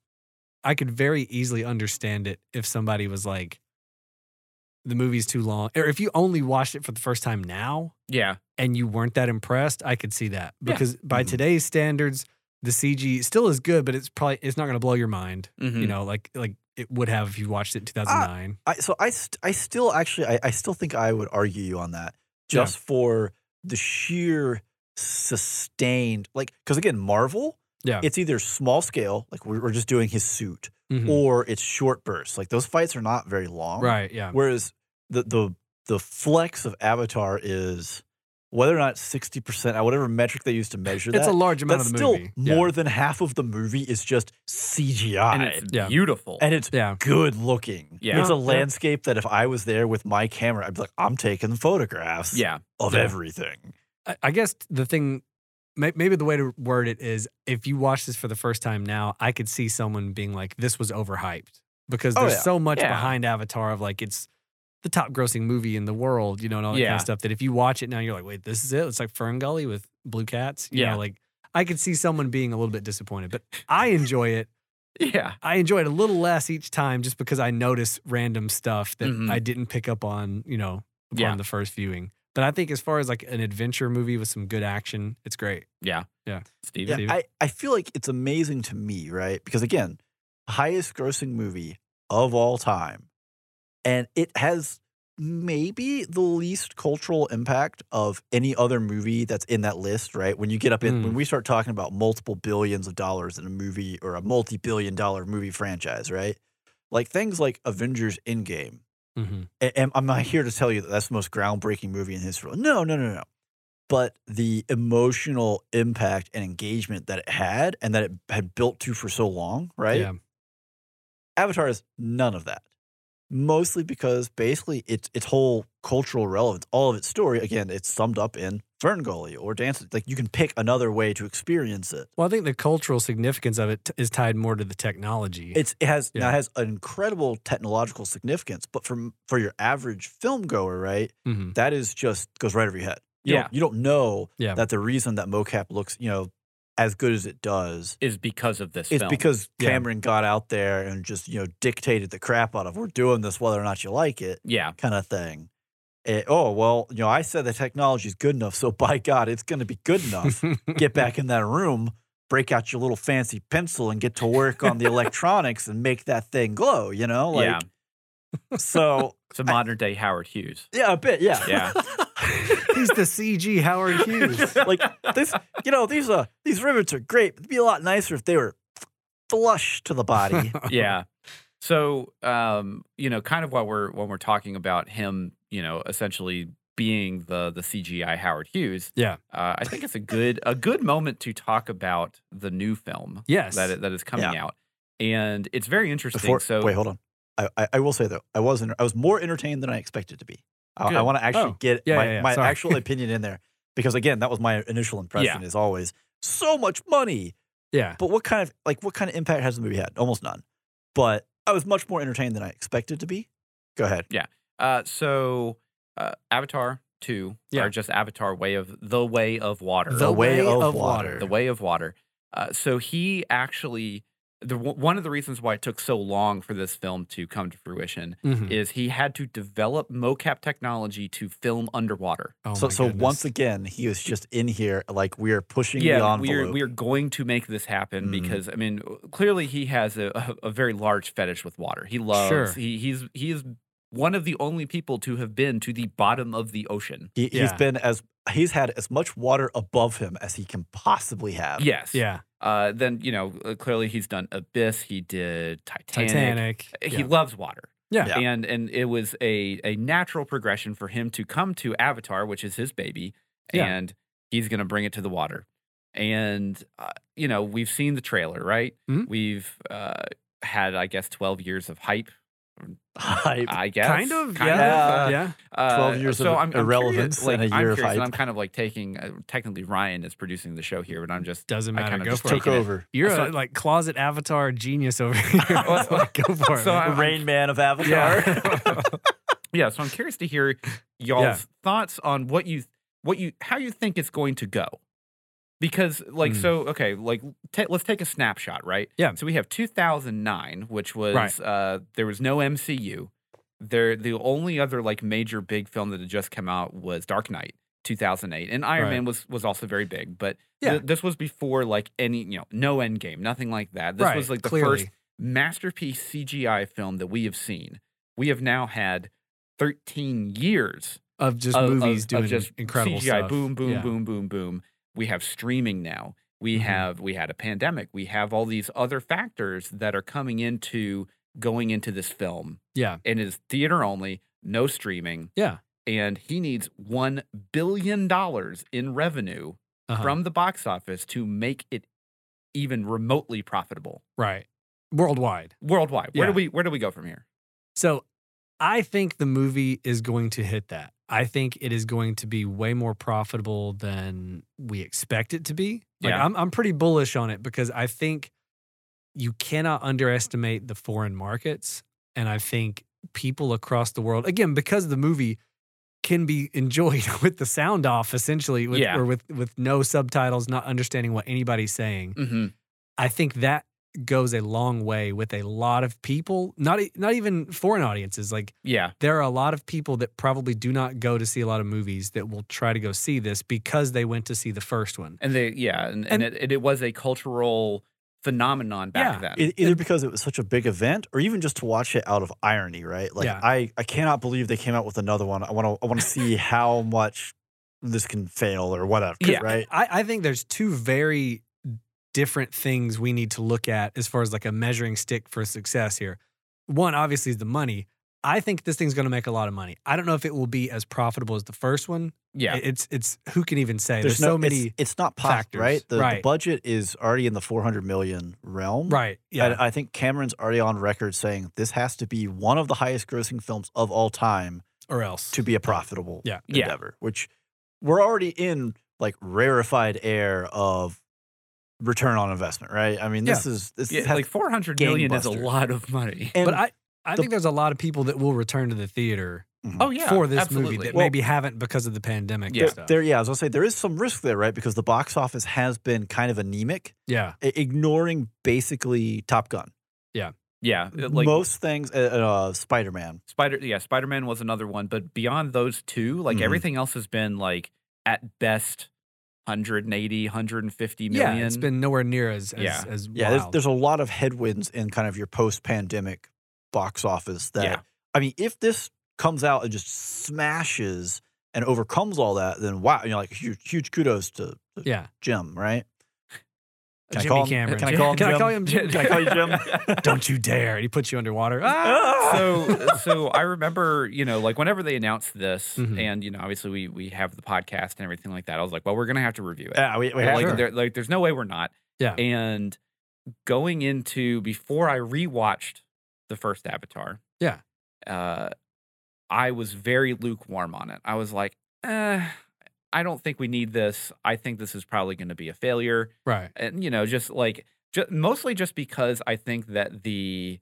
I could very easily understand it if somebody was like, the movie's too long, or if you only watched it for the first time now
Yeah,
and you weren't that impressed, I could see that
Yeah.
because by
Mhm.
today's standards, the CG still is good, but it's probably it's not going to blow your mind,
mm-hmm,
Hmm.
you know, like like it would have if you watched it
Ah,
in 2009.
I, so I, st- I still actually, I, I still think I would argue you on that
Yeah.
just for the sheer sustained, like, because again, Marvel,
Yeah.
it's either small scale, like we're, we're just doing his suit,
Mhm.
or it's short bursts. Like those fights are not very long.
right? Yeah.
Whereas the the the flex of Avatar is whether or not sixty percent, whatever metric they use to measure
It's
that,
a large amount
that's
of the
still
movie. Yeah.
more than half of the movie is just CGI,
and it's
Yeah.
beautiful.
and it's
Yeah.
good looking.
Yeah.
It's a
Yeah.
landscape that if I was there with my camera, I'd be like, I'm taking photographs
yeah, [LAUGHS]
of
Yeah.
everything.
I- I guess the thing, may- maybe the way to word it is if you watch this for the first time now, I could see someone being like, this was overhyped because
Oh,
there's
yeah.
so much
Yeah.
behind Avatar of like, it's the top grossing movie in the world, you know, and all that kind
Yeah.
of stuff that if you watch it now, you're like, wait, this is it. It's like Fern Gully with blue cats. You
Yeah.
know, like I could see someone being a little bit disappointed, but I enjoy it.
yeah,
I enjoy it a little less each time just because I notice random stuff that
Mhm.
I didn't pick up on, you know, upon
Yeah.
the first viewing. But I think as far as like an adventure movie with some good action, it's great.
Steve.
Yeah,
Steve?
I, I feel like it's amazing to me, right? Because again, highest grossing movie of all time. And it has maybe the least cultural impact of any other movie that's in that list, right? When you get up in,
Mm.
Hmm.
when we start talking about multiple billions of dollars in a movie or a multi billion dollar movie franchise, right? Like things like Avengers Endgame.
Mm-hmm.
Mhm.
a- am, I'm not here to tell you that that's the most groundbreaking movie in history. No, no, no, no. But the emotional impact and engagement that it had and that it had built to for so long, right?
Yeah.
Avatar is none of that. Mostly because basically its its whole cultural relevance, all of its story, again, it's summed up in Ferngully or Dance. Like you can pick another way to experience it.
Well, I think the cultural significance of it t- is tied more to the technology.
It's it has now
Yeah.
it has an incredible technological significance, but for for your average film goer, right?
Mhm.
that is just goes right over your head. You
Yeah.
Don't, you don't know
Yeah.
that the reason that mocap looks, you know, as good as it does
Is because of this
is
film.
because
Yeah.
Cameron got out there and just, you know, dictated the crap out of we're doing this whether or not you like it
yeah,
kind of thing. Eh, oh, well, you know, I said the technology is good enough. So [LAUGHS] by God, it's going to be good enough.
Mm-hmm.
[LAUGHS]
get back in that room, break out your little fancy pencil and get to work
[LAUGHS]
on the electronics and make that thing glow, you know?
yeah.
Like, so,
It's a modern day
[LAUGHS]
Howard Hughes.
yeah, a bit. Yeah.
Yeah.
He's the CG Howard Hughes.
Like, this you know these uh these rivets are great. It'd be a lot nicer if they were flush to the body.
yeah. So, um, you know, kind of while we're when we're talking about him, you know, essentially being the the CGI Howard Hughes.
Yeah.
Uh, I think it's a good a good moment to talk about the new film
[LAUGHS] Yes.
that that is coming out, and it's very interesting.
Before,
so
wait, hold on. I, I, I will say though, I was enter- I was more entertained than I expected to be. I,
Good.
I want to actually
Oh.
get
Yeah,
my,
yeah, yeah.
my
Sorry.
actual opinion in there because again, that was my initial impression. Is always so much money,
yeah.
but what kind of like what kind of impact has the movie had? Almost none. But I was much more entertained than I expected to be. Go ahead.
Uh, so, uh, Avatar, two
Yeah.
are just Avatar: Way of the Way of Water.
The Way of Water.
The Way of Water. Uh, so he actually, the w- one of the reasons why it took so long for this film to come to fruition
Mhm.
is he had to develop mocap technology to film underwater.
Oh
so
my
so once
goodness.
again, he was just in here like we are pushing the
Yeah,
envelope.
we are we are going to make this happen
Mhm.
because I mean, uh, clearly he has a, a, a very large fetish with water. He loves.
Sure.
He, he's he is one of the only people to have been to the bottom of the ocean.
he, He's
yeah.
been as he's had as much water above him as he can possibly have. [LAUGHS]
Yes.
yeah,
Uh, then you know uh, clearly he's done Abyss. He did Titanic. uh,
Titanic.
He
Yeah.
loves water.
Yeah.
Yeah.
And and it was a a natural progression for him to come to Avatar, which is his baby,
Yeah.
and he's going to bring it to the water. And uh, you know, we've seen the trailer, right?
Mhm.
We've uh, had I guess 12 years of hype,
Ah,
Hype.
I guess.
kind of.
Kind
yeah.
uh,
yeah.
uh,
12 years
so
of
I'm, I'm
irrelevance
curious, like,
and a
I'm
year of
curious, And
hype.
I'm kind of like taking uh, technically Ryan is producing the show here, but I'm just
Doesn't
I
matter.
kinda
Go
just
for
Took
it.
taken it.
over.
You're
So-
a like closet avatar genius
[LAUGHS]
over here.
Well, well,
Go for it.
so
man.
I'm-
Rain Man of Avatar.
Yeah. [LAUGHS] yeah, so I'm curious to hear y'all's
Yeah.
thoughts on what you what you how you think it's going to go. Because like
Mm.
so okay, like ta let's take a snapshot, right?
Yeah.
So we have 2009, which was
Right.
uh there was no MCU. There the only other like major big film that had just come out was Dark Knight 2008. And Iron
Right.
Man was was also very big, but
Yeah.
th- this was before like any, you know, no Endgame, nothing like that. This
right.
was like the
clearly.
first masterpiece CGI film that we have seen. We have now had 13 years
of just
of,
movies
of-
doing
of just
incredible
CGI.
stuff.
Boom, boom,
Yeah.
boom, boom, boom. We have streaming now. We
Mhm.
have we had a pandemic. We have all these other factors that are coming into going into this film.
Yeah.
And it is theater only, no streaming.
Yeah.
And he needs one billion dollars in revenue
Uh-huh.
from the box office to make it even remotely profitable
right worldwide.
worldwide. Where
Yeah.
do we where do we go from here?
So I think the movie is going to hit that. I think it is going to be way more profitable than we expect it to be. Like
Yeah.
I'm I'm pretty bullish on it because I think you cannot underestimate the foreign markets and I think people across the world again because the movie can be [LAUGHS] enjoyed with the sound off essentially with,
Yeah.
or with with no subtitles not understanding what anybody's saying.
Mm-hmm.
I think that goes a long way with a lot of people, not e- not even foreign audiences. Like
Yeah.
there are a lot of people that probably do not go to see a lot of movies that will try to go see this because they went to see the first one.
And they, yeah. And,
And-
and, it, it was a cultural phenomenon back then.
[LAUGHS] E- Either because it was such a big event, or even just to watch it out of irony, right? Like
Yeah.
I, I cannot believe they came out with another one. I want to, I want to see how much this can fail or whatever,
Yeah.
right?
I, I think there's two very different things we need to look at as far as like a measuring stick for success here. One, obviously, is the money. I think this thing's going to make a lot of money. I don't know if it will be as profitable as the first one.
yeah.
It's it's who can even say. There's,
no,
so
it's-
many.
It's, not packed,
factors.
right? The,
Right.
the budget is already in the 400 million realm,
Right. Yeah.
And I think Cameron's already on record saying this has to be one of the highest grossing films of all time
or else.
to be a profitable
Yeah.
Yeah.
endeavor, which we're already in like rarefied air of return on investment, right? I mean, this is this
yeah
has,
like 400 million is a
gangbusters.
lot of money.
and-
but I, I
the-
think there's a lot of people that will return to the theater
oh, yeah.
for this
absolutely.
movie that
Well-
maybe haven't because of the pandemic and
Yeah.
there,
stuff.
there- yeah, I was gonna say there is some risk there, right? Because the box office has been kind of anemic,
yeah.
i- ignoring basically Top Gun,
yeah. Like
most things, uh, uh, Spider Man.
Spider, yeah. Spider Man was another one. But beyond those two, like
Mhm.
everything else has been like at best 180, 150 million.
Yeah. It's been nowhere near as, as,
Yeah.
as
Yeah,
wild.
there's, there's a lot of headwinds in kind of your post pandemic box office. That
Yeah.
I mean, if this comes out and just smashes and overcomes all that, then wow, you know, like huge, huge kudos to, to
yeah.
Jim, right? Can
Jimmy
I call him?
Cameron.
Can I
[LAUGHS]
call him?
Can I
Jim?
call him Jim?
Can I call you Jim?
Don't you dare. And he puts you underwater. Ah!
[LAUGHS]
so so I remember, you know, like whenever they announced this,
Mhm.
and you know, obviously we we have the podcast and everything like that. I was like, well, we're gonna have to review it.
Yeah, we, we
like,
have
sure.
to.
there, like, there's no way we're not.
Yeah.
And going into before I rewatched the first Avatar.
Yeah.
Uh, I was very lukewarm on it. I was like, eh, I don't think we need this. I think this is probably going to be a failure
Right.
and you know just like ju- mostly just because i think that the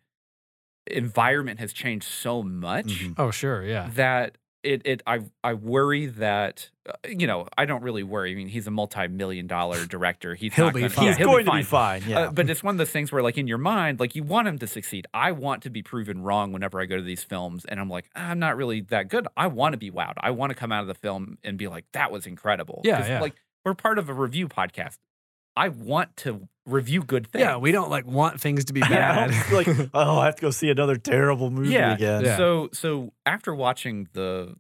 environment has changed so much
Mhm.
Oh, sure. Yeah.
that it it I I worry that uh, you know I don't really worry. I mean, he's a multi-million dollar director. He's
He'll
not
be
gonna-
fine.
yeah,
He's
he'll
going
be
to be fine. Yeah. [LAUGHS]
Uh, but it's one of those things where, like, in your mind, like, you want him to succeed. I want to be proven wrong whenever I go to these films. And I'm like, "Ah, I'm not really that good. I want to be wowed. I want to come out of the film and be like, that was incredible.
Yeah,
'Cause,
yeah.
Like, we're part of a review podcast. I want to review good things.
Yeah, we don't like want things to be
Yeah, [LAUGHS] I
[LAUGHS] bad.
don't feel like, oh, I have to go see another terrible movie
Yeah,
again.
yeah.
So, so after watching the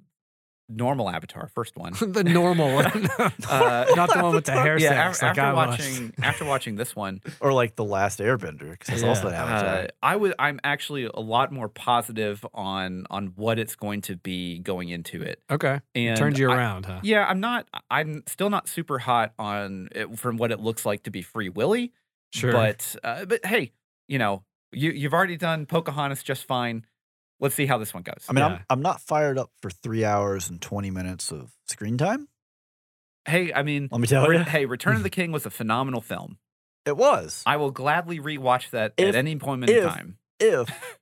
normal Avatar,
[LAUGHS]
first one,
the normal
[LAUGHS]
one.
uh,
[LAUGHS] Not the one with the hair
[LAUGHS] yeah,
sacks
af-
like
after
I was. [LAUGHS]
watching, after watching this one,
Or like The Last Airbender, because that's
Yeah.
also an Avatar.
Uh, I would. I'm actually a lot more positive on on what it's going to be going into it.
Okay.
And
Turned you
I-
around, huh?
yeah, I'm not. I'm still not super hot on it from what it looks like to be Free Willy.
Sure.
But uh, but hey, you know, you you've already done Pocahontas just fine. Let's see how this one goes.
I mean,
yeah.
I'm, I'm not fired up for three hours and 20 minutes of screen time.
hey, I mean,
Let me tell
Re-
you,
hey,
[LAUGHS]
Return of the King was a phenomenal film.
it was.
[LAUGHS]
I will gladly rewatch that
If-
at any point in
if-
time.
if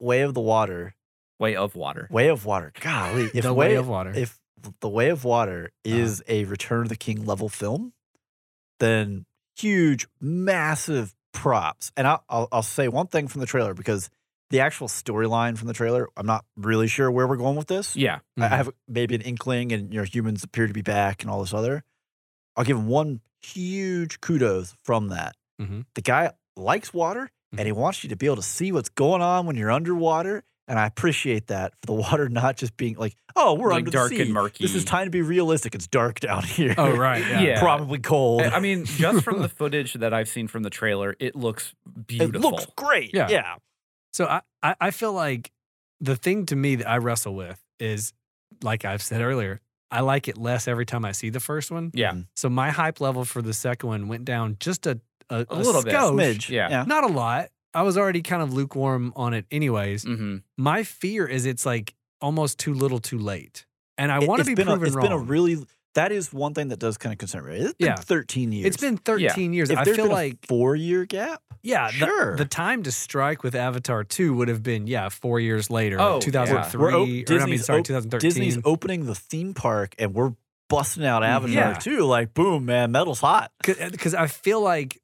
Way of the Water,
Way of Water.
Way of Water, golly, if
the way, of water. Uh-huh.
if The Way of Water is a Return of the King level film, then huge, massive props. And I'll, I'll, I'll say one thing from the trailer because the actual storyline from the trailer, I'm not really sure where we're going with this.
Mm.
Yeah.
I-
Mm-hmm.
I have maybe an inkling, and you know, humans appear to be back, and all this other. I'll give him one huge kudos from that.
Mhm.
The guy likes water, and he
Mm-hmm.
wants you to be able to see what's going on when you're underwater. And I appreciate that for the [LAUGHS] water not just being like, oh, we're
Like
under
dark
the sea.
and murky.
This is time to be realistic. It's dark down [LAUGHS] here.
Oh right, yeah.
Yeah.
probably cold.
I I mean, just from the footage that I've seen from the trailer, it looks
[LAUGHS] it
beautiful.
looks great.
Yeah.
Yeah.
So I, I I feel like the thing to me that I wrestle with is like I've said earlier, I like it less every time I see the first one.
yeah.
So my hype level for the second one went down just a a,
A little bit.
skosh.
Smidge.
Yeah.
not a lot. I was already kind of lukewarm on it, anyways.
Mm. Mm-hmm.
hmm
My fear is it's like almost too little, too late, and I
It-
want to
it's
be
been
proven
a, It's
wrong.
been a really, that is one thing that does kind of concern me. It's been
Yeah.
13 years.
it's been 13 years.
If
I
there's
feel
been a
like
four year gap.
yeah, the-
sure.
The, time to strike with Avatar 2 would have been yeah, 4 years later,
Oh, yeah.
2003
We're o-
or I mean
Disney's
sorry,
o-
2013.
Disney's opening the theme park, and we're busting out Avatar
Mm-hmm. Yeah.
too. Like, boom, man, metal's hot.
because uh, I feel like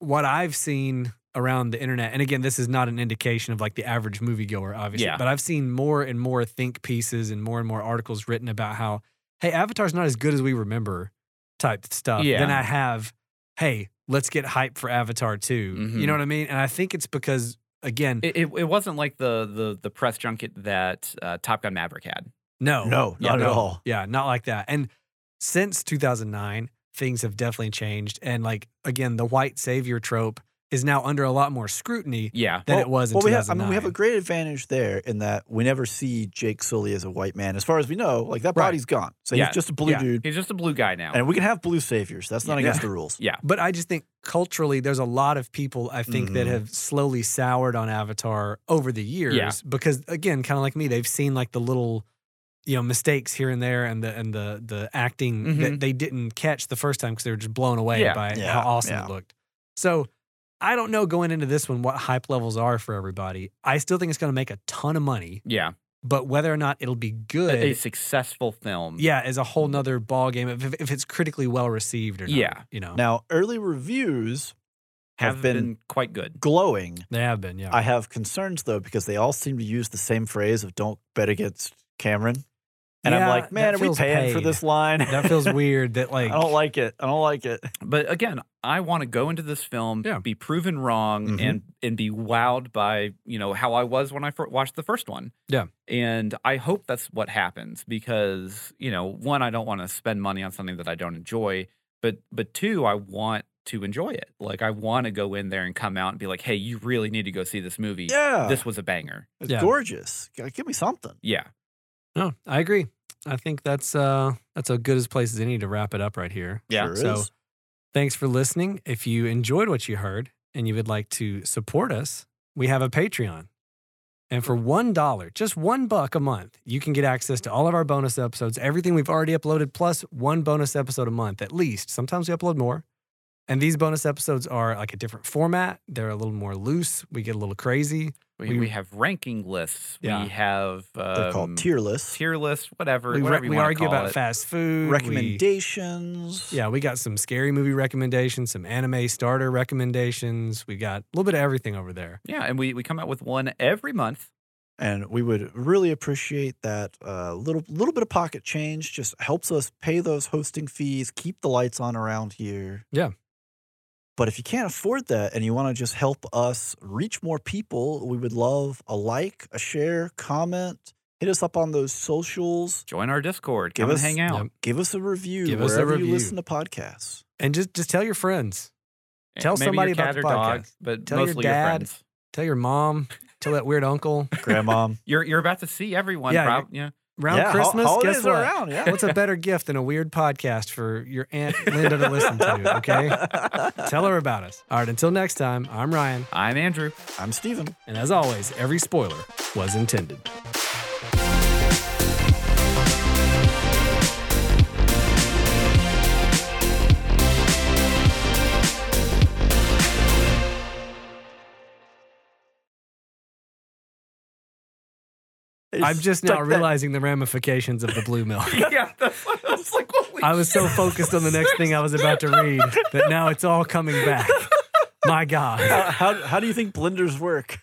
what I've seen around the internet, and again, this is not an indication of like the average moviegoer, obviously,
Yeah.
but I've seen more and more think pieces and more and more articles written about how, hey, Avatar's not as good as we remember type stuff.
Yeah.
Then I have, hey, let's get hype for Avatar 2. You
Mhm.
Mm-hmm.
know what I mean? And I think it's because, again,
It, it, it wasn't like the the the press junket that uh, Top Gun Maverick had.
no,
no,
Yeah,
not at
no.
all.
Yeah, not like that. And since 2009, things have definitely changed. And like, again, the white savior trope is now under a lot more scrutiny
Yeah.
than
Well-
it was in
Well, we have, I
2009.
mean, we have a great advantage there in that we never see Jake Sully as a white man. As far as we know, like that
Right.
body's gone. So
Yeah.
he's just a blue
Yeah.
dude.
He's just a blue guy now.
And we can have blue saviors. That's not
Yeah. [LAUGHS]
against the rules.
but I just think culturally, there's a lot of people I think that
Mhm.
have slowly soured on Avatar over the years
Mm-hmm. Yeah.
because, again, kind of like me, they've seen like the little, you know, mistakes here and there, and the and the the acting
Mhm.
that they didn't catch the first time because they were just blown away
Yeah.
by
Yeah.
how awesome
Yeah.
it looked. So. I don't know going into this one what hype levels are for everybody. I still think it's going to make a ton of money,
yeah.
but whether or not it'll be
A,
good,
a successful film.
yeah, is a whole nother ball game if, if it's critically well received or not.
Yeah.
you know,
Now, early reviews
Have,
have
been,
been-
quite good.
glowing.
they have been. Yeah,
I have concerns though because they all seem to use the same phrase of "Don't bet against Cameron," and
Yeah,
I'm like, man,
that
are we
feels
paying for
paid.
this line?
that feels weird.
[LAUGHS]
That like,
[LAUGHS] I don't like it. I don't like it.
But again, I want to go into this film,
Yeah. Mm-hmm.
be proven wrong,
Mhm.
and and be wowed by you know how I was when I fir- watched the first one.
Yeah.
And I hope that's what happens because you know one, I don't want to spend money on something that I don't enjoy, but but two, I want to enjoy it. Like I want to go in there and come out and be like, hey, you really need to go see this movie.
Yeah,
This was a banger.
it's
Yeah.
gorgeous. G- Give me something.
Yeah.
no, I agree. I think that's uh that's a good as place as any to wrap it up right here.
Yeah,
Sure
so-
is.
Thanks for listening. If you enjoyed what you heard and you would like to support us, we have a Patreon. And for one dollar, just one buck a month, you can get access to all of our bonus episodes, everything we've already uploaded, plus one bonus episode a month at least. Sometimes we upload more. And these bonus episodes are like a different format. They're a little more loose. We get a little crazy.
We,
We-
we have ranking lists.
Yeah.
We have um,
They're called tier lists.
tier lists, whatever.
We,
whatever
we
you wanna
argue
call
about
it.
fast food. we-
recommendations.
yeah, we got some scary movie recommendations, some anime starter recommendations. We got a little bit of everything over there.
Yeah, and we, we come out with one every month.
and we would really appreciate that uh, little little bit of pocket change. Just helps us pay those hosting fees, keep the lights on around here.
Yeah.
But if you can't afford that and you want to just help us reach more people, we would love a like, a share, comment, hit us up on those socials,
Join our Discord.
Give
Come
us-
and hang out.
Yep.
give us a review
Give us a
wherever you
review.
listen to podcasts.
And just just tell your friends.
And
Tell
Eh, maybe
somebody
your cat
about the
or dog,
podcast.
but
Tell your
mostly
dad.
friends.
Tell your mom. tell that weird uncle.
Grandma,
[LAUGHS]
You're you're about to see everyone.
Yeah,
Yeah,
you're-
yeah.
Around
yeah, ho-
Christmas,
holidays
guess
are
what?
around, yeah.
What's a better gift than a weird podcast for your aunt Linda to listen to? Okay, tell her about us. All right. Until next time, I'm Ryan,
I'm [LAUGHS] Andrew.
I'm Steven.
and as always, every spoiler was intended. I'm just now
Stuck that-
realizing the ramifications of the blue milk.
yeah, that's what I was like. Holy
I was so focused on the next thing I was about to read that now it's all coming back. My God.
[LAUGHS] How, how, how do you think blenders work?